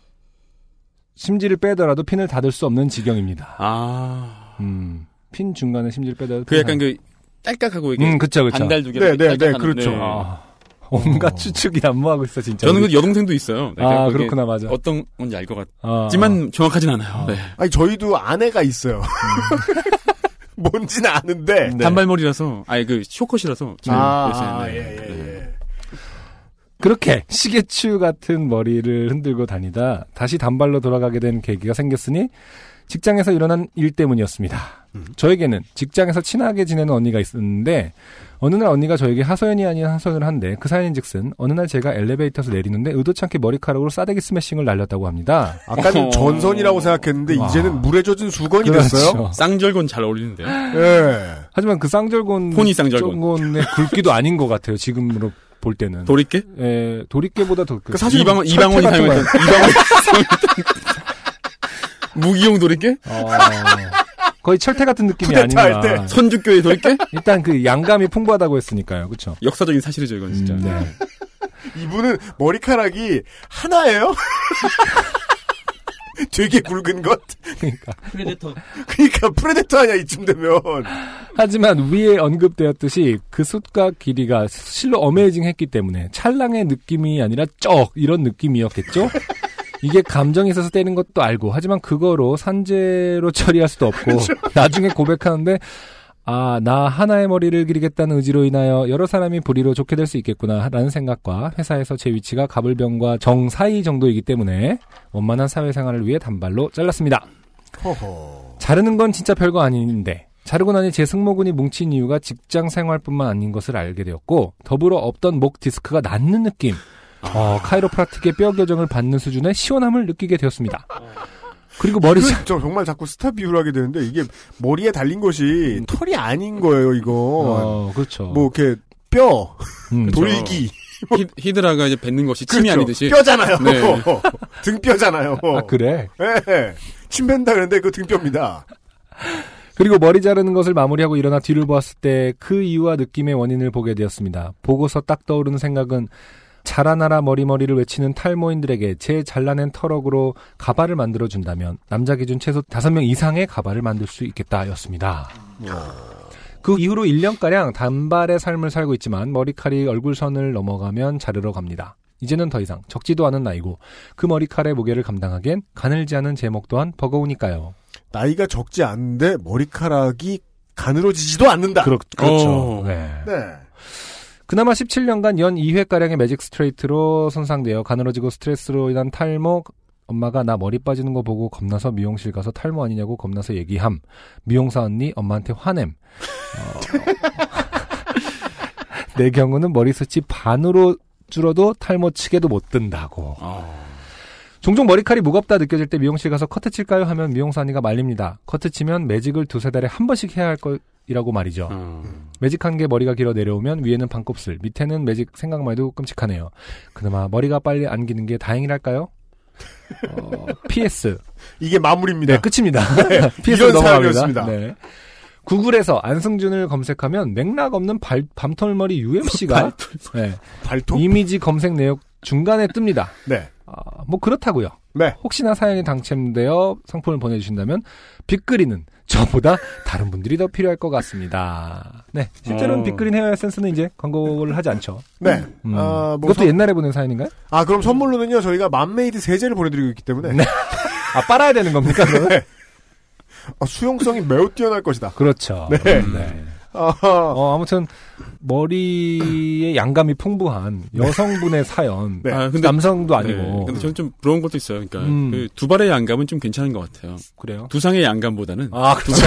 S2: 심지를 빼더라도 핀을 닫을 수 없는 지경입니다.
S7: 아.
S2: 음, 핀 중간에 심지를 빼더라도
S7: 그
S2: 핀을
S7: 약간
S2: 닫-
S7: 그 딸깍하고 이게
S2: 음, 그쵸, 그쵸.
S7: 반달 두 개.
S1: 네, 네, 네, 그렇죠.
S2: 아, 온갖 추측이 난무하고 있어 진짜.
S7: 저는 그 여동생도 있어요. 그러니까
S2: 아
S7: 그게
S2: 그렇구나 맞아.
S7: 어떤 건지 알 것
S2: 아,
S7: 같지만 정확하진 않아요. 네.
S1: 아니 저희도 아내가 있어요.
S2: 음.
S1: 뭔지는 아는데.
S2: 네,
S7: 단발머리라서 아니 그 쇼컷이라서
S2: 그렇죠.
S7: 지금
S1: 아,
S7: 요새,
S1: 예,
S7: 네.
S1: 예, 예.
S2: 그렇게 시계추 같은 머리를 흔들고 다니다 다시 단발로 돌아가게 된 계기가 생겼으니 직장에서 일어난 일 때문이었습니다.
S7: 음.
S2: 저에게는 직장에서 친하게 지내는 언니가 있었는데 어느 날 언니가 저에게 하소연이 아닌 하소연을 한데 그 사연인즉슨 어느 날 제가 엘리베이터에서 내리는데 의도찮게 머리카락으로 싸대기 스매싱을 날렸다고 합니다.
S1: 아까는 그
S7: 어.
S1: 전선이라고 생각했는데
S2: 와.
S1: 이제는 물에 젖은 수건이 됐어요.
S2: 그렇죠.
S7: 쌍절곤 잘 어울리는데요.
S1: 예.
S2: 하지만 그 쌍절곤
S7: 포니 쌍절곤.
S2: 의 굵기도 아닌 것 같아요. 지금으로 볼 때는
S7: 돌이깨?
S2: 에, 도리깨보다 더 그-
S1: 네. 그 사실
S7: 이방원
S1: 철퇴
S7: 이방원이
S1: 같은
S7: 사용했던 이방원이 사용했던 무기용 돌이깨?
S2: 어, 거의 철퇴 같은 느낌이
S1: 쿠데타 네, 할
S2: 아니라
S1: 때.
S7: 선주교의 돌이깨?
S2: 일단 그 양감이 풍부하다고 했으니까요, 그렇죠?
S7: 역사적인 사실이죠 이건 진짜.
S1: 음,
S2: 네.
S1: 이분은 머리카락이 하나예요? 되게 굵은 것?
S2: 그러니까.
S9: 프레데터.
S1: 그러니까 프레데터 아니야 이쯤 되면
S2: 하지만 위에 언급되었듯이 그 숱과 길이가 실로 어메이징했기 때문에 찰랑의 느낌이 아니라 쩍 이런 느낌이었겠죠? 이게 감정이 있어서 때린 것도 알고 하지만 그거로 산재로 처리할 수도 없고 나중에 고백하는데 아, 나 하나의 머리를 기르겠다는 의지로 인하여 여러 사람이 불의로 좋게 될 수 있겠구나, 라는 생각과 회사에서 제 위치가 가불병과 정 사이 정도이기 때문에 원만한 사회생활을 위해 단발로 잘랐습니다. 자르는 건 진짜 별거 아닌데, 자르고 나니 제 승모근이 뭉친 이유가 직장 생활뿐만 아닌 것을 알게 되었고, 더불어 없던 목 디스크가 낫는 느낌, 어, 카이로프라틱의 뼈 교정을 받는 수준의 시원함을 느끼게 되었습니다. 그리고 머리, 자-
S1: 그, 저 정말 자꾸 스타 비유를 하게 되는데 이게 머리에 달린 것이 털이 아닌 거예요 이거
S2: 어, 그렇죠.
S1: 뭐 이렇게 뼈
S2: 음.
S1: 돌기
S7: 그렇죠. 히- 히드라가 이제 뱉는 것이 침이
S1: 그렇죠.
S7: 아니듯이
S1: 뼈잖아요
S7: 네.
S1: 등뼈잖아요
S2: 아, 그래?
S1: 예. 침 뱉는다 그랬는데 그 등뼈입니다
S2: 그리고 머리 자르는 것을 마무리하고 일어나 뒤를 보았을 때 그 이유와 느낌의 원인을 보게 되었습니다. 보고서 딱 떠오르는 생각은 자라나라 머리머리를 외치는 탈모인들에게 제 잘라낸 터럭으로 가발을 만들어 준다면 남자 기준 최소 5명 이상의 가발을 만들 수 있겠다였습니다. 그 이후로 1년가량 단발의 삶을 살고 있지만 머리칼이 얼굴선을 넘어가면 자르러 갑니다. 이제는 더 이상 적지도 않은 나이고 그 머리칼의 무게를 감당하기엔 가늘지 않은 제목 또한 버거우니까요.
S1: 나이가 적지 않은데 머리카락이 가늘어지지도 않는다
S2: 그렇,
S7: 그렇죠.
S2: 네.
S1: 네.
S2: 그나마 17년간 연 2회가량의 매직 스트레이트로 손상되어 가늘어지고 스트레스로 인한 탈모, 엄마가 나 머리 빠지는 거 보고 겁나서 미용실 가서 탈모 아니냐고 겁나서 얘기함. 미용사 언니 엄마한테 화냄. 어, 내 경우는 머리숱이 반으로 줄어도 탈모 치게도 못 든다고.
S7: 아,
S2: 종종 머리칼이 무겁다 느껴질 때 미용실 가서 커트 칠까요? 하면 미용사 언니가 말립니다. 커트 치면 매직을 두세 달에 한 번씩 해야 할 것이라고
S1: 아,
S2: 말이죠.
S7: 음.
S2: 매직한 게 머리가 길어 내려오면 위에는 반곱슬, 밑에는 매직 생각만 해도 끔찍하네요. 그나마 머리가 빨리 안기는 게 다행이랄까요? 어, PS.
S1: 이게 마무리입니다.
S2: 네, 끝입니다.
S1: 아. 이런
S2: 넘어갑니다.
S1: 사연이었습니다.
S2: 네. 구글에서 안승준을 검색하면 맥락 없는 발, 밤털머리 UMC가 네,
S1: 발톱.
S2: 그- 이미지 검색 내역 중간에 뜹니다.
S1: 네.
S2: 아, 뭐 그렇다고요.
S1: 네.
S2: 혹시나 사연이 당첨되어 상품을 보내주신다면 빅그린은 저보다 다른 분들이 더 필요할 것 같습니다. 네, 실제로는
S7: 어.
S2: 빅그린 헤어 에센스는 이제 광고를 하지 않죠.
S1: 네.
S2: 음.
S1: 아, 뭐
S2: 이것도
S1: 선-
S2: 옛날에 보낸 사연인가요?
S1: 아, 그럼 선물로는요, 저희가 맘메이드 세제를 보내드리고 있기 때문에.
S2: 네. 아 빨아야 되는 겁니까? 그러면?
S1: 아, 수용성이 매우 뛰어날 것이다.
S2: 그렇죠.
S1: 네.
S2: 네.
S1: 아하.
S2: 어, 아무튼 머리에 양감이 풍부한 여성분의 사연.
S1: 네.
S7: 아, 근데
S2: 남성도
S7: 네,
S2: 아니고
S7: 근데 저는 좀 부러운 것도 있어요. 그러니까
S2: 음.
S7: 그 두 발의 양감은 좀 괜찮은 것 같아요.
S2: 그래요.
S7: 두상의 양감보다는
S2: 아 그렇죠.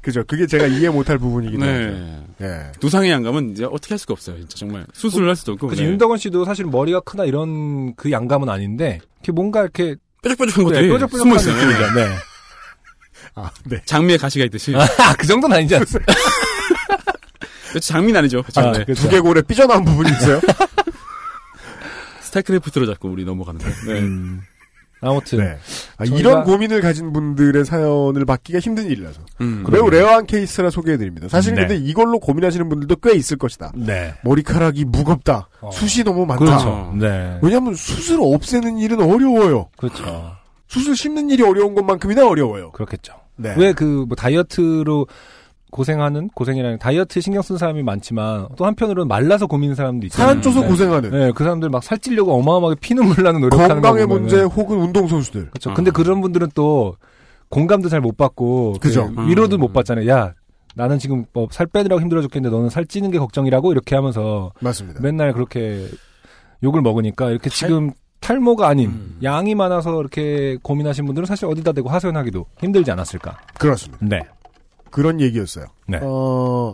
S1: 그죠. 그게 제가 이해 못할 부분이긴 해요.
S7: 네.
S1: 예.
S7: 두상의 양감은 이제 어떻게 할 수가 없어요. 진짜 정말 수술을 할 수도 없고
S2: 그죠
S7: 네.
S2: 윤덕원 씨도 사실 머리가 크나 이런 그 양감은 아닌데 이렇게 뭔가 이렇게
S7: 뾰족뾰족한 것들이
S2: 네,
S7: 숨어
S2: 뾰족뾰족한
S7: 있어요.
S2: 느낌이죠. 네.
S1: 아, 네.
S7: 장미에 가시가 있듯이.
S2: 아그 정도는 아니지 않습니까?
S7: 장미는 아니죠.
S2: 아,
S7: 네.
S2: 그렇죠.
S1: 두개골에 삐져나온 부분이 있어요?
S7: 스타크래프트로 자꾸 우리 넘어가는데. 네.
S2: 음. 아무튼
S1: 네. 아,
S2: 저희가-
S1: 이런 고민을 가진 분들의 사연을 받기가 힘든 일이라서.
S7: 음.
S1: 매우 레어한 케이스라 소개해드립니다. 사실
S2: 네.
S1: 근데 이걸로 고민하시는 분들도 꽤 있을 것이다.
S2: 네.
S1: 머리카락이 무겁다.
S2: 어.
S1: 숱이 너무 많다.
S2: 그렇죠. 네.
S1: 왜냐면 숱을 없애는 일은 어려워요.
S2: 그렇죠.
S1: 숱을 씹는 일이 어려운 것만큼이나 어려워요.
S2: 그렇겠죠.
S1: 네.
S2: 왜 그 뭐 다이어트로 고생하는 고생이라는 다이어트 신경 쓰는 사람이 많지만 또 한편으로는 말라서 고민하는 사람도 있잖아요.
S1: 살 쪄서
S2: 네.
S1: 고생하는
S2: 네, 그 사람들 막 살찌려고 어마어마하게 피눈물 나는 노력하는 거
S1: 건강의
S2: 보면은.
S1: 문제 혹은 운동선수들.
S2: 그렇죠.
S7: 어.
S2: 근데 그런 분들은 또 공감도 잘 못 받고
S1: 그죠.
S2: 그 위로도
S7: 음.
S2: 못 받잖아요. 야, 나는 지금 뭐 살 빼느라고 힘들어 죽겠는데 너는 살찌는 게 걱정이라고 이렇게 하면서
S1: 맞습니다.
S2: 맨날 그렇게 욕을 먹으니까 이렇게 지금 탈모가 아닌
S7: 음.
S2: 양이 많아서 이렇게 고민하신 분들은 사실 어디다 대고 하소연하기도 힘들지 않았을까.
S1: 그렇습니다.
S2: 네.
S1: 그런 얘기였어요.
S2: 네.
S1: 어,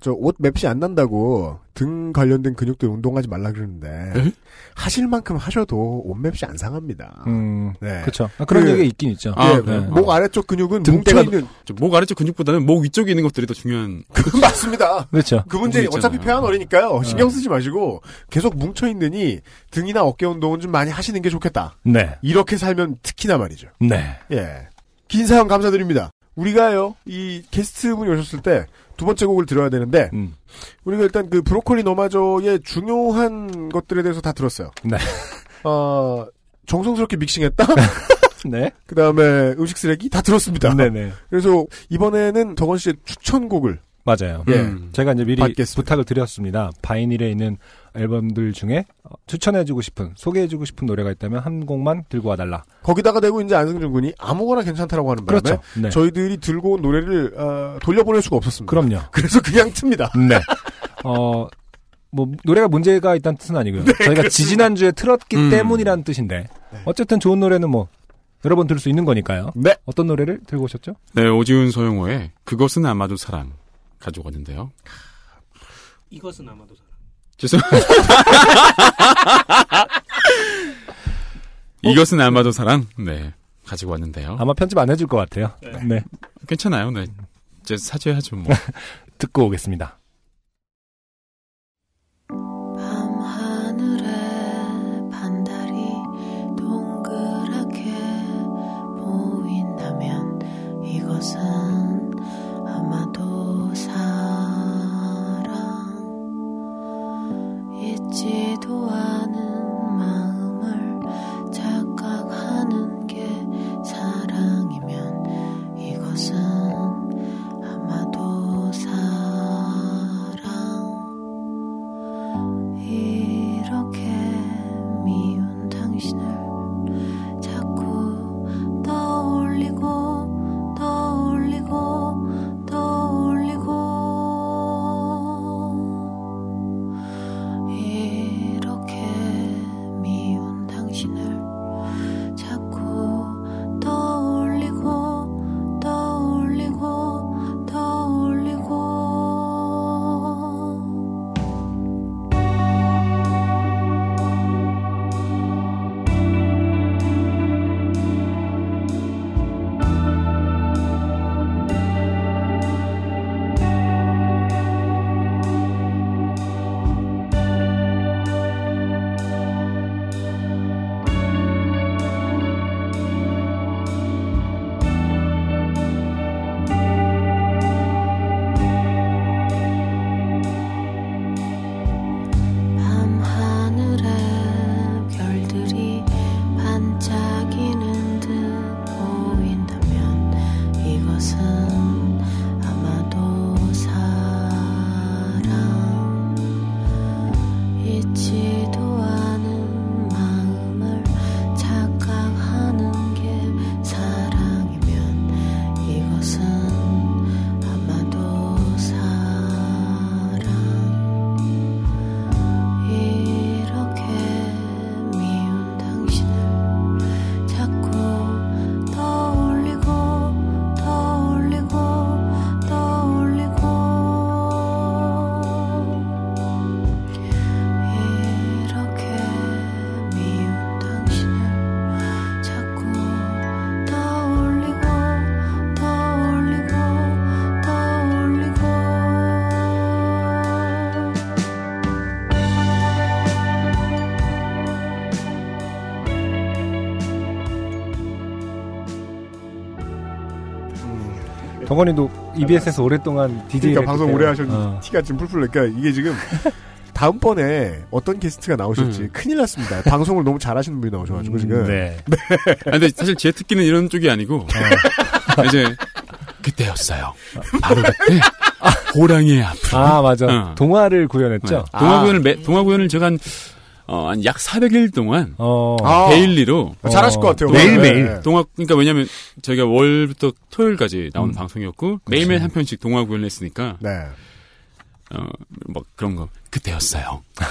S1: 저 옷 맵시 안 난다고 등 관련된 근육들 운동하지 말라 그러는데 하실 만큼 하셔도 옷 맵시 안 상합니다.
S2: 음.
S1: 네.
S2: 그렇죠. 아, 그런
S1: 그-
S2: 얘기가 있긴 있죠.
S7: 아,
S1: 예,
S7: 그래요?
S1: 목 아래쪽 근육은
S2: 등대가-
S1: 뭉쳐있는
S7: 저목 아래쪽 근육보다는 목 위쪽에 있는 것들이 더 중요한.
S1: 그 맞습니다.
S2: 그렇죠.
S1: 그 문제
S7: 있잖아요.
S1: 어차피 폐한
S2: 네.
S1: 어리니까요. 신경 쓰지 마시고 계속 뭉쳐 있느니 등이나 어깨 운동은 좀 많이 하시는 게 좋겠다.
S2: 네.
S1: 이렇게 살면 특히나 말이죠.
S2: 네.
S1: 예. 긴 사연 감사드립니다. 우리가요, 이 게스트분이 오셨을 때 두 번째 곡을 들어야 되는데,
S2: 음.
S1: 우리가 일단 그 브로콜리 너마저의 중요한 것들에 대해서 다 들었어요.
S2: 네.
S1: 어, 정성스럽게 믹싱했다?
S2: 네.
S1: 그 다음에 음식 쓰레기? 다 들었습니다.
S2: 네, 네.
S1: 그래서 이번에는 덕원 씨의 추천곡을,
S2: 맞아요.
S1: 예.
S7: 음.
S2: 제가 이제 미리
S1: 받겠습니다.
S2: 부탁을 드렸습니다. 바이닐에 있는 앨범들 중에 어, 추천해주고 싶은, 소개해주고 싶은 노래가 있다면 한 곡만 들고 와달라.
S1: 거기다가 대고 이제 안승준 군이 아무거나 괜찮다라고 하는 바람에,
S2: 그렇죠. 네.
S1: 저희들이 들고 온 노래를, 어, 돌려보낼 수가 없었습니다.
S2: 그럼요.
S1: 그래서 그냥 틉니다.
S2: 네. 어, 뭐, 노래가 문제가 있다는 네. 뜻은 아니고요. 저희가 지지난주에 틀었기
S7: 음.
S2: 때문이라는 뜻인데, 어쨌든 좋은 노래는 뭐, 여러 번 들을 수 있는 거니까요.
S1: 네.
S2: 어떤 노래를 들고 오셨죠?
S7: 네, 오지훈 서영호의 그것은 아마도 사랑 가져왔는데요.
S9: 이것은 아마도 사랑.
S7: 죄송합니다.
S2: 어?
S7: 이것은 아마도 사랑. 네. 가지고 왔는데요.
S2: 아마 편집 안 해줄 것 같아요. 네.
S7: 괜찮아요. 네. 이제 사죄하죠, 뭐.
S2: 듣고 오겠습니다.
S8: 밤하늘에 반달이 동그랗게 보인다면 이것은 아마도 사랑 잊지도 않은 마음을 착각하는 게 사랑이면 이것은 아마도 사랑 이렇게 미운 당신을 자꾸 떠올리고 떠올리고 떠올리고 이렇게
S2: 정건이도 EBS에서 오랫동안 DJ
S1: 그러니까 방송 오래 하셨는데
S2: 어.
S1: 티가 지금 풀풀 내니까 그러니까 이게 지금 다음번에 어떤 게스트가 나오실지
S9: 음.
S1: 큰일 났습니다. 방송을 너무 잘하시는 분이 나오셔가지고 지금
S2: 네.
S7: 아, 근데 사실 제 특기는 이런 쪽이 아니고
S1: 네.
S7: 이제 그때였어요. 바로 그때 호랑이의 앞.
S2: 아 맞아.
S7: 어.
S2: 동화를
S7: 네.
S2: 구현했죠.
S7: 동화구연을 매- 동화구연을 제가 한, 어, 한 약 400일 동안
S2: 어.
S1: 아,
S7: 데일리로
S1: 어, 잘하실 것 같아요.
S7: 매일,
S1: 오늘.
S2: 매일.
S1: 네.
S7: 동화 그러니까 왜냐면 저희가 월부터 토요일까지 나온
S2: 음.
S7: 방송이었고 매일매일 한 편씩 동화구연을 했으니까
S1: 네.
S7: 어 뭐 그런 거 그때였어요. 아, 네.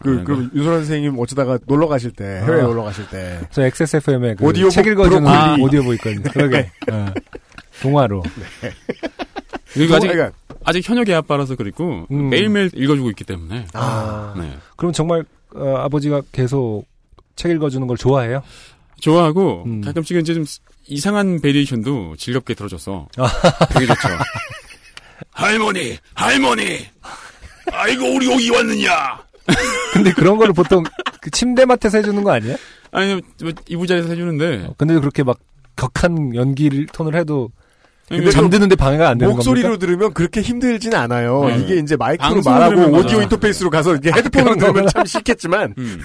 S1: 그, 그럼 윤소란 선생님 어쩌다가 놀러 가실 때, 해외
S2: 아.
S1: 놀러 가실 때.
S2: 저 XSFM의 그
S1: 오디오북
S2: 책 읽어주는
S1: 브로콜리. 네.
S2: 오디오북 있거든요. 그러게. 어. 동화로.
S7: 뭐, 그리고 아직
S1: 그러니까,
S7: 아직 현역의 아빠라서 그리고
S2: 음.
S7: 매일매일 읽어주고 있기 때문에
S1: 아,
S7: 네.
S2: 그럼 정말 어, 아버지가 계속 책 읽어주는 걸 좋아해요?
S7: 좋아하고
S2: 음.
S7: 가끔씩은 이제 좀 이상한 베리에이션도 즐겁게 들어줘서
S2: 아.
S7: 되게 좋죠. 할머니, 할머니, 아이고 우리 오기 왔느냐?
S2: 근데 그런 거를 보통 그 침대맡에서 해주는 거 아니에요?
S7: 아니 뭐 이부자리에서 해주는데
S2: 근데 그렇게 막 격한 연기를 톤을 해도
S7: 근데
S2: 잠드는데 방해가 안 되는
S1: 그 목소리로
S2: 겁니까?
S1: 들으면 그렇게 힘들진 않아요.
S7: 네.
S1: 이게 이제 마이크로
S7: 방송을
S1: 말하고
S7: 들으면
S1: 오디오
S7: 맞아.
S1: 인터페이스로 가서 이게 헤드폰으로
S2: 그런
S1: 들으면
S2: 거구나.
S1: 참 싫겠지만.
S7: 음.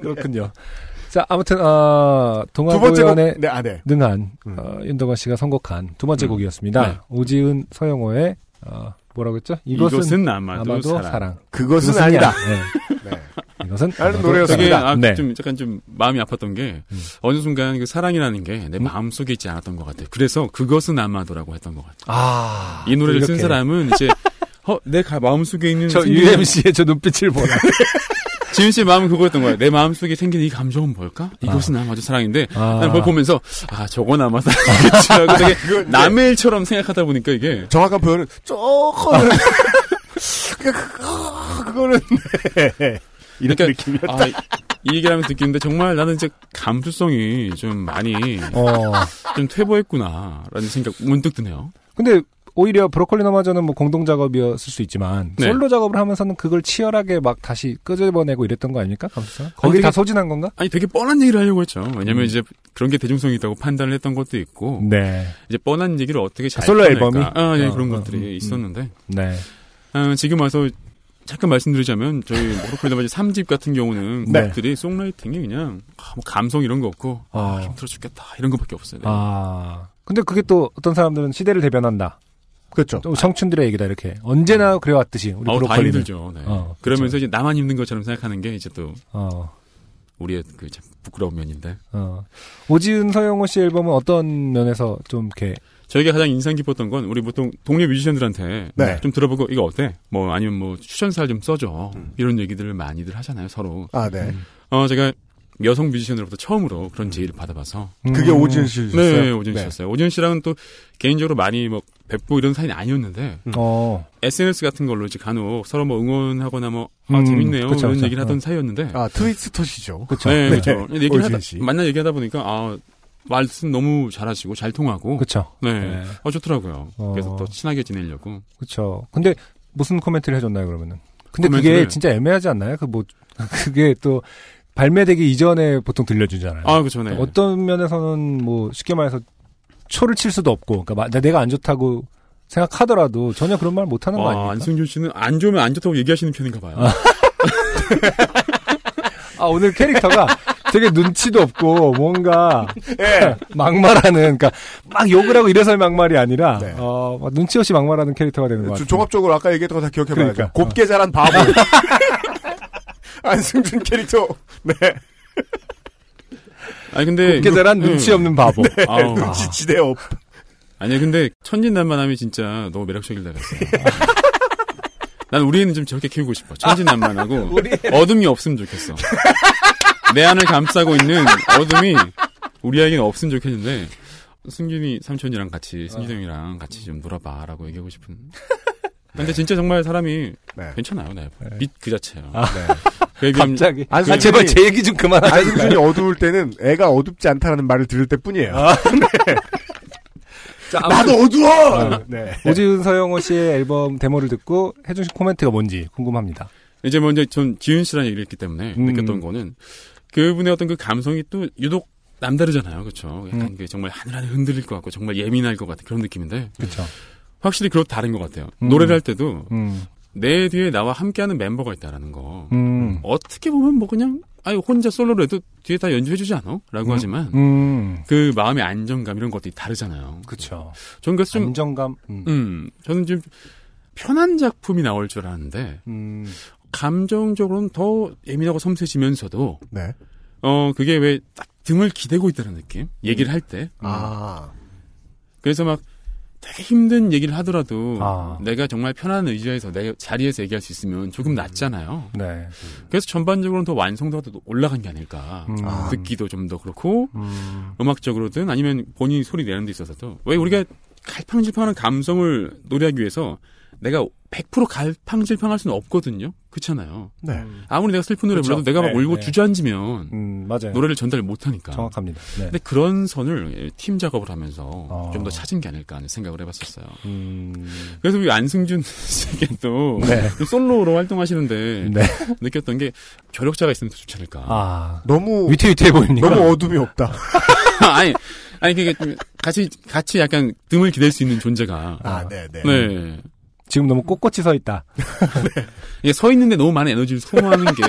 S2: 그렇군요. 자 아무튼 어,
S1: 두 번째 곡.
S2: 동화고연의
S1: 네, 아, 네.
S2: 능한
S1: 음.
S2: 어, 윤덕원 씨가 선곡한 두 번째
S7: 음.
S2: 곡이었습니다.
S7: 네.
S2: 오지은 서영호의 어, 뭐라고 했죠? 이것은,
S7: 이것은, 아마도,
S2: 아마도 사랑.
S7: 사랑.
S1: 그것은
S2: 이것은
S1: 아니다.
S2: 네.
S1: 네.
S2: 이것은
S1: 다른
S2: 아마도
S1: 노래였습니다.
S7: 되게
S2: 사랑.
S7: 아,
S2: 네.
S7: 좀 약간 좀 마음이 아팠던 게
S2: 음.
S7: 어느 순간 그 사랑이라는 게 내 마음 속에 있지 않았던 것 같아요. 그래서 그것은 아마도라고 했던 것 같아요.
S2: 아,
S7: 이 노래를 쓴
S2: 이렇게.
S7: 사람은 이제 어, 내 가- 마음 속에 있는
S2: 저
S7: 생기는-
S2: UMC의 저 눈빛을 보라.
S7: 지은 씨의 마음은 그거였던 거예요. 내 마음 속에 생긴 이 감정은 뭘까? 이것은 아마도 사랑인데
S2: 아.
S7: 난 그걸 보면서 아 저건 아마 사랑이겠지 하고 되게
S1: 그건 이제
S7: 남의 일처럼 생각하다 보니까 이게
S1: 정확한 표현은 조금. 그러니까 그거- 그거는. 네. 이런
S7: 그러니까-
S1: 느낌이었다.
S7: 아, 이- 이 얘기를 하면서 느끼는데 정말 나는 이제 감수성이 좀 많이
S2: 어.
S7: 좀 퇴보했구나라는 생각 문득 드네요.
S2: 근데 오히려 브로콜리 너마저는 뭐 공동 작업이었을 수 있지만
S7: 네.
S2: 솔로 작업을 하면서는 그걸 치열하게 막 다시 끄집어내고 이랬던 거 아닙니까? 감수성? 거기
S7: 되게-
S2: 다 소진한 건가?
S7: 아니 되게 뻔한 얘기를 하려고 했죠.
S2: 음.
S7: 왜냐면 이제 그런 게 대중성이 있다고 판단을 했던 것도 있고
S2: 네,
S7: 이제 뻔한 얘기를 어떻게 잘
S2: 아, 솔로
S7: 꺼낼까.
S2: 앨범이?
S7: 아, 예,
S2: 어,
S7: 그런
S2: 어,
S7: 것들이
S2: 음, 음.
S7: 있었는데
S2: 네.
S7: 아, 지금 와서 잠깐 말씀드리자면 저희 모로콜리나바지 3집 같은 경우는
S2: 네.
S7: 곡들이 송라이팅이 그냥 아, 뭐 감성 이런 거 없고
S2: 아,
S7: 힘들어 죽겠다 이런 거밖에 없어요. 네.
S2: 아. 근데 그게 또 어떤 사람들은 시대를 대변한다.
S1: 그렇죠.
S2: 또 청춘들의 얘기다 이렇게 언제나 그래왔듯이 우리
S7: 음. 아우 다
S2: 브로콜리는.
S7: 힘들죠. 네.
S2: 어,
S7: 그러면서 이제 나만 힘든 것처럼 생각하는 게 이제 또
S2: 어,
S7: 우리의 그참 부끄러운 면인데
S2: 어. 오지은 서영호 씨 앨범은 어떤 면에서 좀 이렇게
S7: 저에게 가장 인상 깊었던 건 우리 보통 동료 뮤지션들한테
S1: 네.
S7: 좀 들어보고 이거 어때? 뭐 아니면 뭐 추천사를 좀 써줘 이런 얘기들을 많이들 하잖아요 서로.
S1: 아, 네.
S7: 어 제가 여성 뮤지션으로부터 처음으로 그런 제의를 받아봐서
S1: 그게
S2: 음,
S1: 오지은 씨였어요.
S7: 네, 오진 씨였어요. 오진 씨랑은 또 개인적으로 많이 뭐 뵙고 이런 사이는 아니었는데
S2: 어,
S7: SNS 같은 걸로 이제 간혹 서로 뭐 응원하거나 뭐 아,
S2: 음,
S7: 재밌네요
S2: 그쵸,
S7: 이런
S2: 그쵸.
S7: 얘기를 하던
S2: 어.
S7: 사이였는데
S1: 아, 트위스터시죠.
S2: 그렇죠.
S7: 네,
S2: 네.
S7: 그렇죠.
S1: 네.
S7: 얘기를
S1: 오진
S7: 하다
S1: 씨.
S7: 만나 얘기하다 보니까 아 말씀 너무 잘하시고 잘 통하고
S2: 그렇죠.
S7: 네,
S2: 네.
S7: 어 좋더라고요.
S2: 어.
S7: 그래서 더 친하게 지내려고
S2: 그렇죠. 근데 무슨 코멘트를 해줬나요 그러면은? 근데 그게
S7: 코멘트를-
S2: 진짜 애매하지 않나요? 그 뭐 그게 또 발매되기 이전에 보통 들려주잖아요.
S7: 아 그쵸 네.
S2: 어떤 면에서는 뭐 쉽게 말해서 초를 칠 수도 없고, 그러니까 마- 나- 내가 안 좋다고 생각하더라도 전혀 그런 말 못하는 거
S7: 와,
S2: 아닙니까?
S7: 안승준 씨는 안 좋으면 안 좋다고 얘기하시는 편인가 봐요.
S2: 아 오늘 캐릭터가 되게 눈치도 없고 뭔가
S7: 예.
S2: 막말하는, 그러니까 막 욕을 하고 이래서 막말이 아니라
S1: 네.
S2: 어, 막 눈치 없이 막말하는 캐릭터가 되는 것
S1: 주-
S2: 같아요.
S1: 종합적으로 아까 얘기했던 거 다 기억해봐야죠.
S2: 네, 그러니까.
S1: 곱게 자란 바보. 안승준 캐릭터. 네.
S7: 아니 근데 네.
S2: 깨달한 눈치 없는 바보. 네.
S7: 아우.
S1: 눈치 지대업.
S7: 아니 근데 천진난만함이 진짜 너무 매력적이다 그랬어요. 난 우리는 좀 저렇게 키우고 싶어. 천진난만하고 어둠이 없으면 좋겠어. 내 안을 감싸고 있는 어둠이 우리에게는 없으면 좋겠는데 승균이 삼촌이랑 같이 승균 형이랑 같이 좀 놀아봐라고 얘기하고 싶은. 근데 진짜 정말 사람이
S1: 네.
S7: 괜찮아요, 네. 빛그 자체예요.
S1: 네.
S7: 그에 비하면
S2: 아, 갑자기.
S1: 안
S2: 아,
S1: 승준이-
S2: 제발 제 얘기 좀 그만하자.
S1: 안승준이 어두울 때는 애가 어둡지 않다라는 말을 들을 때 뿐이에요. 나도 어두워! 네.
S2: 오지은 서영호 씨의 앨범 데모를 듣고 해주신 코멘트가 뭔지 궁금합니다.
S7: 이제 먼저 전 지윤 씨라는 얘기를 했기 때문에
S2: 음.
S7: 느꼈던 거는 그분의 어떤 그 감성이 또 유독 남다르잖아요. 그렇죠.
S2: 음.
S7: 약간 그 정말 하늘하늘 흔들릴 것 같고 정말 예민할 것 같은 그런 느낌인데
S2: 그렇죠.
S7: 확실히 그렇고 다른 것 같아요.
S2: 음.
S7: 노래를 할 때도
S2: 음.
S7: 내 뒤에 나와 함께하는 멤버가 있다라는 거.
S2: 음.
S7: 어떻게 보면 뭐 그냥 아니 혼자 솔로로 해도 뒤에 다 연주해주지 않아? 라고 하지만
S2: 음.
S7: 그 마음의 안정감 이런 것들이 다르잖아요.
S2: 그렇죠.
S7: 저는 그래서 좀
S2: 안정감. 음.
S7: 음, 저는 좀 편한 작품이 나올 줄 알았는데
S2: 음.
S7: 감정적으로는 더 예민하고 섬세지면서도
S1: 네.
S7: 어 그게 왜 딱 등을 기대고 있다는 느낌
S2: 음.
S7: 얘기를 할 때
S1: 아.
S7: 그래서 막 되게 힘든 얘기를 하더라도
S2: 아.
S7: 내가 정말 편한 의자에서 내 자리에서 얘기할 수 있으면 조금 낫잖아요
S2: 네.
S7: 그래서 전반적으로는 더 완성도가 더 올라간 게 아닐까
S2: 음.
S7: 듣기도 좀 더 그렇고
S2: 음.
S7: 음악적으로든 아니면 본인이 소리 내는 데 있어서도 왜 우리가 갈팡질팡하는 감성을 노래하기 위해서 내가 100% 갈팡질팡할 수는 없거든요. 그렇잖아요.
S1: 네.
S7: 아무리 내가 슬픈 노래
S2: 그쵸.
S7: 불러도 내가 막
S2: 네,
S7: 울고
S2: 네.
S7: 주저앉으면
S2: 음, 맞아요.
S7: 노래를 전달 못 하니까.
S2: 정확합니다. 네.
S7: 근데 그런 선을 팀 작업을 하면서
S2: 아.
S7: 좀 더 찾은 게 아닐까 하는 생각을 해봤었어요.
S2: 음.
S7: 그래서 우리 안승준 씨께도
S2: 네.
S7: 솔로로 활동하시는데
S2: 네.
S7: 느꼈던 게 결력자가 있으면 더 좋지 않을까.
S2: 아.
S1: 너무
S2: 위태위태해 보입니까?
S1: 너무 어둠이 없다.
S7: 아니, 아니 그게 좀 같이 같이 약간 등을 기댈 수 있는 존재가
S2: 아,
S1: 네, 네.
S7: 네.
S2: 지금 너무 꼿꼿이 서 있다.
S7: 이게 서 있는데 너무 많은 에너지를 소모하는 게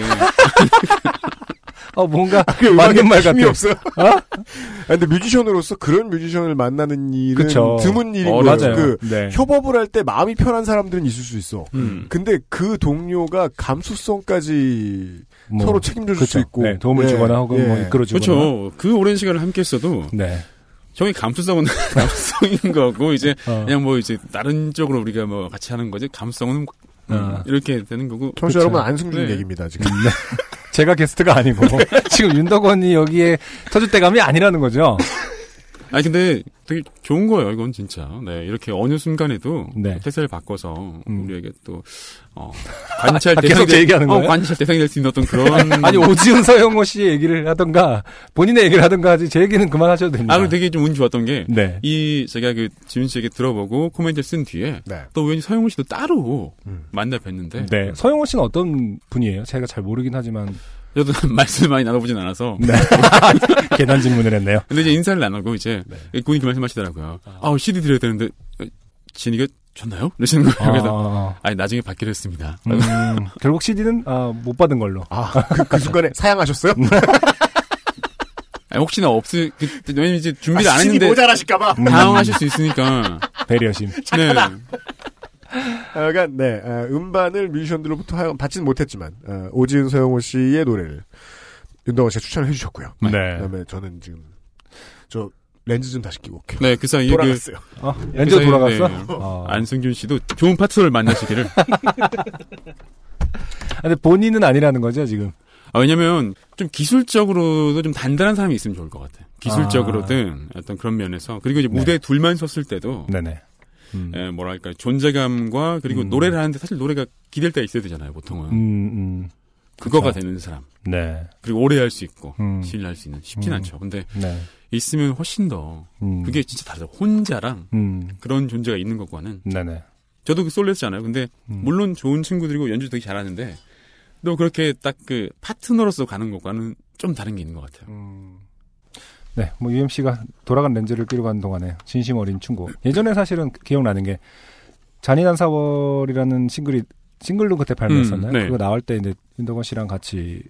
S2: 어, 뭔가
S1: 그
S2: 맞는 말 같아.
S1: 힘이 없어요. 아, 근데 뮤지션으로서 그런 뮤지션을 만나는 일은
S2: 그쵸.
S1: 드문 일인
S2: 어,
S1: 거예요.
S2: 맞아요.
S1: 그
S2: 네.
S1: 협업을 할 때 마음이 편한 사람들은 있을 수 있어.
S7: 음.
S1: 근데 그 동료가 감수성까지
S2: 뭐,
S1: 서로 책임져 줄 수
S2: 그쵸.
S1: 있고
S2: 네, 도움을
S1: 예,
S2: 주거나 혹은
S1: 예.
S2: 뭐 이끌어 주거나.
S7: 그렇죠. 그 오랜 시간을 함께 했어도
S2: 네.
S7: 저희 감수성은 감수성인 거고 이제
S2: 어.
S7: 그냥 뭐 이제 다른 쪽으로 우리가 뭐 같이 하는 거지 감수성은 음,
S2: 어.
S7: 이렇게 되는 거고
S2: 그쵸.
S1: 청취자
S2: 음.
S1: 여러분 안승준
S7: 네.
S1: 얘기입니다 지금.
S2: 제가 게스트가 아니고 네. 지금 윤덕원이 여기에 터줏대감이 아니라는 거죠.
S7: 아니 근데 되게 좋은 거예요 이건 진짜 네 이렇게 어느 순간에도
S2: 네.
S7: 태세를 바꿔서
S2: 음.
S7: 우리에게 또 어, 관찰
S2: 아, 계속
S7: 대상이
S2: 제 얘기하는
S7: 어,
S2: 거예요?
S7: 관찰 대상이 될 수 있는 어떤 그런
S2: 아니 오지은 서영호 씨의 얘기를 하던가 본인의 얘기를 하던가 하지 제 얘기는 그만하셔도 됩니다.
S7: 아, 그리고 되게 좀 운 좋았던 게,
S2: 네.
S7: 이, 제가 그, 지훈 씨에게 들어보고 코멘트를 쓴 뒤에,
S1: 네.
S7: 또 우연히 서영훈 씨도 따로
S1: 음.
S7: 만나 뵀는데,
S2: 네. 서영호 씨는 어떤 분이에요? 제가 잘 모르긴 하지만
S7: 저도 말씀을 많이 나눠보진 않아서,
S2: 네. 계단 질문을 했네요.
S7: 근데 이제 인사를 나누고, 이제,
S2: 네.
S7: 본인이 그 말씀 하시더라고요. 아, CD 드려야 되는데, 어, 진이가 줬나요? 이러시는 거예요. 그래서,
S2: 아,
S7: 아니, 나중에 받기로 했습니다.
S2: 음, 결국 CD는 아, 못 받은 걸로.
S1: 아, 그, 그 순간에 사양하셨어요?
S7: 아니, 혹시나 없을, 그, 왜냐면 이제 준비를
S1: 아,
S7: 안
S1: 신이
S7: 했는데,
S1: 모자라실까봐.
S7: 당황하실 수 있으니까,
S2: 배려심.
S7: 네.
S1: 약간 네 아, 음반을 뮤지션들로부터 하여- 받지는 못했지만 아, 오지은 서영호 씨의 노래를 윤동원 씨가 추천을 해주셨고요.
S2: 네.
S1: 그다음에 저는 지금 저 렌즈 좀 다시 끼고 올게요.
S7: 네, 그 사이에 그,
S1: 돌아갔어요.
S2: 어, 렌즈
S7: 그 사이에,
S2: 돌아갔어?
S7: 네.
S2: 어.
S7: 안승준 씨도 좋은 파트너를 만나시기를.
S2: 아, 근데 본인은 아니라는 거죠 지금.
S7: 아, 왜냐면 좀 기술적으로도 좀 단단한 사람이 있으면 좋을 것 같아. 기술적으로든 어떤 그런 면에서 그리고 이제
S2: 아. 네.
S7: 무대에 둘만 섰을 때도
S2: 네네. 음.
S7: 에, 뭐랄까 존재감과 그리고
S2: 음.
S7: 노래를 하는데 사실 노래가 기댈 때가 있어야 되잖아요 보통은
S2: 음,
S7: 그거가
S2: 그쵸.
S7: 되는 사람
S2: 음. 네.
S7: 그리고 오래 할 수 있고
S2: 음.
S7: 신뢰할 수 있는 쉽진
S2: 음.
S7: 않죠. 근데
S2: 네.
S7: 있으면 훨씬 더
S2: 음.
S7: 그게 진짜 다르다. 혼자랑
S2: 음.
S7: 그런 존재가 있는 것과는
S2: 네네.
S7: 저도 그 솔로였잖아요. 근데
S2: 음.
S7: 물론 좋은 친구들이고 연주 되게 잘하는데 또 그렇게 딱 그 파트너로서 가는 것과는 좀 다른 게 있는 것 같아요.
S2: 음. 네, 뭐 UMC가 돌아간 렌즈를 끼고 가는 동안에 진심 어린 충고. 예전에 사실은 기억나는 게 잔인한 4월이라는 싱글이 싱글로 그때 발매했었나요?
S7: 음, 네.
S2: 그거 나올 때 이제 윤덕원 씨랑 같이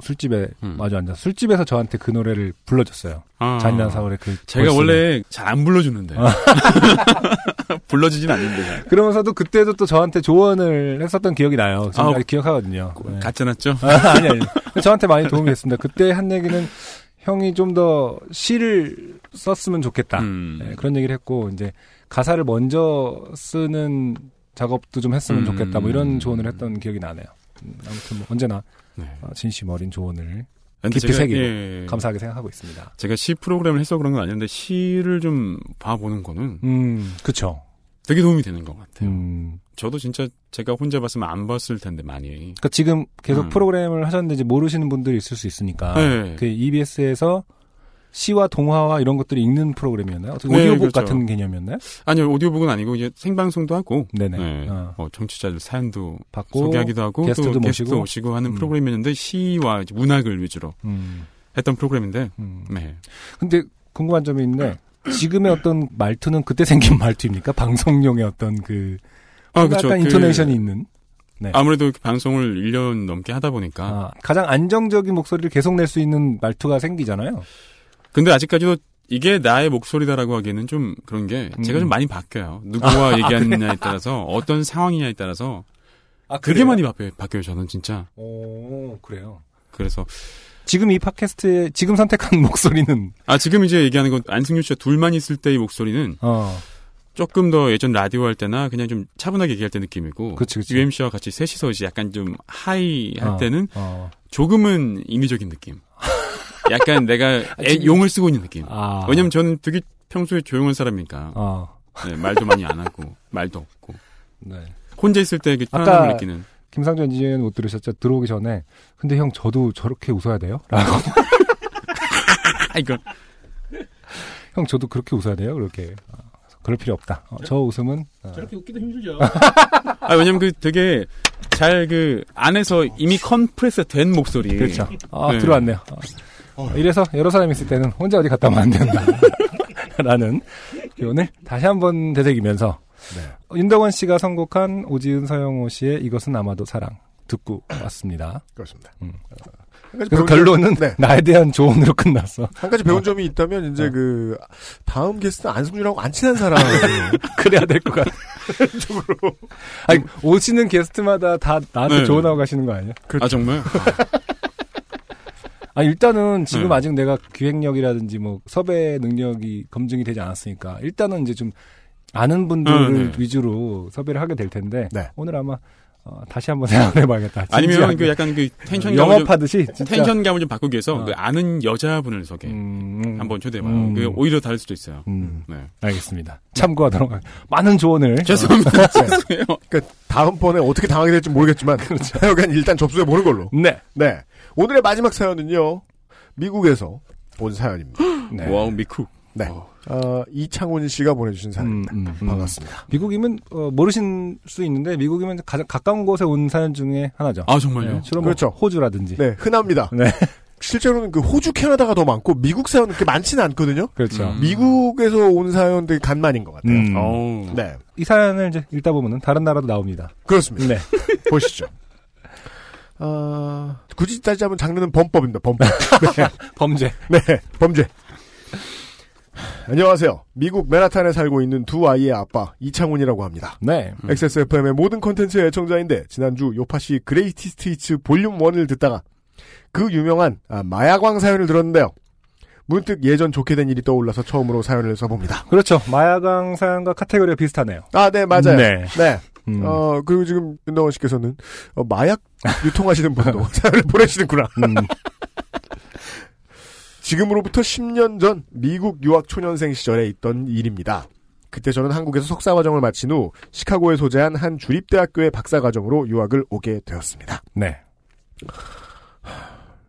S2: 술집에
S7: 음.
S2: 마주 앉아 서 술집에서 저한테 그 노래를 불러줬어요.
S7: 아.
S2: 잔인한 4월의 그
S7: 제가
S2: 벌스를.
S7: 원래 잘 안 불러주는데.
S2: 아.
S7: 불러주진 않는데.
S2: 그러면서도 그때도 또 저한테 조언을 했었던 기억이 나요. 정말
S7: 아,
S2: 기억하거든요. 네.
S7: 가짜났죠?
S2: 아, 아니, 아니. 저한테 많이 도움이 됐습니다. 그때 한 얘기는 형이 좀 더 시를 썼으면 좋겠다.
S7: 음.
S2: 네, 그런 얘기를 했고 이제 가사를 먼저 쓰는 작업도 좀 했으면
S7: 음.
S2: 좋겠다 뭐 이런 조언을 했던 기억이 나네요. 음, 아무튼 뭐 언제나
S7: 네.
S2: 어, 진심 어린 조언을
S7: 근데
S2: 깊이 새기고
S7: 예,
S2: 감사하게 생각하고 있습니다.
S7: 제가 시 프로그램을 해서 그런 건 아닌데 시를 좀 봐보는 거는
S2: 음, 그쵸.
S7: 되게 도움이 되는 것 같아요.
S2: 음,
S7: 저도 진짜 제가 혼자 봤으면 안 봤을 텐데 많이.
S2: 그러니까 지금 계속
S7: 음.
S2: 프로그램을 하셨는데 이제 모르시는 분들이 있을 수 있으니까
S7: 네.
S2: 그 EBS에서 시와 동화와 이런 것들이 읽는 프로그램이었나요? 어떻게
S7: 네,
S2: 오디오북
S7: 그렇죠.
S2: 같은 개념이었나요?
S7: 아니요 오디오북은 아니고 이제 생방송도 하고.
S2: 네네.
S7: 네.
S2: 어,
S7: 어, 청취자들 사연도
S2: 받고
S7: 소개하기도 하고
S2: 게스트도
S7: 또
S2: 모시고.
S7: 게스트도 오시고 하는
S2: 음.
S7: 프로그램이었는데 시와 이제 문학을 위주로
S2: 음,
S7: 했던 프로그램인데
S2: 음.
S7: 네.
S2: 근데 궁금한 점이 있는데 지금의 어떤 말투는 그때 생긴 말투입니까? 방송용의 어떤 그
S7: 아,
S2: 뭔가
S7: 그쵸.
S2: 약간
S7: 그-
S2: 인토네이션이 있는
S7: 아무래도 이렇게 방송을 1년 넘게 하다 보니까
S2: 아, 가장 안정적인 목소리를 계속 낼 수 있는 말투가 생기잖아요.
S7: 근데 아직까지도 이게 나의 목소리다라고 하기에는 좀 그런 게 제가
S2: 음.
S7: 좀 많이 바뀌어요. 누구와 얘기하느냐에 따라서 어떤 상황이냐에 따라서
S2: 아,
S7: 되게 많이 바뀌어요, 바뀌어요, 저는 진짜.
S2: 오, 그래요.
S7: 그래서
S2: 지금 이 팟캐스트에 지금 선택한 목소리는
S7: 아 지금 이제 얘기하는 건 안승준 씨가 둘만 있을 때의 목소리는
S2: 어,
S7: 조금 더 예전 라디오 할 때나 그냥 좀 차분하게 얘기할 때 느낌이고
S2: 그치, 그치.
S7: UMC와 같이 셋이서 이제 약간 좀 하이 할
S2: 어,
S7: 때는
S2: 어.
S7: 조금은 인위적인 느낌. 약간 내가 애,
S2: 아, 지금-
S7: 용을 쓰고 있는 느낌.
S2: 아.
S7: 왜냐면 저는 되게 평소에 조용한 사람이니까
S2: 어,
S7: 네, 말도 많이 안 하고 말도 없고
S2: 네.
S7: 혼자 있을 때 그 편안함을
S2: 아까-
S7: 느끼는
S2: 김상준 엔지니어는 못 들으셨죠? 들어오기 전에 근데 형 저도 저렇게 웃어야 돼요? 라고
S7: 아 이거
S2: 형 저도 그렇게 웃어야 돼요? 그렇게 아, 그럴 필요 없다. 어, 저 웃음은 어,
S9: 저렇게 웃기도 힘들죠.
S7: 아 왜냐면 그 되게 잘 그 안에서 이미 컴프레스 된 목소리
S2: 그렇죠. 아,
S7: 네.
S2: 들어왔네요. 어, 이래서 여러 사람이 있을 때는 혼자 어디 갔다 오면 안 된다. 라는 교훈을 다시 한번 되새기면서 윤덕원 씨가 선곡한 오지은 서영호 씨의 이것은 아마도 사랑 듣고 왔습니다.
S1: 그렇습니다.
S2: 음.
S1: 어, 한 가지
S2: 그래서
S1: 배운 점-
S2: 결론은
S1: 네.
S2: 나에 대한 조언으로 끝났어.
S1: 한 가지 배운 점이 있다면 이제
S2: 어.
S1: 그 다음 게스트는 안승준하고 안 친한 사람.
S2: 그래야 될 것 같아. 아니, 오시는 게스트마다 다 나한테
S7: 네.
S2: 조언하고 가시는 거 그렇죠. 아니에요?
S7: 아 정말
S2: 아, 일단은 지금
S7: 네.
S2: 아직 내가 기획력이라든지 뭐 섭외 능력이 검증이 되지 않았으니까 일단은 이제 좀 아는 분들을
S7: 네, 네.
S2: 위주로 섭외를 하게 될 텐데
S1: 네.
S2: 오늘 아마 어, 다시 한번 생각을 해봐야겠다.
S7: 아니면
S2: 진지하게. 음,
S7: 그 약간 그 텐션 감을 좀,
S2: 영업하듯이 진짜
S7: 텐션감을 좀 바꾸기 위해서
S2: 어.
S7: 그 아는 여자분을 소개
S2: 음,
S7: 한번 초대해봐요.
S2: 음.
S7: 그게 오히려 다를 수도 있어요.
S2: 음,
S7: 네.
S2: 알겠습니다. 참고하도록 하겠습니다. 많은 조언을
S7: 죄송합니다.
S2: 네.
S1: 그러니까 다음번에 어떻게 당하게 될지 모르겠지만
S2: 그렇죠.
S1: 하여간 일단 접수해 보는 걸로.
S2: 네.
S1: 네. 오늘의 마지막 사연은요. 미국에서 온 사연입니다.
S2: 네.
S7: 와우 미쿡.
S1: 네.
S7: 어.
S1: 어, 이창훈 씨가 보내주신
S2: 음,
S1: 사연입니다.
S2: 음, 음.
S1: 반갑습니다.
S2: 미국이면 어, 모르실 수 있는데 미국이면 가장 가까운 곳에 온 사연 중에 하나죠.
S7: 아 정말요?
S2: 네, 주로 뭐
S1: 그렇죠.
S2: 호주라든지.
S1: 네, 흔합니다.
S2: 네.
S1: 실제로는 그 호주, 캐나다가 더 많고 미국 사연은 그렇게 많지는 않거든요.
S2: 그렇죠.
S7: 음.
S1: 미국에서 온 사연들이 간만인 것 같아요.
S2: 음.
S7: 어우.
S1: 네,
S2: 이 사연을 이제 읽다 보면은 다른 나라도 나옵니다.
S1: 그렇습니다.
S2: 네.
S1: 보시죠. 아, 굳이 따지자면 장르는 범법입니다. 범법.
S2: 범죄.
S1: 네, 범죄. 안녕하세요. 미국 맨하탄에 살고 있는 두 아이의 아빠 이창훈이라고 합니다.
S2: 네.
S7: 음.
S1: XSFM의 모든 컨텐츠의 애청자인데 지난주 요파시 그레이티 스트리츠 볼륨 1을 듣다가 그 유명한 아, 마약왕 사연을 들었는데요. 문득 예전 좋게 된 일이 떠올라서 처음으로 사연을 써봅니다.
S2: 그렇죠. 마야강 사연과 카테고리가 비슷하네요.
S1: 아, 네, 맞아요.
S2: 네.
S1: 네.
S2: 음.
S1: 어, 그리고 지금 윤동원 씨께서는 어, 마약 유통하시는 분도 사연을 보내시는구나.
S2: 음.
S1: 지금으로부터 10년 전 미국 유학 초년생 시절에 있던 일입니다. 그때 저는 한국에서 석사과정을 마친 후 시카고에 소재한 한 주립대학교의 박사과정으로 유학을 오게 되었습니다.
S2: 네.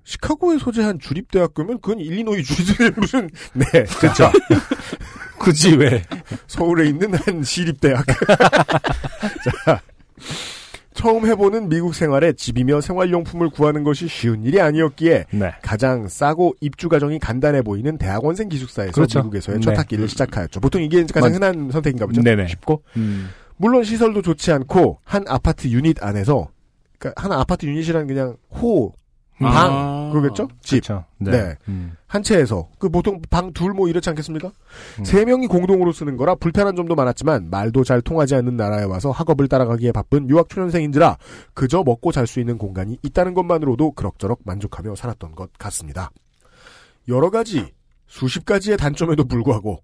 S1: 시카고에 소재한 주립대학교면 그건 일리노이 주립대 무슨 네 그렇죠
S2: 굳이 왜?
S1: 서울에 있는 한 시립대학 자, 처음 해보는 미국 생활에 집이며 생활용품을 구하는 것이 쉬운 일이 아니었기에
S2: 네.
S1: 가장 싸고 입주 과정이 간단해 보이는 대학원생 기숙사에서
S2: 그렇죠.
S1: 미국에서의
S2: 네.
S1: 첫 학기를 시작하였죠. 보통 이게 이제 가장
S2: 맞-
S1: 흔한 선택인가 보죠.
S2: 네네.
S1: 쉽고
S2: 음.
S1: 물론 시설도 좋지 않고 한 아파트 유닛 안에서 그러니까 한 아파트 유닛이란 그냥 호 방,
S7: 아.
S1: 그러겠죠? 집.
S2: 그렇죠. 네.
S1: 네.
S2: 음.
S1: 한 채에서 그 보통 방 둘 뭐 이렇지 않겠습니까?
S2: 음.
S1: 세 명이 공동으로 쓰는 거라 불편한 점도 많았지만 말도 잘 통하지 않는 나라에 와서 학업을 따라가기에 바쁜 유학 초년생인지라 그저 먹고 잘 수 있는 공간이 있다는 것만으로도 그럭저럭 만족하며 살았던 것 같습니다. 여러 가지 수십 가지의 단점에도 불구하고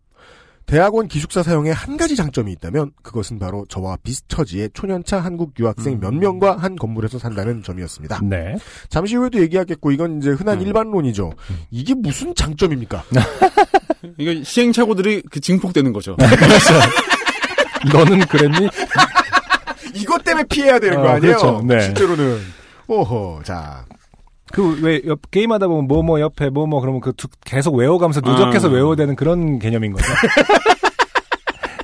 S1: 대학원 기숙사 사용의 한 가지 장점이 있다면 그것은 바로 저와 비스처지의 초년차 한국 유학생 몇 명과 한 건물에서 산다는 점이었습니다.
S2: 네.
S1: 잠시 후에도 얘기하겠고 이건 이제 흔한
S7: 음.
S1: 일반론이죠. 이게 무슨 장점입니까?
S2: 네. 음.
S7: 이거 시행착오들이 그 증폭되는 거죠.
S2: 네. 너는 그랬니?
S1: 이것 때문에 피해야 되는
S2: 아,
S1: 거 아니에요?
S2: 그렇죠. 네.
S1: 실제로는 오호 자
S2: 그 왜 게임하다 보면 뭐 뭐 옆에 뭐 뭐 그러면 그 두- 계속 외워가면서 누적해서
S7: 아.
S2: 외워야 되는 그런 개념인 거죠.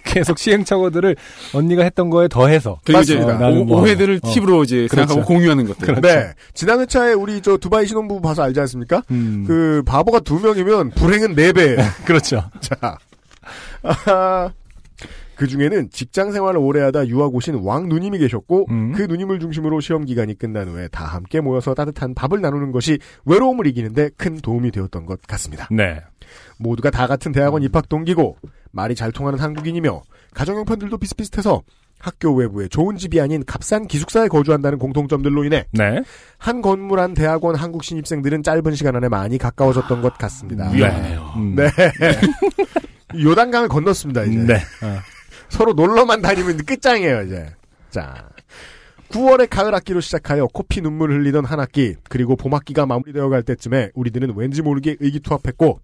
S2: 계속 시행착오들을 언니가 했던 거에 더해서
S7: 그리고 이제
S2: 맞습니다.
S7: 오-
S2: 나는 뭐-
S7: 오해들을
S2: 어.
S7: 팁으로 이제
S2: 그렇죠.
S7: 생각하고 공유하는 것들.
S1: 네. 지난 회차에 우리 저 두바이 신혼부부 봐서 알지 않습니까?
S2: 음, 그,
S1: 그 바보가 두 명이면 불행은 네 배예요.
S2: 렇죠
S1: 자. 아하. 그 중에는 직장 생활을 오래 하다 유학 오신 왕 누님이 계셨고,
S2: 음.
S1: 그 누님을 중심으로 시험 기간이 끝난 후에 다 함께 모여서 따뜻한 밥을 나누는 것이 외로움을 이기는데 큰 도움이 되었던 것 같습니다.
S2: 네.
S1: 모두가 다 같은 대학원 입학 동기고, 말이 잘 통하는 한국인이며, 가정 형편들도 비슷비슷해서 학교 외부에 좋은 집이 아닌 값싼 기숙사에 거주한다는 공통점들로 인해
S2: 네.
S1: 한 건물 안 대학원 한국 신입생들은 짧은 시간 안에 많이 가까워졌던 것 같습니다.
S2: 위험하네요. 음.
S1: 네. 요단강을 건넜습니다, 이제.
S2: 네. 어.
S1: 서로 놀러만 다니면 끝장이에요, 이제. 자. 9월에 가을 학기로 시작하여 코피 눈물 흘리던 한 학기, 그리고 봄 학기가 마무리되어 갈 때쯤에 우리들은 왠지 모르게 의기투합했고,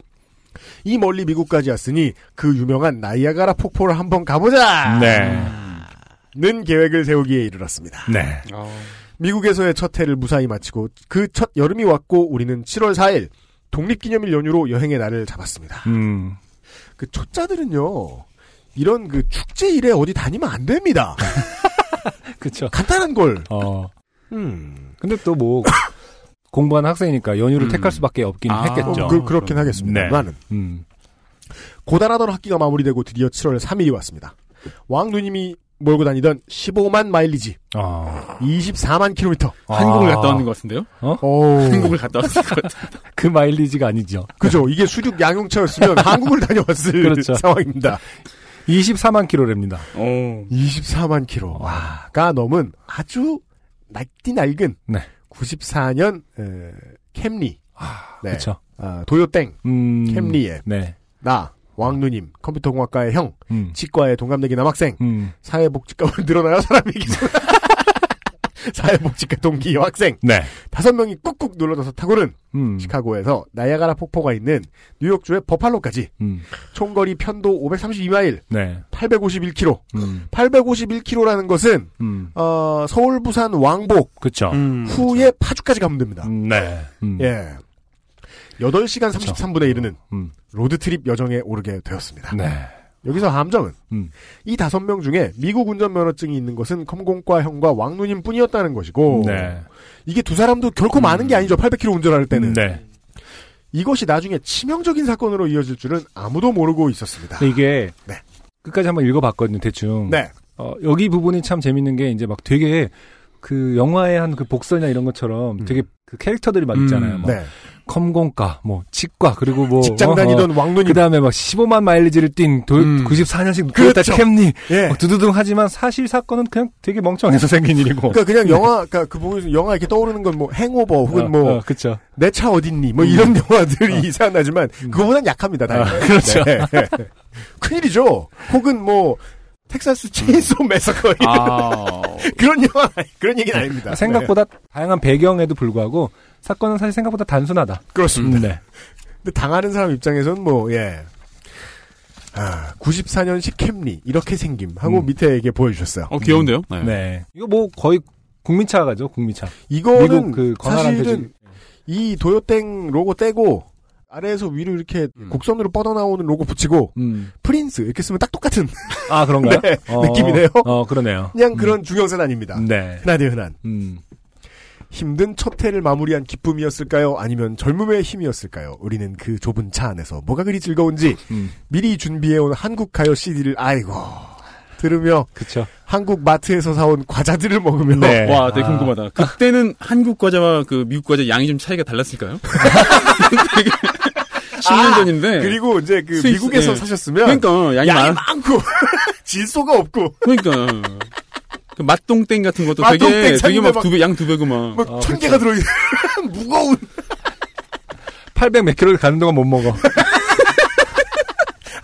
S1: 이 멀리 미국까지 왔으니 그 유명한 나이아가라 폭포를 한번 가보자!
S2: 네.
S1: 는 계획을 세우기에 이르렀습니다.
S2: 네.
S1: 미국에서의 첫 해를 무사히 마치고 그 첫 여름이 왔고 우리는 7월 4일 독립기념일 연휴로 여행의 날을 잡았습니다.
S2: 음.
S1: 그 초짜들은요. 이런 그 축제 일에 어디 다니면 안 됩니다.
S2: 그쵸.
S1: 간단한 걸.
S2: 어.
S1: 음.
S2: 근데 또 뭐, 공부하는 학생이니까 연휴를
S7: 음.
S2: 택할 수밖에 없긴
S7: 아.
S2: 했겠죠.
S7: 어,
S1: 그, 그렇긴
S7: 그럼.
S1: 하겠습니다.
S2: 네.
S1: 나는
S2: 음.
S1: 고단하던 학기가 마무리되고 드디어 7월 3일이 왔습니다. 왕 누님이 몰고 다니던 15만 마일리지,
S2: 아.
S1: 24만 킬로미터.
S7: 한국을
S2: 아.
S7: 갔다 오는 것 같은데요?
S2: 음.
S1: 오.
S7: 한국을 갔다 왔을 것 같아요.
S2: 그 마일리지가 아니죠.
S1: 그죠? 이게 수륙 양용차였으면 한국을 다녀왔을
S2: 그렇죠.
S1: 상황입니다.
S2: 24만 킬로랍니다.
S1: 24만 킬로가 넘은 아주 낡디 낡은
S2: 네.
S1: 94년 에, 캠리 네.
S2: 그쵸.
S1: 아, 도요땡
S2: 음.
S1: 캠리의
S2: 네.
S1: 나 왕누님 컴퓨터공학과의 형
S2: 음.
S1: 치과의 동갑내기 남학생
S2: 음.
S1: 사회복지과만 늘어나요 사람이 기존 사회복지과 동기 여학생
S2: 네.
S1: 다섯 명이 꾹꾹 눌러져서 타고는
S2: 음.
S1: 시카고에서 나야가라 폭포가 있는 뉴욕주의 버팔로까지
S2: 음.
S1: 총거리 편도 532마일
S2: 네.
S1: 851km
S2: 음.
S1: 851km라는 것은
S2: 음.
S1: 어, 서울 부산 왕복
S2: 그쵸.
S1: 후에 파주까지 가면 됩니다.
S2: 음, 네. 음.
S1: 예. 8시간 33분에 이르는
S2: 음.
S1: 로드트립 여정에 오르게 되었습니다.
S2: 네.
S1: 여기서 함정은
S2: 음.
S1: 이 다섯 명 중에 미국 운전면허증이 있는 것은 컴공과 형과 왕누님 뿐이었다는 것이고
S2: 네. 음.
S1: 이게 두 사람도 결코 많은 게 아니죠. 800km 운전할 때는.
S2: 네.
S1: 이것이 나중에 치명적인 사건으로 이어질 줄은 아무도 모르고 있었습니다.
S2: 근데 이게
S1: 네.
S2: 끝까지 한번 읽어봤거든요. 대충.
S1: 네.
S2: 어, 여기 부분이 참 재밌는 게 이제 막 되게 그 영화의 한 그 복선이나 이런 것처럼
S1: 음.
S2: 되게 그 캐릭터들이 막 있잖아요.
S7: 음,
S2: 막
S1: 네.
S2: 컴공과, 뭐 치과 그리고 뭐
S1: 직장 다니던 왕누님.
S2: 그 다음에 막 15만 마일리지를 뛴 도,
S7: 음.
S2: 94년식
S1: 그렇죠.
S2: 그렇다 캠리
S1: 예.
S2: 막 두두둥 하지만 사실 사건은 그냥 되게 멍청해서 생긴 일이고.
S1: 그러니까 그냥 영화 그러니까 그 부분에서 영화 이렇게 떠오르는 건 뭐 행오버 혹은 뭐
S2: 네. 어, 음. 그쵸.
S1: 내 차 어딨니? 뭐 이런 영화들이 이상하지만 그거보단 약합니다. 다행히.
S2: 음. 그렇죠.
S1: 네. 큰일이죠. 혹은 뭐
S2: 음.
S1: 텍사스 체인소 매서커
S7: 아,
S1: 그런 영화 아니- 그런 얘기는 아닙니다. 네.
S2: 생각보다 다양한 배경에도 불구하고 사건은 사실 생각보다 단순하다.
S1: 네. 그렇습니다.
S2: 네.
S1: 근데 당하는 사람 입장에선 뭐 예. 아, 94년식 캠리 이렇게 생김 하고
S2: 음.
S1: 밑에 이게 보여주셨어요.
S7: 어 귀여운데요? 네.
S2: 네. 이거 뭐 거의 국민차 가죠, 국민차.
S1: 이거는
S2: 미국 그 광활한
S1: 사실은 이 도요땡 로고 떼고 아래에서 위로 이렇게
S7: 음.
S1: 곡선으로 뻗어나오는 로고 붙이고
S2: 음.
S1: 프린스 이렇게 쓰면 딱 똑같은
S2: 아, 그런가요?
S1: 네, 느낌이네요.
S2: 어, 그러네요.
S1: 그냥 그런 중형선 아닙니다.
S2: 음. 네.
S1: 흔하대 흔한
S2: 음.
S1: 힘든 첫 해를 마무리한 기쁨이었을까요? 아니면 젊음의 힘이었을까요? 우리는 그 좁은 차 안에서 뭐가 그리 즐거운지
S2: 음.
S1: 미리 준비해온 한국 가요 CD를 아이고 들으며
S2: 그쵸.
S1: 한국 마트에서 사온 과자들을 먹으며
S2: 네.
S7: 어, 와, 되게
S2: 아.
S7: 궁금하다. 그때는 한국 과자와 그 미국 과자 양이 좀 차이가 달랐을까요? 되게
S2: 아.
S7: 10년 전인데.
S1: 그리고 이제 그
S7: 스위스,
S1: 미국에서
S7: 예.
S1: 사셨으면
S7: 그러니까 양이
S1: 양이
S7: 많아.
S1: 많고 질소가 없고
S7: 그러니까 그 맛동땡 같은 것도
S1: 맛동땡
S7: 되게 되게
S1: 샀는데
S7: 막 두 배 양 두 배고 막.
S1: 뭐 천 개가 들어 있는 무거운
S2: 800몇 킬로를 가는 동안 못 먹어.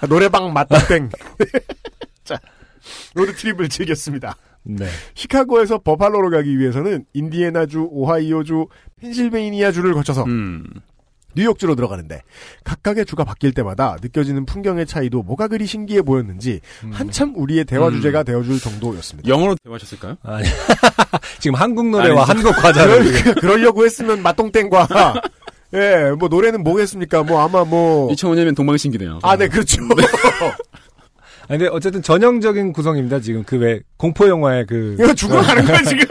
S1: 아, 노래방 맛땡 자 로드트립을 즐겼습니다.
S2: 네.
S1: 시카고에서 버팔로로 가기 위해서는 인디애나주, 오하이오주, 펜실베이니아주를 거쳐서
S7: 음.
S1: 뉴욕주로 들어가는데 각각의 주가 바뀔 때마다 느껴지는 풍경의 차이도 뭐가 그리 신기해 보였는지 한참 우리의 대화
S7: 음.
S1: 주제가 되어줄 정도였습니다.
S7: 영어로 대화하셨을까요?
S2: 아니, 지금 한국 노래와
S7: 아니,
S2: 한국 과자를.
S1: 그러니까 그러려고 했으면 맛동땡과 예, 뭐 노래는 뭐겠습니까? 아, 뭐 아마 뭐
S7: 2005년이면 동방신기네요.
S1: 아, 네, 그렇죠.
S2: 근데 어쨌든 전형적인 구성입니다. 지금 그 왜 공포 영화의 그
S1: 이거 죽어가는 거야 지금.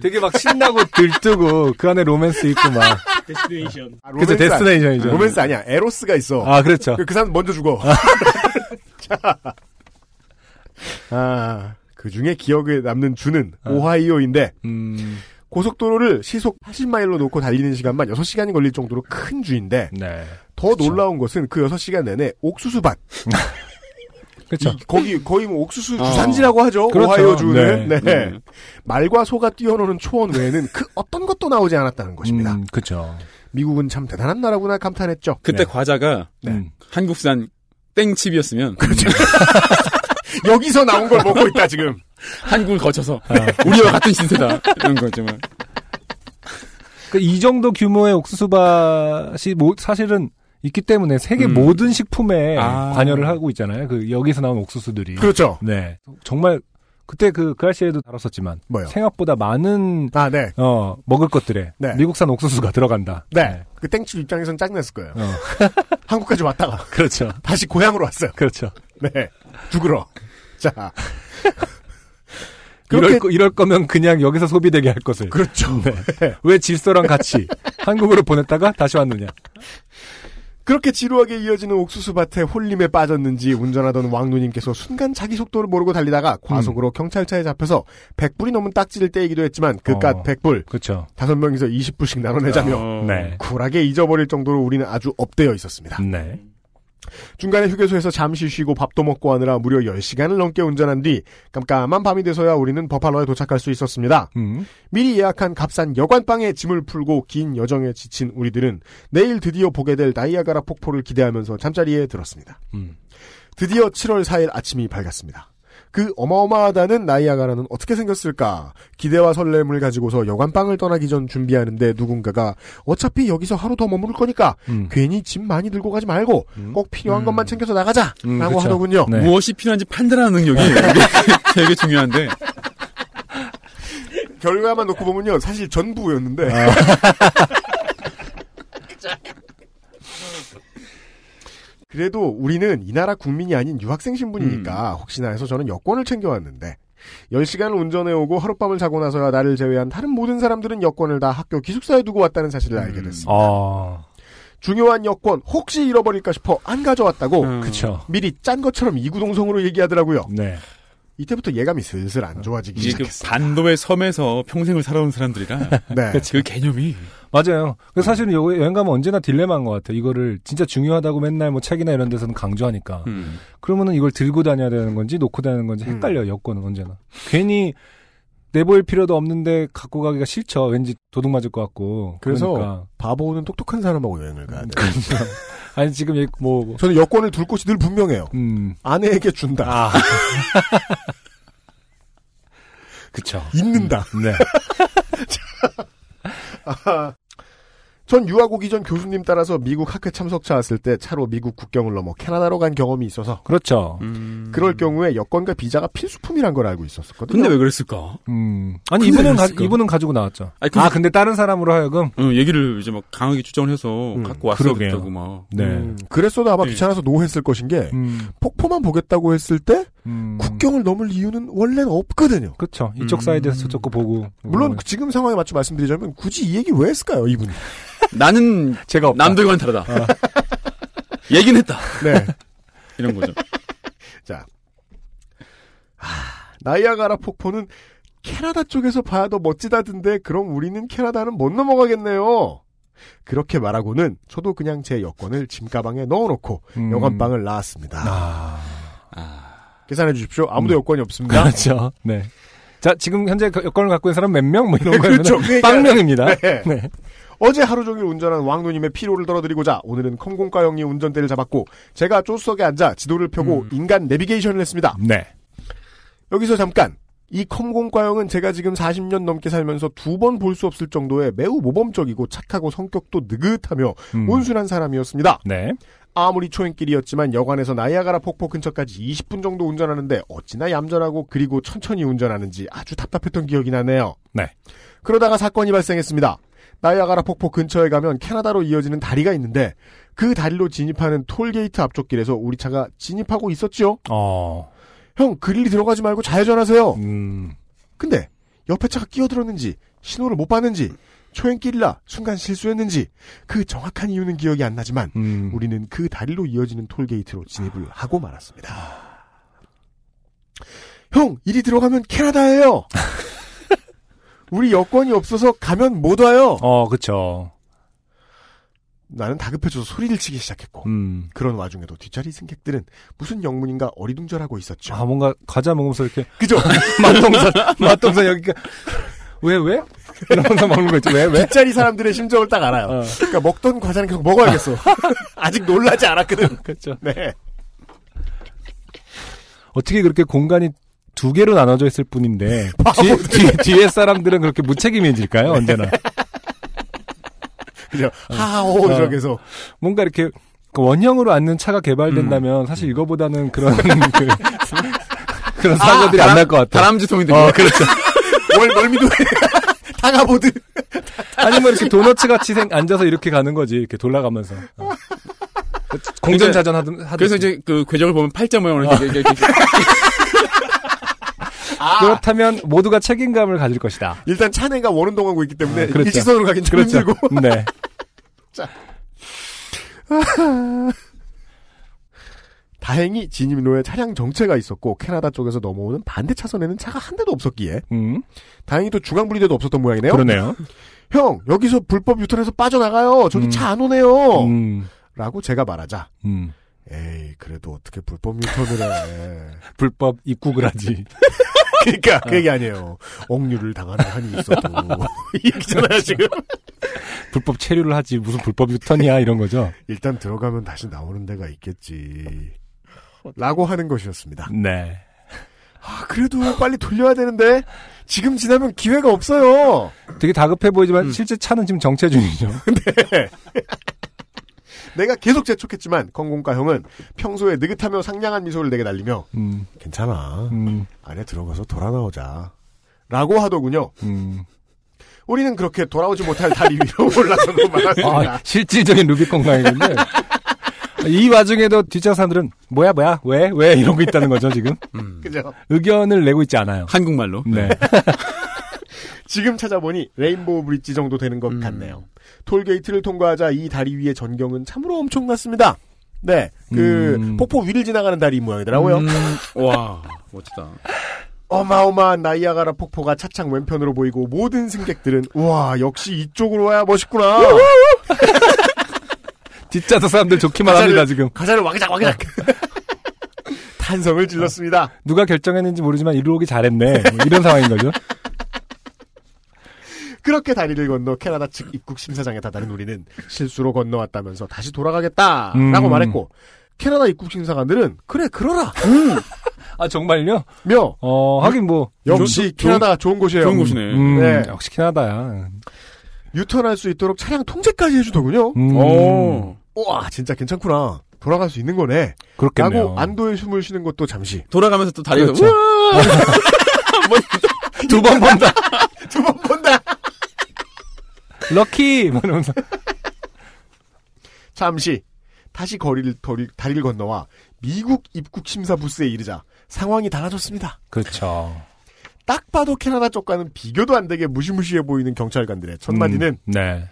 S2: 되게 막 신나고 들뜨고 그 안에 로맨스 있고 막
S9: 데스티네이션.
S1: 아,
S2: 그죠
S1: 로맨스
S2: 데스티네이션이죠.
S1: 아니- 로맨스 아니야. 에로스가 있어.
S2: 아 그렇죠.
S1: 그, 그 사람 먼저 죽어. 자. 아, 그 중에 기억에 남는 주는
S2: 아.
S1: 오하이오인데,
S2: 음,
S1: 고속도로를 시속 80마일로 놓고 달리는 시간만 6시간이 걸릴 정도로 큰 주인데,
S2: 네.
S1: 더 놀라운 것은 그 6시간 내내 옥수수밭.
S2: 그렇죠.
S1: 이- 거기, 거의 뭐 옥수수
S7: 어.
S1: 주산지라고 하죠.
S2: 아. 그렇죠.
S1: 오하이오 주는.
S2: 네.
S1: 네.
S7: 네.
S1: 말과 소가 뛰어노는 초원 외에는 그 어떤 것도 나오지 않았다는 것입니다.
S2: 음, 그렇죠.
S1: 미국은 참 대단한 나라구나 감탄했죠.
S2: 네.
S7: 그때 과자가
S2: 음.
S7: 한국산 땡칩이었으면
S1: 그렇죠. 여기서 나온 걸 먹고 있다, 지금.
S7: 한국을 거쳐서
S2: 아,
S7: 우리와 같은 신세다 이런 거죠. 뭐.
S2: 그 이 정도 규모의 옥수수밭이 뭐- 사실은 있기 때문에 세계
S7: 음.
S2: 모든 식품에
S7: 아.
S2: 관여를 하고 있잖아요. 그 여기서 나온 옥수수들이.
S1: 그렇죠.
S2: 네. 정말 그때 그 그 아씨에도 다뤘었지만
S1: 뭐요?
S2: 생각보다 많은
S1: 아, 네.
S2: 어 먹을 것들에
S1: 네.
S2: 미국산 옥수수가 들어간다.
S1: 네. 그 땡칠 입장에선 짜증났을 거예요.
S2: 어.
S1: 한국까지 왔다가
S2: 그렇죠.
S1: 다시 고향으로 왔어요.
S2: 그렇죠.
S1: 네. 죽으러. 자.
S2: 이럴,
S1: 그렇게
S2: 거, 이럴 거면 그냥 여기서 소비되게 할 것을
S1: 그렇죠.
S2: 왜 질서랑 같이 한국으로 보냈다가 다시 왔느냐.
S1: 그렇게 지루하게 이어지는 옥수수밭에 홀림에 빠졌는지 운전하던 왕누님께서 순간 자기 속도를 모르고 달리다가 과속으로 경찰차에 잡혀서 100불이 넘은 딱지를 떼이기도 했지만 그깟
S2: 어.
S1: 100불
S2: 그렇죠.
S1: 다섯 명이서 20불씩 나눠내자며
S7: 어,
S2: 네.
S1: 쿨하게 잊어버릴 정도로 우리는 아주 업되어 있었습니다.
S2: 네.
S1: 중간에 휴게소에서 잠시 쉬고 밥도 먹고 하느라 무려 10시간을 넘게 운전한 뒤 깜깜한 밤이 돼서야 우리는 버팔로에 도착할 수 있었습니다.
S2: 음.
S1: 미리 예약한 값싼 여관방에 짐을 풀고 긴 여정에 지친 우리들은 내일 드디어 보게 될 나이아가라 폭포를 기대하면서 잠자리에 들었습니다.
S2: 음.
S1: 드디어 7월 4일 아침이 밝았습니다. 그 어마어마하다는 나이아가라는 어떻게 생겼을까? 기대와 설렘을 가지고서 여관방을 떠나기 전 준비하는데 누군가가 어차피 여기서 하루 더 머무를 거니까
S2: 음.
S1: 괜히 짐 많이 들고 가지 말고 꼭 필요한 것만 챙겨서 나가자!
S2: 음,
S1: 라고
S2: 그쵸.
S1: 하더군요.
S2: 네.
S7: 무엇이 필요한지 판단하는 능력이
S1: 네.
S7: 되게 중요한데
S1: 어. 결과만 놓고 보면요. 사실 전부였는데. 그래도 우리는 이 나라 국민이 아닌 유학생 신분이니까 혹시나 해서 저는 여권을 챙겨왔는데 10시간을 운전해오고 하룻밤을 자고 나서야 나를 제외한 다른 모든 사람들은 여권을 다 학교 기숙사에 두고 왔다는 사실을 알게 됐습니다.
S2: 아,
S1: 중요한 여권 혹시 잃어버릴까 싶어 안 가져왔다고
S7: 음.
S2: 그렇죠.
S1: 미리 짠 것처럼 이구동성으로 얘기하더라고요.
S2: 네.
S1: 이때부터 예감이 슬슬 안 좋아지기
S7: 이게 그
S1: 시작했어요.
S7: 반도의 섬에서 평생을 살아온 사람들이라
S1: 네.
S7: 그 개념이
S2: 맞아요. 그 사실은 여- 여행 가면 언제나 딜레마인 것 같아요. 이거를 진짜 중요하다고 맨날 뭐 책이나 이런 데서는 강조하니까.
S7: 음.
S2: 그러면은 이걸 들고 다녀야 되는 건지 놓고 다니는 건지 헷갈려요. 여권은 언제나. 괜히 내보일 필요도 없는데 갖고 가기가 싫죠. 왠지 도둑 맞을 것 같고.
S1: 그래서
S2: 그러니까.
S1: 바보는 똑똑한 사람하고 여행을 가야 돼.
S2: 아니 지금 얘- 뭐 뭐,
S1: 저는 여권을 둘 곳이 늘 분명해요.
S2: 음.
S1: 아내에게 준다.
S2: 그쵸.
S1: 잊는다.
S2: 네.
S1: 전 유학 오기 전 교수님 따라서 미국 학회 참석차 왔을 때 차로 미국 국경을 넘어 캐나다로 간 경험이 있어서
S2: 그렇죠.
S7: 음.
S1: 그럴 경우에 여권과 비자가 필수품이란 걸 알고 있었었거든요.
S7: 근데 왜 그랬을까? 어,
S2: 음. 아니,
S7: 근데
S2: 이분은, 가,
S7: 그랬을까?
S2: 이분은 가지고 나왔죠.
S7: 아니, 근데-
S2: 아, 근데 다른 사람으로 하여금?
S7: 어, 얘기를 이제 막 강하게 주장을 해서
S1: 음,
S7: 갖고 왔어야겠다고
S2: 그러게요.
S7: 막.
S2: 네.
S1: 음, 그랬어도 아마
S7: 네.
S1: 귀찮아서 노했을 것인 게
S2: 음.
S1: 폭포만 보겠다고 했을 때
S2: 음.
S1: 국경을 넘을 이유는 원래는 없거든요.
S2: 그쵸. 이쪽 사이드에서 저쪽 거 보고. 음.
S1: 물론 지금 상황에 맞춰 말씀드리자면 굳이 이 얘기 왜 했을까요, 이분?
S7: 나는
S2: 제가 없다. 어.
S7: 남들과는 다르다. 얘긴 했다.
S1: 네.
S7: 이런 거죠.
S1: 자. 하, 나이아가라 폭포는 캐나다 쪽에서 봐야 더 멋지다던데 그럼 우리는 캐나다는 못 넘어가겠네요. 그렇게 말하고는 저도 그냥 제 여권을 짐 가방에 넣어놓고
S2: 음.
S1: 여관방을 나왔습니다.
S2: 아. 음.
S1: 계산해 주십시오. 아무도 여권이 없습니다.
S2: 그렇죠. 네. 자, 지금 현재 그 여권을 갖고 있는 사람 몇 명? 뭐 이런 거면
S1: 그렇죠. 그 얘기야.
S2: 빵명입니다.
S1: 네.
S2: 네.
S1: 어제 하루 종일 운전한 왕누님의 피로를 덜어드리고자 오늘은 컴공과 형이 운전대를 잡았고 제가 조수석에 앉아 지도를 펴고
S2: 음.
S1: 인간 내비게이션을 했습니다.
S2: 네.
S1: 여기서 잠깐. 이 컴공과형은 제가 지금 40년 넘게 살면서 두 번 볼 수 없을 정도의 매우 모범적이고 착하고 성격도 느긋하며
S2: 음.
S1: 온순한 사람이었습니다.
S2: 네.
S1: 아무리 초행길이었지만 여관에서 나이아가라 폭포 근처까지 20분 정도 운전하는데 어찌나 얌전하고 그리고 천천히 운전하는지 아주 답답했던 기억이 나네요.
S2: 네.
S1: 그러다가 사건이 발생했습니다. 나이아가라 폭포 근처에 가면 캐나다로 이어지는 다리가 있는데 그 다리로 진입하는 톨게이트 앞쪽 길에서 우리 차가 진입하고 있었죠.
S2: 어,
S1: 형 그릴리 들어가지 말고 좌회전하세요.
S2: 음,
S1: 근데 옆에 차가 끼어들었는지 신호를 못 봤는지 초행길이라 순간 실수했는지 그 정확한 이유는 기억이 안 나지만
S2: 음. 아.
S1: 우리는 그 다리로 이어지는 톨게이트로 진입을 하고 말았습니다. 형, 이리 들어가면 캐나다예요. 우리 여권이 없어서 가면 못 와요.
S2: 어, 그쵸.
S1: 나는 다급해져서 소리를 치기 시작했고
S2: 음.
S1: 그런 와중에도 뒷자리 승객들은 무슨 영문인가 어리둥절하고 있었죠.
S2: 아, 뭔가 과자 먹으면서 이렇게
S1: 그죠?
S2: 맛동산, 맛동산 여기가 왜 왜? 이러면서 먹는 거 있죠. 왜 왜?
S1: 네? 뒷자리 사람들의 심정을 딱 알아요.
S2: 어.
S1: 그러니까 먹던 과자는 계속 먹어야겠어. 아직 놀라지 않았거든.
S2: 그렇죠.
S1: 네.
S2: 어떻게 그렇게 공간이 두 개로 나눠져 있을 뿐인데 뒤, 뒤, 뒤에 사람들은 그렇게 무책임해질까요? 언제나
S1: 그죠?
S2: 어.
S1: 하오 이렇게 해서
S2: 뭔가 이렇게 그 원형으로 앉는 차가 개발된다면 사실 이거보다는 그런 그, 그런 사고들이 안 날 것 같아. 요
S7: 다람쥐통이 되게
S2: 어, 그렇죠.
S1: 월 멀미도 다가보드
S2: 아니면 뭐 이렇게 도너츠 같이 생, 앉아서 이렇게 가는 거지. 이렇게 돌아가면서. 어. 공전자전 하든, 하든.
S7: 그래서 이제 그 궤적을 보면 팔자 모양으로 이렇게, 이렇게, 이렇게
S2: 그렇다면 모두가 책임감을 가질 것이다.
S1: 일단 차내가 원운동하고 있기 때문에
S2: 아, 그렇죠.
S1: 일직선으로 가긴 좀
S2: 그렇죠.
S1: 힘들고
S2: 네.
S1: 다행히 진입로에 차량 정체가 있었고 캐나다 쪽에서 넘어오는 반대 차선에는 차가 한 대도 없었기에
S2: 음.
S1: 다행히 또 중앙 분리대도 없었던 모양이네요.
S2: 그러네요.
S1: 형 여기서 불법 유턴해서 빠져나가요. 저기
S2: 음.
S1: 차 안 오네요.
S2: 음.
S1: 라고 제가 말하자
S2: 음.
S1: 에이 그래도 어떻게 불법 유턴을 해.
S2: 불법 입국을 하지.
S1: 그러니까 그 얘기 아니에요. 억류를 당하는 한이 있어도 그렇죠. 이 얘기잖아요 지금.
S2: 불법 체류를 하지. 무슨 불법 유턴이야. 이런 거죠.
S1: 일단 들어가면 다시 나오는 데가 있겠지. 라고 하는 것이었습니다.
S2: 네.
S1: 아, 그래도 빨리 돌려야 되는데 지금 지나면 기회가 없어요.
S2: 되게 다급해 보이지만 실제 차는 지금 정체 중이죠.
S1: 내가 계속 재촉했지만 건공과 형은 평소에 느긋하며 상냥한 미소를 내게 날리며
S2: 음.
S1: 괜찮아
S2: 음.
S1: 안에 들어가서 돌아 나오자 라고 하더군요.
S2: 음.
S1: 우리는 그렇게 돌아오지 못할 다리 위로 올라서고 말았습니다.
S2: 아, 실질적인 루비콘 강의군요. 이 와중에도 뒷차 사람들은 뭐야 뭐야 왜 왜 이러고 있다는 거죠 지금
S1: 그죠?
S2: 의견을 내고 있지 않아요.
S7: 한국말로.
S2: 네.
S1: 지금 찾아보니 레인보우 브릿지 정도 되는
S2: 음.
S1: 것 같네요. 톨게이트를 통과하자 이 다리 위의 전경은 참으로 엄청났습니다. 네, 그
S2: 음.
S1: 폭포 위를 지나가는 다리 모양이더라고요.
S7: 음, 와, 멋지다.
S1: 어마어마한 나이아가라 폭포가 차창 왼편으로 보이고 모든 승객들은 우와 역시 이쪽으로 와야 멋있구나.
S2: 뒷차 사람들 좋기만 합니다 지금.
S1: 가사를 와그작 와그작. 네. 탄성을 질렀습니다.
S2: 누가 결정했는지 모르지만 이리로 오기 잘했네. 뭐 이런 상황인 거죠.
S1: 그렇게 다리를 건너 캐나다 측 입국 심사장에 다다른 우리는 실수로 건너왔다면서 다시 돌아가겠다라고
S2: 음.
S1: 말했고 캐나다 입국 심사관들은 그래 그러라
S2: 아 정말요?
S1: 며
S2: 어 하긴 뭐
S1: 역시 캐나다 좋은 곳이에요.
S7: 좋은 곳이네.
S2: 음,
S1: 네.
S2: 역시 캐나다야.
S1: 유턴할 수 있도록 차량 통제까지 해주더군요.
S2: 음,
S7: 오.
S1: 우와 진짜 괜찮구나. 돌아갈 수 있는 거네.
S2: 그렇겠네요.
S1: 라고 안도의 숨을 쉬는 것도 잠시
S7: 돌아가면서 또 다리가
S2: 그렇죠.
S7: 우와!
S2: 두 번 본다.
S1: 두 번 본다.
S2: 럭키. 뭐 이러면서.
S1: 잠시 다시 거리를 거리- 다리를 건너와 미국 입국 심사 부스에 이르자 상황이 달라졌습니다.
S2: 그렇죠.
S1: 딱 봐도 캐나다 쪽과는 비교도 안 되게 무시무시해 보이는 경찰관들의 첫 마디는
S2: 음, 네.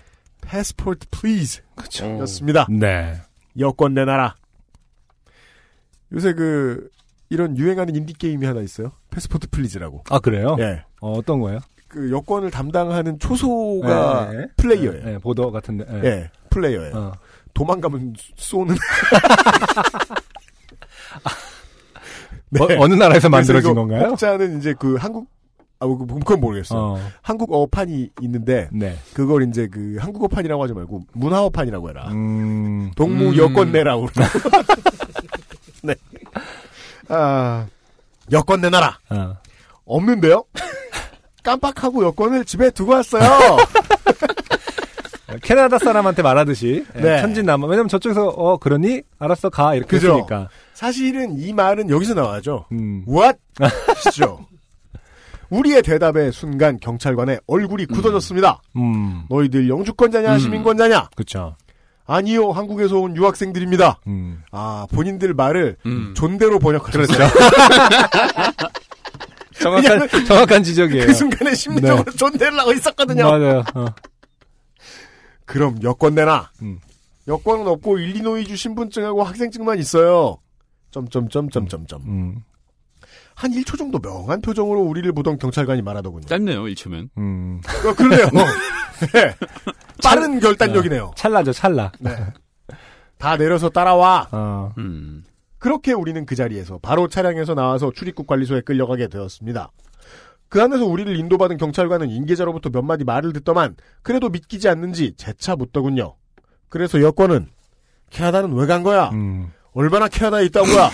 S1: passport please
S2: 그렇죠.
S1: 였습니다.
S2: 네.
S1: 여권 내놔라. 요새 그 이런 유행하는 인디 게임이 하나 있어요. 패스포트 플리즈라고.
S2: 아 그래요?
S1: 예.
S2: 어, 어떤 거예요?
S1: 그 여권을 담당하는 초소가
S2: 네.
S1: 플레이어예요.
S2: 네, 보더 같은데.
S1: 예.
S2: 네.
S1: 플레이어예요.
S2: 어.
S1: 도망가면 쏘는
S2: 어, 어느 나라에서 만들어진
S1: 네. 그래서 이거
S2: 건가요?
S1: 혹자는 이제 그 한국 아 그- 그건 모르겠어요.
S2: 어,
S1: 한국어판이 있는데
S2: 네.
S1: 그걸 이제 그 한국어판이라고 하지 말고 문화어판이라고 해라.
S2: 음,
S1: 동무
S7: 음.
S1: 여권 내라고. 네. 아 여권 내놔라.
S2: 어.
S1: 없는데요? 깜빡하고 여권을 집에 두고 왔어요.
S2: 캐나다 사람한테 말하듯이 예,
S1: 네.
S2: 천진 남아. 왜냐면 저쪽에서 어 그러니 알았어 가 이렇게
S1: 그죠.
S2: 했으니까.
S1: 사실은 이 말은 여기서 나와죠.
S2: 음.
S1: What? 시죠. 우리의 대답의 순간 경찰관의 얼굴이 굳어졌습니다.
S2: 음,
S1: 너희들 영주권자냐
S7: 음.
S1: 시민권자냐?
S2: 그쵸.
S1: 아니요, 한국에서 온 유학생들입니다.
S2: 음,
S1: 아, 본인들 말을
S7: 음.
S1: 존대로 번역하셨어요.
S2: 정확한, 정확한 지적이에요.
S1: 그 순간에 심리적으로 존대를 하고 있었거든요.
S2: 맞아요. 어.
S1: 그럼 여권 내놔.
S2: 음.
S1: 여권은 없고 일리노이주 신분증하고 학생증만 있어요. 점점점점점점.
S2: 음,
S1: 한 1초 정도 명한 표정으로 우리를 보던 경찰관이 말하더군요.
S7: 짧네요 1초면.
S2: 음.
S1: 어, 그러네요. 네. 빠른 결단력이네요.
S2: 찰나죠, 찰나.
S1: 다 내려서 따라와.
S2: 어,
S7: 음.
S1: 그렇게 우리는 그 자리에서 바로 차량에서 나와서 출입국 관리소에 끌려가게 되었습니다. 그 안에서 우리를 인도받은 경찰관은 인계자로부터 몇 마디 말을 듣더만 그래도 믿기지 않는지 재차 묻더군요. 그래서 여권은 캐나다는 왜 간 거야?
S2: 음.
S1: 얼마나 캐나다에 있다온 거야?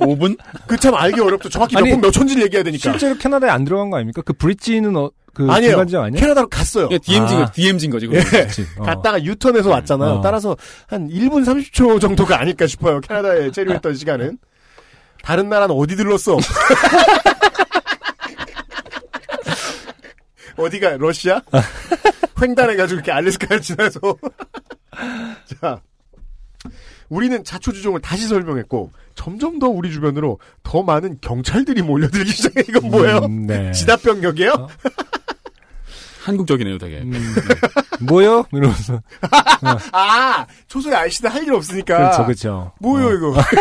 S7: 5분?
S1: 그 참 알기 어렵죠. 정확히
S2: 아니,
S1: 몇분 몇천지를 얘기해야 되니까.
S2: 실제로 캐나다에 안 들어간 거 아닙니까? 그 브릿지는 어, 그
S1: 그러니까. 아니에요.
S2: 중간지점 아니에요?
S1: 캐나다로 갔어요.
S7: 예, DMZ인
S2: 아.
S7: 거, DMZ인 거지. 그거.
S1: 예.
S2: 어.
S1: 갔다가 유턴해서 왔잖아요.
S2: 어.
S1: 따라서 한 1분 30초 정도가 아닐까 싶어요. 캐나다에 체류했던 시간은. 다른 나라는 어디 들렀어? 어디가 러시아? 횡단해가지고 이렇게 알래스카를 지나서. 자, 우리는 자초주종을 다시 설명했고 점점 더 우리 주변으로 더 많은 경찰들이 몰려들기 시작해. 이건 뭐예요?
S2: 음, 네.
S1: 지답병력이에요?
S7: 한국적이네요 되게.
S2: 음. 뭐요? 이러면서.
S1: 아 초소에 아저씨들 할 일 없으니까.
S2: 어. 그렇죠, 그렇죠.
S1: 뭐요
S2: 어.
S1: 이거?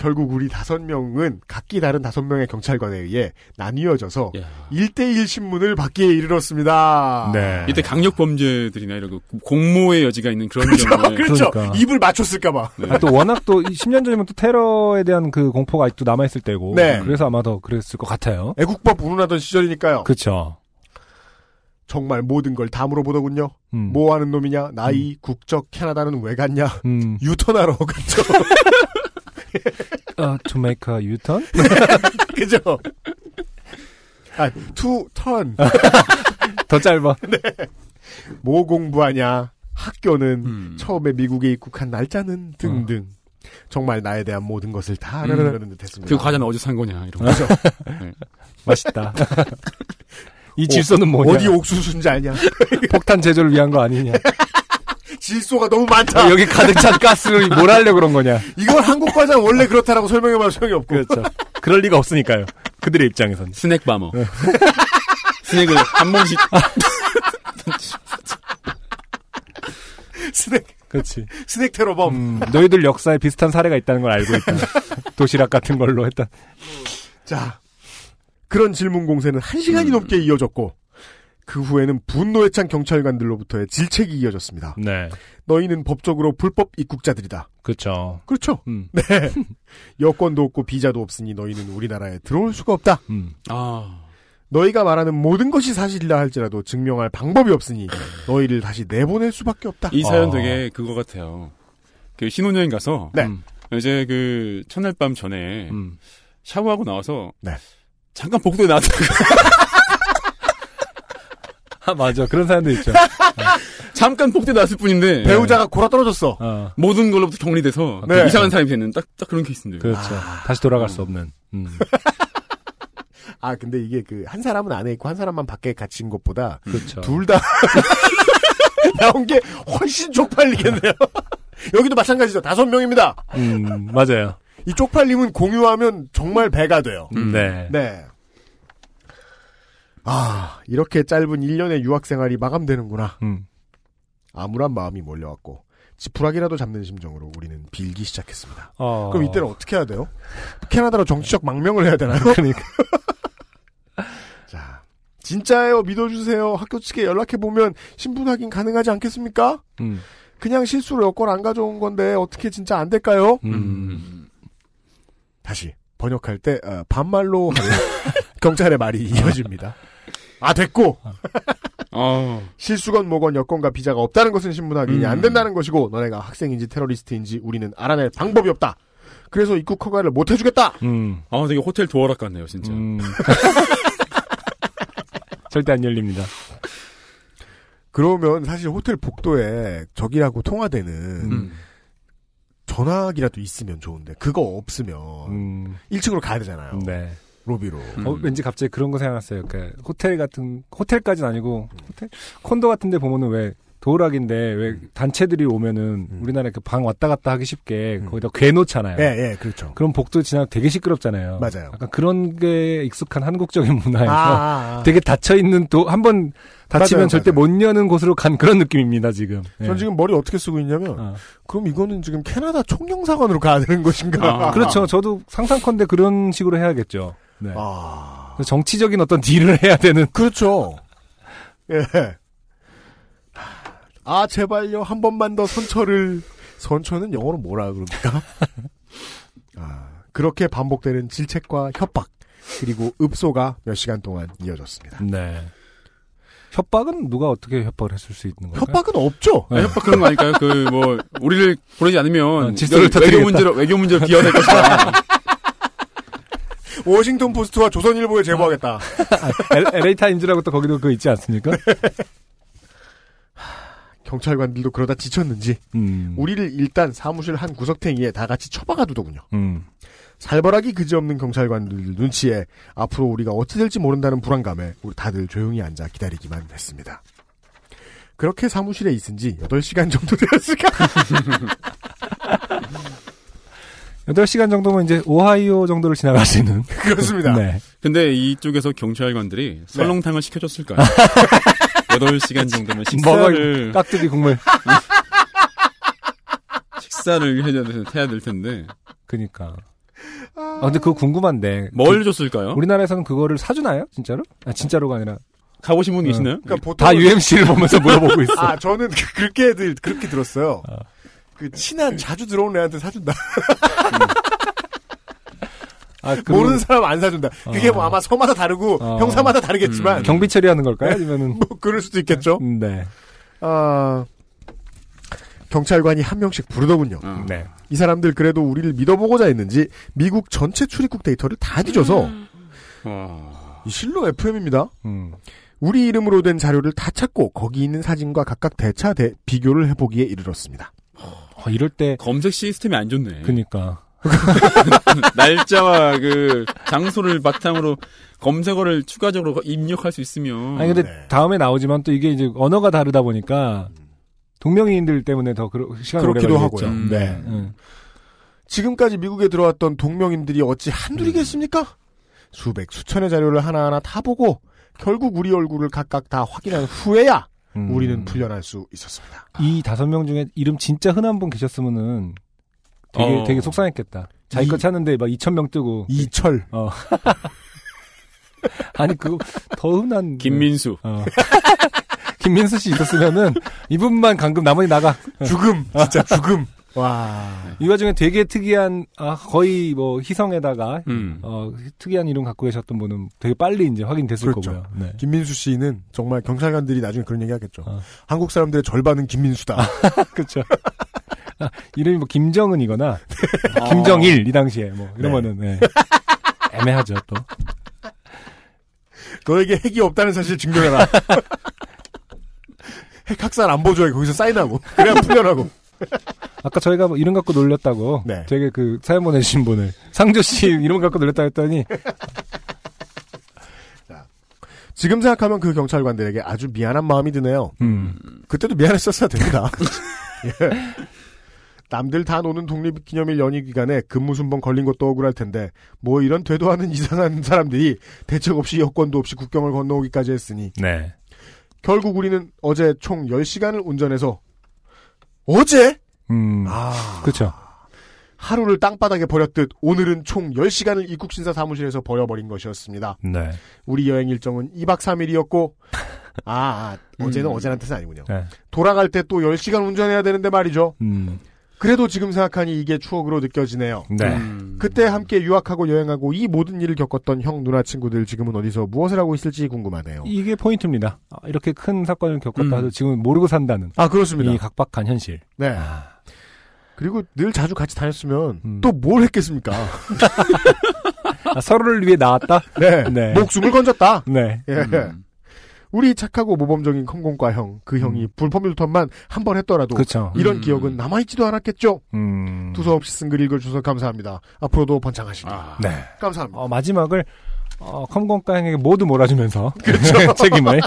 S1: 결국 우리 다섯 명은 각기 다른 다섯 명의 경찰관에 의해 나뉘어져서
S2: 예.
S7: 야.
S1: 일대일 신문을 받기에 이르렀습니다.
S2: 네.
S7: 이때 강력 범죄들이나 이런 거 공모의 여지가 있는 그런
S1: 그렇죠.
S7: 경우에
S1: 그렇죠.
S2: 그러니까.
S1: 입을 맞췄을까봐.
S7: 네.
S2: 아, 또 워낙 또 10년 전이면 또 테러에 대한 그 공포가 아직도 남아있을 때고.
S1: 네.
S2: 그래서 아마 더 그랬을 것 같아요.
S1: 애국법 운운하던 시절이니까요.
S2: 그쵸.
S1: 정말 모든 걸 다 물어보더군요.
S2: 음.
S1: 뭐 하는 놈이냐? 나이, 국적, 캐나다는 왜 갔냐?
S2: 음.
S1: 유턴하러 갔죠.
S2: 어, to make a U-turn?
S1: 그죠? 아, 투턴.
S2: 아. 더 짧아.
S1: 뭐 공부하냐? 학교는
S7: 음.
S1: 처음에 미국에 입국한 날짜는 등등 정말 나에 대한 모든 것을 다
S7: 음.
S1: 알아내는 듯했습니다.
S7: 그 과자는 어디서 산 거냐 이런 거.
S2: 맛있다. 이 질서는 뭐냐?
S1: 어디 옥수수인지 아냐?
S2: 폭탄 제조를 위한 거 아니냐?
S1: 질소가 너무 많다.
S2: 아, 여기 가득 찬 가스를 뭘 하려고 그런 거냐?
S1: 이건 한국 과자는 원래 그렇다라고 설명해봐도 소용이 없고
S2: 그렇죠. 그럴 리가 없으니까요. 그들의 입장에선.
S7: 스낵 바머.
S2: 네.
S7: 스낵을 한 번씩
S2: 아.
S1: 스낵
S2: 그렇지.
S1: 스낵 테러범
S2: 음, 너희들 역사에 비슷한 사례가 있다는 걸 알고 있다. 도시락 같은 걸로 했다.
S1: 자 그런 질문 공세는 한 시간이 넘게 이어졌고 그 후에는 분노에 찬 경찰관들로부터의 질책이 이어졌습니다.
S2: 네.
S1: 너희는 법적으로 불법 입국자들이다.
S2: 그렇죠.
S1: 그렇죠.
S2: 음.
S1: 네. 여권도 없고 비자도 없으니 너희는 우리나라에 들어올 수가 없다.
S2: 음.
S7: 아
S1: 너희가 말하는 모든 것이 사실이라 할지라도 증명할 방법이 없으니 너희를 다시 내보낼 수밖에 없다.
S7: 이 사연
S2: 아.
S7: 되게 그거 같아요. 그 신혼여행 가서
S1: 네.
S7: 음, 이제 그 첫날 밤 전에
S2: 음.
S7: 샤워하고 나와서
S1: 네.
S7: 잠깐 복도에 나왔다가
S2: 아, 맞아. 그런 사람도 있죠.
S7: 잠깐 복도에 나왔을 뿐인데
S1: 배우자가 골아 떨어졌어.
S2: 어,
S7: 모든 걸로부터 격리돼서
S1: 네.
S7: 이상한 사람이 되는 딱, 딱 그런 케이스인데. 요
S2: 그렇죠. 다시 돌아갈 수 없는. 음.
S1: 아 근데 이게 그 한 사람은 안에 있고 한 사람만 밖에 갇힌 것보다
S2: 그렇죠.
S1: 둘 다 나온 게 훨씬 쪽팔리겠네요. 여기도 마찬가지죠. 다섯 명입니다.
S2: 음, 맞아요.
S1: 이 쪽팔림은 공유하면 정말 배가 돼요.
S7: 음.
S2: 네.
S1: 네. 아 이렇게 짧은 1년의 유학 생활이 마감되는구나.
S2: 음.
S1: 암울한 마음이 몰려왔고 지푸라기라도 잡는 심정으로 우리는 빌기 시작했습니다.
S2: 어.
S1: 그럼 이때는 어떻게 해야 돼요? 캐나다로 정치적 망명을 해야 되나요?
S2: 그러니까.
S1: 자, 진짜예요. 믿어주세요. 학교 측에 연락해보면 신분 확인 가능하지 않겠습니까?
S2: 음.
S1: 그냥 실수로 여권 안 가져온 건데 어떻게 진짜 안 될까요?
S2: 음.
S1: 다시 번역할 때 어, 반말로 하는 경찰의 말이 이어집니다. 아 됐고
S7: 아,
S1: 실수건 뭐건 여권과 비자가 없다는 것은 신분 확인이
S7: 음.
S1: 안 된다는 것이고 너네가 학생인지 테러리스트인지 우리는 알아낼 방법이 없다. 그래서 입국 허가를 못 해주겠다.
S2: 음.
S7: 아, 되게 호텔 도어락 같네요, 진짜.
S2: 음. 절대 안 열립니다. 음.
S1: 그러면 사실 호텔 복도에 저기하고 통화되는
S7: 음.
S1: 전화기라도 있으면 좋은데 그거 없으면
S2: 음,
S1: 1층으로 가야 되잖아요.
S2: 네.
S1: 로비로.
S2: 어, 왠지 갑자기 그런 거 생각났어요. 그 호텔 같은 호텔까지는 아니고 호텔 콘도 같은데 보면은 왜 도락인데 왜 단체들이 오면은
S1: 음.
S2: 우리나라 이렇게 방 왔다 갔다 하기 쉽게
S1: 음.
S2: 거기다 괴 놓잖아요.
S1: 예, 예, 그렇죠.
S2: 그럼 복도 지나 되게 시끄럽잖아요.
S1: 맞아요.
S2: 약간 그런 게 익숙한 한국적인 문화에서
S1: 아, 아.
S2: 되게 닫혀 있는 도 한 번 닫히면
S1: 맞아요,
S2: 절대
S1: 맞아요.
S2: 못 여는 곳으로 간 그런 느낌입니다 지금. 예.
S1: 전 지금 머리 어떻게 쓰고 있냐면
S2: 아.
S1: 그럼 이거는 지금 캐나다 총영사관으로 가야 되는 것인가?
S7: 아,
S2: 그렇죠. 저도 상상컨대 그런 식으로 해야겠죠. 네.
S1: 아,
S2: 그래서 네. 정치적인 어떤 딜을 해야 되는.
S1: 그렇죠. 예. 아 제발요 한 번만 더 선처를 선처는 영어로 뭐라 그럽니까? 아 그렇게 반복되는 질책과 협박 그리고 읍소가 몇 시간 동안 이어졌습니다.
S2: 네. 협박은 누가 어떻게 협박을 했을 수 있는 건가요?
S1: 그러니까? 협박은 없죠.
S2: 네.
S7: 아, 협박 그런 거 아닐까요? 그 뭐 우리를 보내지 않으면
S2: 아, 질서를
S7: 이건
S2: 터뜨리겠다.
S7: 외교 문제로 외교 문제로 기여될 것이다.
S1: 워싱턴 포스트와 조선일보에 제보하겠다.
S2: LA 아, 타임즈라고 또 거기도 그거 있지 않습니까?
S1: 경찰관들도 그러다 지쳤는지
S2: 음.
S1: 우리를 일단 사무실 한 구석탱이에 다 같이 처박아 두더군요.
S2: 음.
S1: 살벌하기 그지없는 경찰관들 눈치에 앞으로 우리가 어찌 될지 모른다는 불안감에 우리 다들 조용히 앉아 기다리기만 했습니다. 그렇게 사무실에 있은 지 8시간 정도 되었을까?
S2: 8시간 정도면 이제 오하이오 정도를 지나갈 수 있는.
S1: 그렇습니다.
S2: 네.
S7: 근데 이쪽에서 경찰관들이 설렁탕을 시켜줬을까요? 8시간 정도면
S2: 먹을
S7: 식사를
S2: 깍두기 국물.
S7: 식사를 해야 될, 해야 될 텐데
S2: 그니까. 아, 근데 그거 궁금한데.
S7: 뭘
S2: 그-
S7: 줬을까요?
S2: 우리나라에서는 그거를 사주나요? 진짜로? 아, 진짜로가 아니라.
S7: 가보신 분 계시나요?
S1: 그러니까 보통
S2: 다 UMC를 보면서 물어보고 있어.
S1: 아, 저는 그- 그렇게 들 그렇게 들었어요. 그 친한 자주 들어오는 애한테 사준다.
S2: 아, 그리고
S1: 모르는 사람 안 사준다. 그게 뭐 아마 서마다 다르고
S2: 어.
S1: 형사마다 다르겠지만
S2: 경비 처리하는 걸까요? 아니면은.
S1: 뭐 그럴 수도 있겠죠.
S2: 음, 네.
S1: 아, 경찰관이 한 명씩 부르더군요.
S7: 어.
S2: 네.
S1: 이 사람들 그래도 우리를 믿어보고자 했는지 미국 전체 출입국 데이터를 다 뒤져서
S7: 아, 와.
S1: 이 실로 FM입니다.
S2: 음.
S1: 우리 이름으로 된 자료를 다 찾고 거기 있는 사진과 각각 대차 대 비교를 해보기에 이르렀습니다.
S2: 아, 이럴 때.
S7: 검색 시스템이 안 좋네.
S2: 그니까.
S7: 날짜와 그 장소를 바탕으로 검색어를 추가적으로 입력할 수 있으면
S2: 아니 근데
S1: 네.
S2: 다음에 나오지만 또 이게 이제 언어가 다르다 보니까 동명이인들 때문에 더 그러, 시간이 오래
S1: 그렇기도
S2: 걸리겠죠.
S1: 하고요.
S7: 음.
S1: 네.
S2: 음.
S1: 지금까지 미국에 들어왔던 동명인들이 어찌
S2: 음.
S1: 한둘이겠습니까? 수백 수천의 자료를 하나하나 다 보고 결국 우리 얼굴을 각각 다 확인한 후에야
S2: 음.
S1: 우리는 풀려날 수 있었습니다.
S2: 이 다섯 명 중에 이름 진짜 흔한 분 계셨으면은 되게
S7: 어.
S2: 되게 속상했겠다. 자기 거
S1: 이-
S2: 찾는데 막 2천 명 뜨고
S1: 이철
S2: 아니 그거 더 흔한
S7: 김민수
S2: 어. 김민수 씨 있었으면은 이분만 감금 나머지 나가.
S1: 죽음 진짜 죽음 와
S2: 이 와중에 되게 특이한 아, 거의 뭐 희성에다가
S7: 음.
S2: 어, 특이한 이름 갖고 계셨던 분은 되게 빨리 이제 확인됐을
S1: 그렇죠.
S2: 거고요. 네.
S1: 김민수 씨는 정말 경찰관들이 나중에 그런 얘기 하겠죠.
S2: 어.
S1: 한국 사람들의 절반은 김민수다.
S2: 그렇죠. 아, 이름이 뭐 김정은이거나 김정일 이 당시에 뭐 이러면은 네. 애매하죠 또.
S1: 너에게 핵이 없다는 사실 증명해라. 핵 학살 안 보조해 거기서 사인하고 그래야 풀려나고.
S2: 아까 저희가 뭐 이름 갖고 놀렸다고
S1: 네.
S2: 되게 그 사연 보내주신 분을 상조 씨 이름 갖고 놀렸다 했더니
S1: 지금 생각하면 그 경찰관들에게 아주 미안한 마음이 드네요.
S2: 음,
S1: 그때도 미안했었어야 됩니다. 예. 남들 다 노는 독립기념일 연휴 기간에 근무순번 걸린 것도 억울할 텐데 뭐 이런 되도 않은 이상한 사람들이 대책 없이 여권도 없이 국경을 건너오기까지 했으니
S2: 네.
S1: 결국 우리는 어제 총 10시간을 운전해서 어제?
S2: 음,
S1: 아
S2: 그렇죠.
S1: 하루를 땅바닥에 버렸듯 오늘은 총 10시간을 입국신사 사무실에서 버려버린 것이었습니다.
S2: 네.
S1: 우리 여행 일정은 2박 3일이었고 아, 아, 어제는
S7: 음.
S1: 어제란 뜻은 아니군요.
S2: 네.
S1: 돌아갈 때 또 10시간 운전해야 되는데 말이죠.
S2: 음,
S1: 그래도 지금 생각하니 이게 추억으로 느껴지네요.
S2: 네.
S7: 음.
S1: 그때 함께 유학하고 여행하고 이 모든 일을 겪었던 형 누나 친구들 지금은 어디서 무엇을 하고 있을지 궁금하네요.
S2: 이게 포인트입니다. 아, 이렇게 큰 사건을 겪었다
S7: 음.
S2: 해도 지금 모르고 산다는
S1: 아 그렇습니다.
S2: 이 각박한 현실.
S1: 네. 그리고 늘 자주 같이 다녔으면
S2: 음.
S1: 또 뭘 했겠습니까?
S2: 아, 서로를 위해 나왔다.
S1: 네.
S2: 네.
S1: 목숨을 건졌다.
S2: 네.
S1: 예.
S7: 음.
S1: 우리 착하고 모범적인 컴공과 형, 그 형이 불법유턴만 한 번 했더라도
S2: 그렇죠.
S1: 이런
S7: 음.
S1: 기억은 남아있지도 않았겠죠.
S2: 음.
S1: 두서없이 쓴 글 읽어주셔서 감사합니다. 앞으로도 번창하시길
S7: 아,
S2: 네.
S1: 감사합니다.
S2: 어, 마지막을 어, 컴공가행에게 모두 몰아주면서 네, 책임을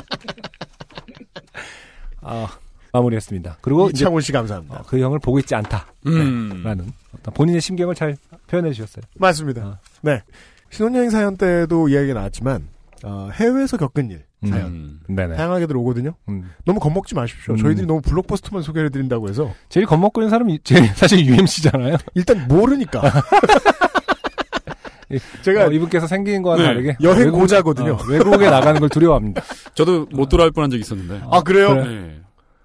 S2: 아, 마무리했습니다. 그리고 이제
S1: 이창훈 씨 감사합니다.
S2: 어, 그 형을 보고 있지 않다라는
S7: 음.
S2: 어떤 본인의 심경을 잘 표현해 주셨어요.
S1: 맞습니다.
S2: 아.
S1: 네. 신혼여행 사연 때도 이야기가 나왔지만, 어, 해외에서 겪은 일, 사연.
S7: 음.
S2: 네네.
S1: 다양하게들 오거든요.
S2: 음.
S1: 너무 겁먹지 마십시오.
S2: 음.
S1: 저희들이 너무 블록버스터만 소개해드린다고 해서,
S2: 제일 겁먹고 있는 사람이 제일 사실 UMC잖아요.
S1: 일단 모르니까. 제가
S2: 어, 이분께서 생긴 거와
S7: 네.
S2: 다르게
S1: 여행
S2: 외국에-
S1: 고자거든요.
S2: 어, 외국에 나가는 걸 두려워합니다.
S7: 저도 못 돌아올 뻔한 적이 있었는데.
S1: 아, 그래요?
S2: 그래.
S7: 네.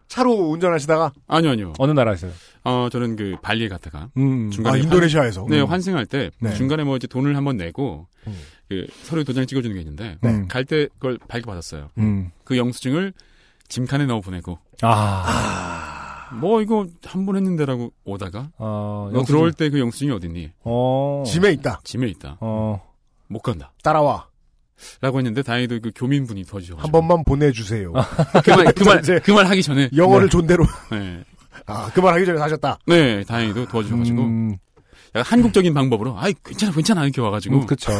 S1: 차로 운전하시다가?
S7: 아니요, 아니요.
S2: 어느 나라에서요?
S7: 어, 저는 그 발리에 갔다가
S2: 음.
S1: 아,
S7: 중간에
S1: 인도네시아에서.
S7: 네,
S1: 음.
S7: 환승할 때
S1: 네.
S7: 중간에 뭐 이제 돈을 한번 내고
S1: 음.
S7: 그 서류 도장 찍어주는 게 있는데
S2: 네.
S7: 갈 때 그걸 발급받았어요.
S2: 음.
S7: 그 영수증을 짐칸에 넣어 보내고
S2: 아,
S7: 뭐 이거 한 번 했는데라고 오다가
S2: 어,
S7: 너
S2: 영수증.
S7: 들어올 때 그 영수증이 어딨니?
S2: 어,
S1: 짐에 있다.
S7: 짐에 있다.
S2: 어,
S7: 못 간다.
S1: 따라와.
S7: 라고 했는데 다행히도 그 교민분이 도와주셔서
S1: 한 번만 보내주세요.
S2: 아,
S7: 그말 그말
S1: 이제-
S7: 그 말 하기 전에
S1: 영어를 존대로.
S7: 네.
S1: 아, 그 말 하기 전에 사셨다.
S7: 네, 다행히도 도와주셔가지고
S2: 음,
S7: 약간 한국적인 방법으로 아이 괜찮아 괜찮아 이렇게 와가지고
S2: 음, 그쵸.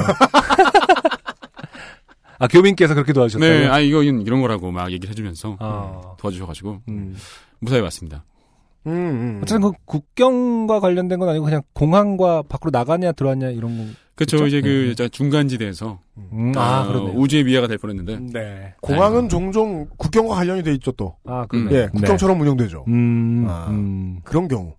S2: 아, 교민께서 그렇게 도와주셨다고요?
S7: 네, 아 이거 이런 거라고 막 얘기를 해주면서
S2: 아.
S7: 도와주셔가지고
S2: 음.
S7: 무사히 왔습니다.
S1: 음, 음.
S2: 어쨌든 그 국경과 관련된 건 아니고 그냥 공항과 밖으로 나가냐 들어왔냐 이런 거.
S7: 그렇죠.
S2: 그쵸?
S7: 이제
S2: 네,
S7: 그
S2: 네.
S7: 자, 중간지대에서
S2: 음, 아,
S7: 어,
S2: 그러네.
S7: 우주의 미아가 될 뻔했는데
S2: 네.
S1: 공항은 종종 국경과 관련이 돼 있죠, 또.
S2: 아,
S7: 음.
S2: 그러네.
S1: 예, 국경처럼 운영되죠.
S2: 네. 음,
S1: 아.
S2: 음.
S1: 그런 경우.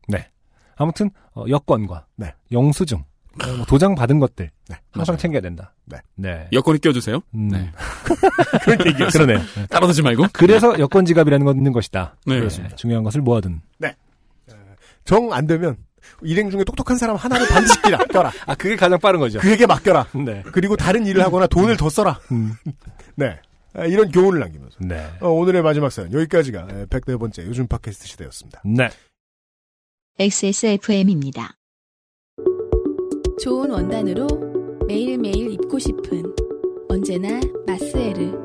S2: 아무튼, 어, 여권과.
S1: 네.
S2: 영수증. 어, 뭐 도장 받은 것들.
S1: 네,
S2: 항상
S7: 맞아요.
S2: 챙겨야 된다.
S1: 네.
S2: 네.
S7: 여권을 끼워주세요.
S2: 음.
S7: 네.
S2: 그런 얘기였어요. 그러네.
S7: 따라다지 말고.
S2: 그래서 여권 지갑이라는 건 있는 것이다.
S7: 네.
S2: 그렇습니다. 중요한 것을 모아둔.
S1: 정 안 되면, 일행 중에 똑똑한 사람 하나를 반드시 끼라, 껴라.
S2: 아, 그게 가장 빠른 거죠.
S1: 그에게 맡겨라.
S2: 네.
S1: 그리고 다른 일을 하거나 돈을 더 써라.
S2: 음.
S1: 네. 아, 이런 교훈을 남기면서.
S2: 네.
S1: 어, 오늘의 마지막 사연 여기까지가 예, 104번째 요즘 팟캐스트 시대였습니다.
S2: 네.
S3: XSFM입니다.
S4: 좋은 원단으로 매일매일 입고 싶은 언제나 마스에르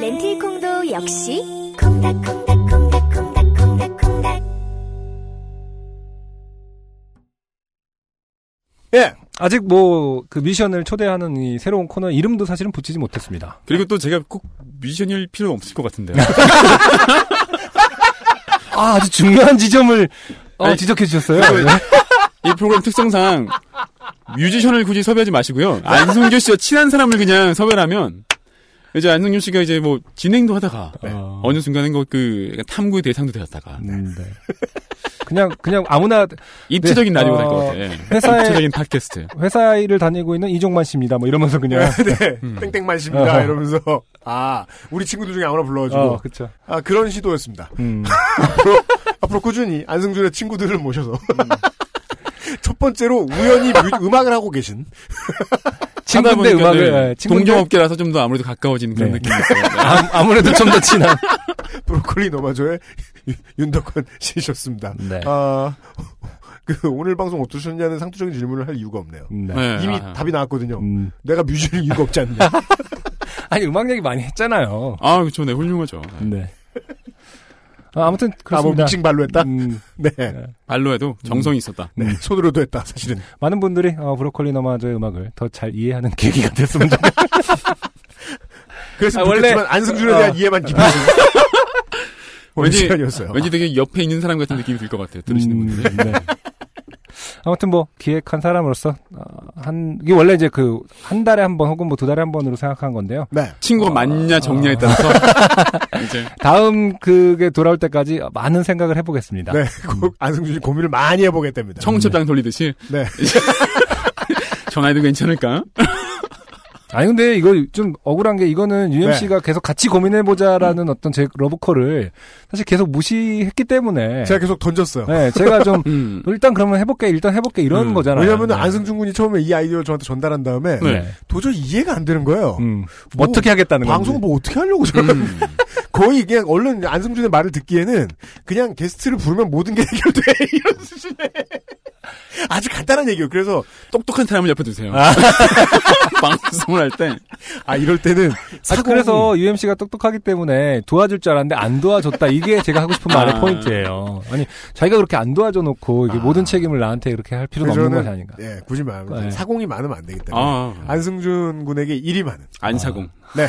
S6: 렌틸콩도 역시 콩닥콩닥콩닥콩닥콩닥콩닥
S1: 예.
S2: 아직 뭐 그 미션을 초대하는 이 새로운 코너 이름도 사실은 붙이지 못했습니다.
S7: 그리고 또 제가 꼭 뮤지션일 필요는 없을 것 같은데요.
S2: 아, 아주 중요한 지점을 어,
S7: 아니,
S2: 지적해 주셨어요. 네.
S7: 그리고 이 프로그램 특성상 뮤지션을 굳이 섭외하지 마시고요. 안성규 씨와 친한 사람을 그냥 섭외하면 이제 안성규 씨가 이제 뭐 진행도 하다가
S2: 네.
S7: 어느 순간엔 그 탐구의 대상도 되었다가
S2: 음, 네. 그냥 그냥 아무나
S7: 입체적인
S2: 네.
S7: 라디오 가
S2: 어,
S7: 될 것 같아.
S2: 회사에-
S7: 입체적인 팟캐스트.
S2: 회사 일을 다니고 있는 이종만 씨입니다. 뭐 이러면서 그냥
S1: 네. 땡땡만십니다.
S2: 음. 어허.
S1: 이러면서 아 우리 친구들 중에 아무나 불러가지고
S2: 어, 그렇죠.
S1: 아 그런 시도였습니다.
S2: 음.
S1: 앞으로, 앞으로 꾸준히 안승준의 친구들을 모셔서 첫 번째로 우연히 뮤- 음악을 하고 계신
S7: 하다
S2: 친구인데
S7: 보니까
S2: 음악을
S7: 늘
S2: 예, 친구인데
S7: 동종업계라서 좀 더 아무래도 가까워지는 그런
S2: 네.
S7: 느낌이 있어요.
S2: 아, 아무래도 좀 더 친한
S1: 브로콜리 노마조의 윤- 윤덕환 씨셨습니다.
S2: 네.
S1: 아, 그 오늘 방송 어떠셨냐는 상투적인 질문을 할 이유가 없네요.
S2: 네.
S7: 네.
S1: 이미
S7: 아.
S1: 답이 나왔거든요.
S2: 음.
S1: 내가 뮤지션 이유가 없지 않냐.
S2: 아니 음악 얘기 많이 했잖아요.
S7: 아, 그렇죠. 네, 훌륭하죠. 네.
S2: 네. 아, 아무튼
S1: 아뭐
S2: 그렇습니다.
S1: 믹싱 발로 했다.
S2: 음,
S1: 네.
S7: 발로 해도 정성이 있었다.
S1: 네. 손으로도 했다 사실은.
S2: 많은 분들이 어, 브로콜리 너마저의 음악을 더 잘 이해하는 계기가 됐으면 좋겠어요.
S1: 그래서
S2: 아,
S1: 아,
S2: 원래-
S1: 원래 안승준에 대한
S2: 어.
S1: 이해만 깊어진 오늘
S7: 왠지-
S1: 시간이었어요.
S7: 왠지 되게 옆에 있는 사람 같은 느낌이 들 것 같아요. 들으시는
S2: 음,
S7: 분들이.
S2: 네. 아무튼 뭐 기획한 사람으로서 어, 한 이게 원래 이제 그 한 달에 한 번 혹은 뭐 두 달에 한 번으로 생각한 건데요.
S1: 네.
S7: 친구가 맞냐 적냐에 따라서 이제
S2: 다음 그게 돌아올 때까지 많은 생각을 해보겠습니다.
S1: 네. 고- 안승준이 고민을 많이 해보겠답니다.
S7: 청첩장 돌리듯이
S1: 네.
S7: 전화해도 괜찮을까?
S2: 아니 근데 이거 좀 억울한 게 이거는
S1: 네. 음.
S2: UMC가 계속 같이 고민해보자라는 어떤 제 러브콜을 사실 계속 무시했기 때문에
S1: 제가 계속 던졌어요.
S2: 네, 제가 좀
S7: 음.
S2: 일단 그러면 해볼게 일단 해볼게 이런
S7: 음.
S2: 거잖아요.
S1: 왜냐하면
S2: 네.
S1: 안승준 군이 처음에 이 아이디어를 저한테 전달한 다음에
S7: 네.
S1: 도저히 이해가 안 되는 거예요.
S2: 음.
S1: 뭐,
S2: 어떻게 하겠다는 건지.
S1: 방송 뭐 어떻게 하려고 저는
S7: 음.
S1: 거의 그냥 얼른 안승준의 말을 듣기에는 그냥 게스트를 부르면 모든 게 해결돼 이런 수준에 아주 간단한 얘기예요. 그래서
S7: 똑똑한 사람을 옆에 두세요. 방송을 할 때.
S1: 아 이럴 때는
S2: 아, 그래서 UMC가 똑똑하기 때문에 도와줄 줄 알았는데 안 도와줬다. 이게 제가 하고 싶은 말의
S7: 아.
S2: 포인트예요. 아니 자기가 그렇게 안 도와줘 놓고 이게
S1: 아.
S2: 모든 책임을 나한테 이렇게 할 필요는 없는 것이 아닌가.
S1: 예, 굳이 말하면
S2: 네.
S1: 사공이 많으면 안 되기 때문에
S7: 아,
S1: 안승준 군에게 일이 많은.
S7: 안사공.
S1: 네.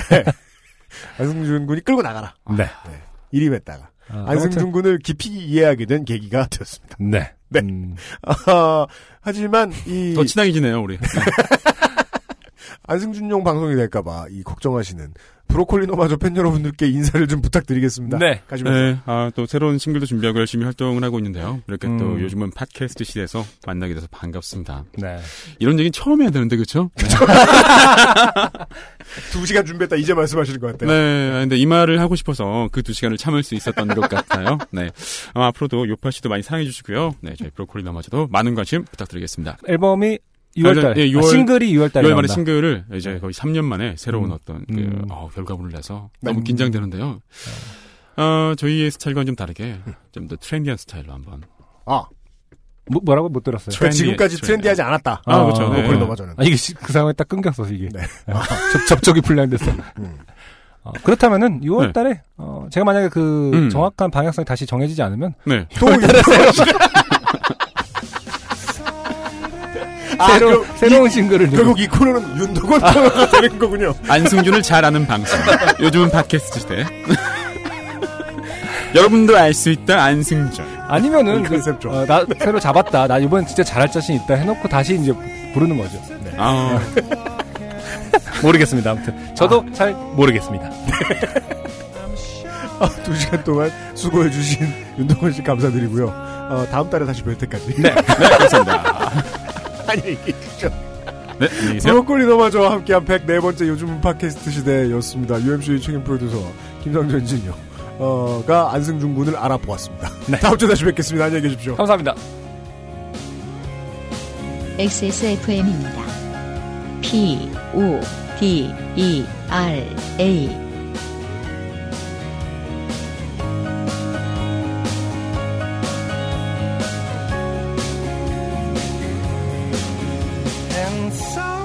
S1: 안승준 군이 끌고 나가라.
S2: 네.
S1: 일이 맸다가
S2: 아, 아무튼,
S1: 안승준 군을 깊이 이해하게 된 계기가 되었습니다.
S2: 네.
S1: 네.
S2: 음,
S1: 아, 하지만 이
S7: 더 친하게 지내요, 우리.
S1: 안승준용 방송이 될까봐 이 걱정하시는 브로콜리 노마저 팬 여러분들께 인사를 좀 부탁드리겠습니다.
S2: 네.
S1: 가시면
S7: 네, 아, 또 새로운 싱글도 준비하고 열심히 활동을 하고 있는데요. 이렇게 또
S2: 음.
S7: 요즘은 팟캐스트 시대에서 만나게 돼서 반갑습니다.
S2: 네.
S7: 이런 얘기는 처음 해야 되는데, 그쵸?
S1: 두 시간 준비했다 이제 말씀하시는 것 같아요.
S7: 네, 아, 근데 이 말을 하고 싶어서 그 두 시간을 참을 수 있었던 것 같아요. 네. 아마 앞으로도 요파 씨도 많이 사랑해 주시고요. 네, 저희 브로콜리 나마저도 많은 관심 부탁드리겠습니다.
S2: 앨범이 6월달.
S7: 아, 네,
S2: 아,
S7: 6월
S2: 싱글이 6월달에
S7: 6월 만에
S2: 나온다.
S7: 싱글을 이제 거의 3년 만에 새로운
S2: 음.
S7: 어떤 그,
S2: 음.
S7: 어, 결과물을 내서
S1: 네. 음.
S7: 너무 긴장되는데요. 어, 저희의 스타일과는 좀 다르게 좀 더 트렌디한 스타일로 한번.
S1: 아,
S2: 뭐, 뭐라고 못 들었어요.
S1: 그러니까 지금까지
S7: 트렌디해-
S1: 트렌디하지 않았다.
S7: 아, 그렇죠. 네.
S1: 브로콜리 노마저는.
S2: 아, 이게 시- 그 상황에 딱 끊겼어, 이게.
S1: 네.
S2: 아, 접, 접촉이 불량됐어. 어, 그렇다면은 6월
S7: 네.
S2: 달에 어, 제가 만약에 그
S7: 음.
S2: 정확한 방향성이 다시 정해지지 않으면
S7: 네.
S1: 또 이러세요. 아,
S2: 새로,
S1: 그럼 이-
S2: 새로운 싱글을
S1: 결국 이 코너는 윤도걸 코너가 되는 거군요.
S7: 안승준을 잘 아는 방송. 요즘은 팟캐스트 시대. 여러분도 알 수 있다, 안승준.
S2: 아니면은
S1: 이 컨셉
S2: 그,
S1: 좀.
S2: 어, 나 새로 잡았다. 나 이번엔 진짜 잘할 자신 있다 해놓고 다시 이제 부르는 거죠.
S1: 네.
S7: 아,
S2: 모르겠습니다. 아무튼 저도 잘 모르겠습니다.
S1: 아, 두 시간 동안 수고해주신 윤동건 씨 감사드리고요. 어, 다음 달에 다시 뵐 때까지. 네.
S7: 감사합니다.
S1: 안녕히 계십시오.
S7: 네, 안녕히 계세요.
S1: 브로콜리 너마저와 함께한 104번째 요즘은 팟캐스트 시대였습니다. UMC의 책임 프로듀서 김상준 엔지니어. 가 안승준 군을 알아보았습니다.
S7: 네.
S1: 다음 주에 다시 뵙겠습니다. 안녕히 계십시오.
S7: 어.
S2: 감사합니다.
S3: XSFM입니다. P, O, D, E, R, A.
S10: And so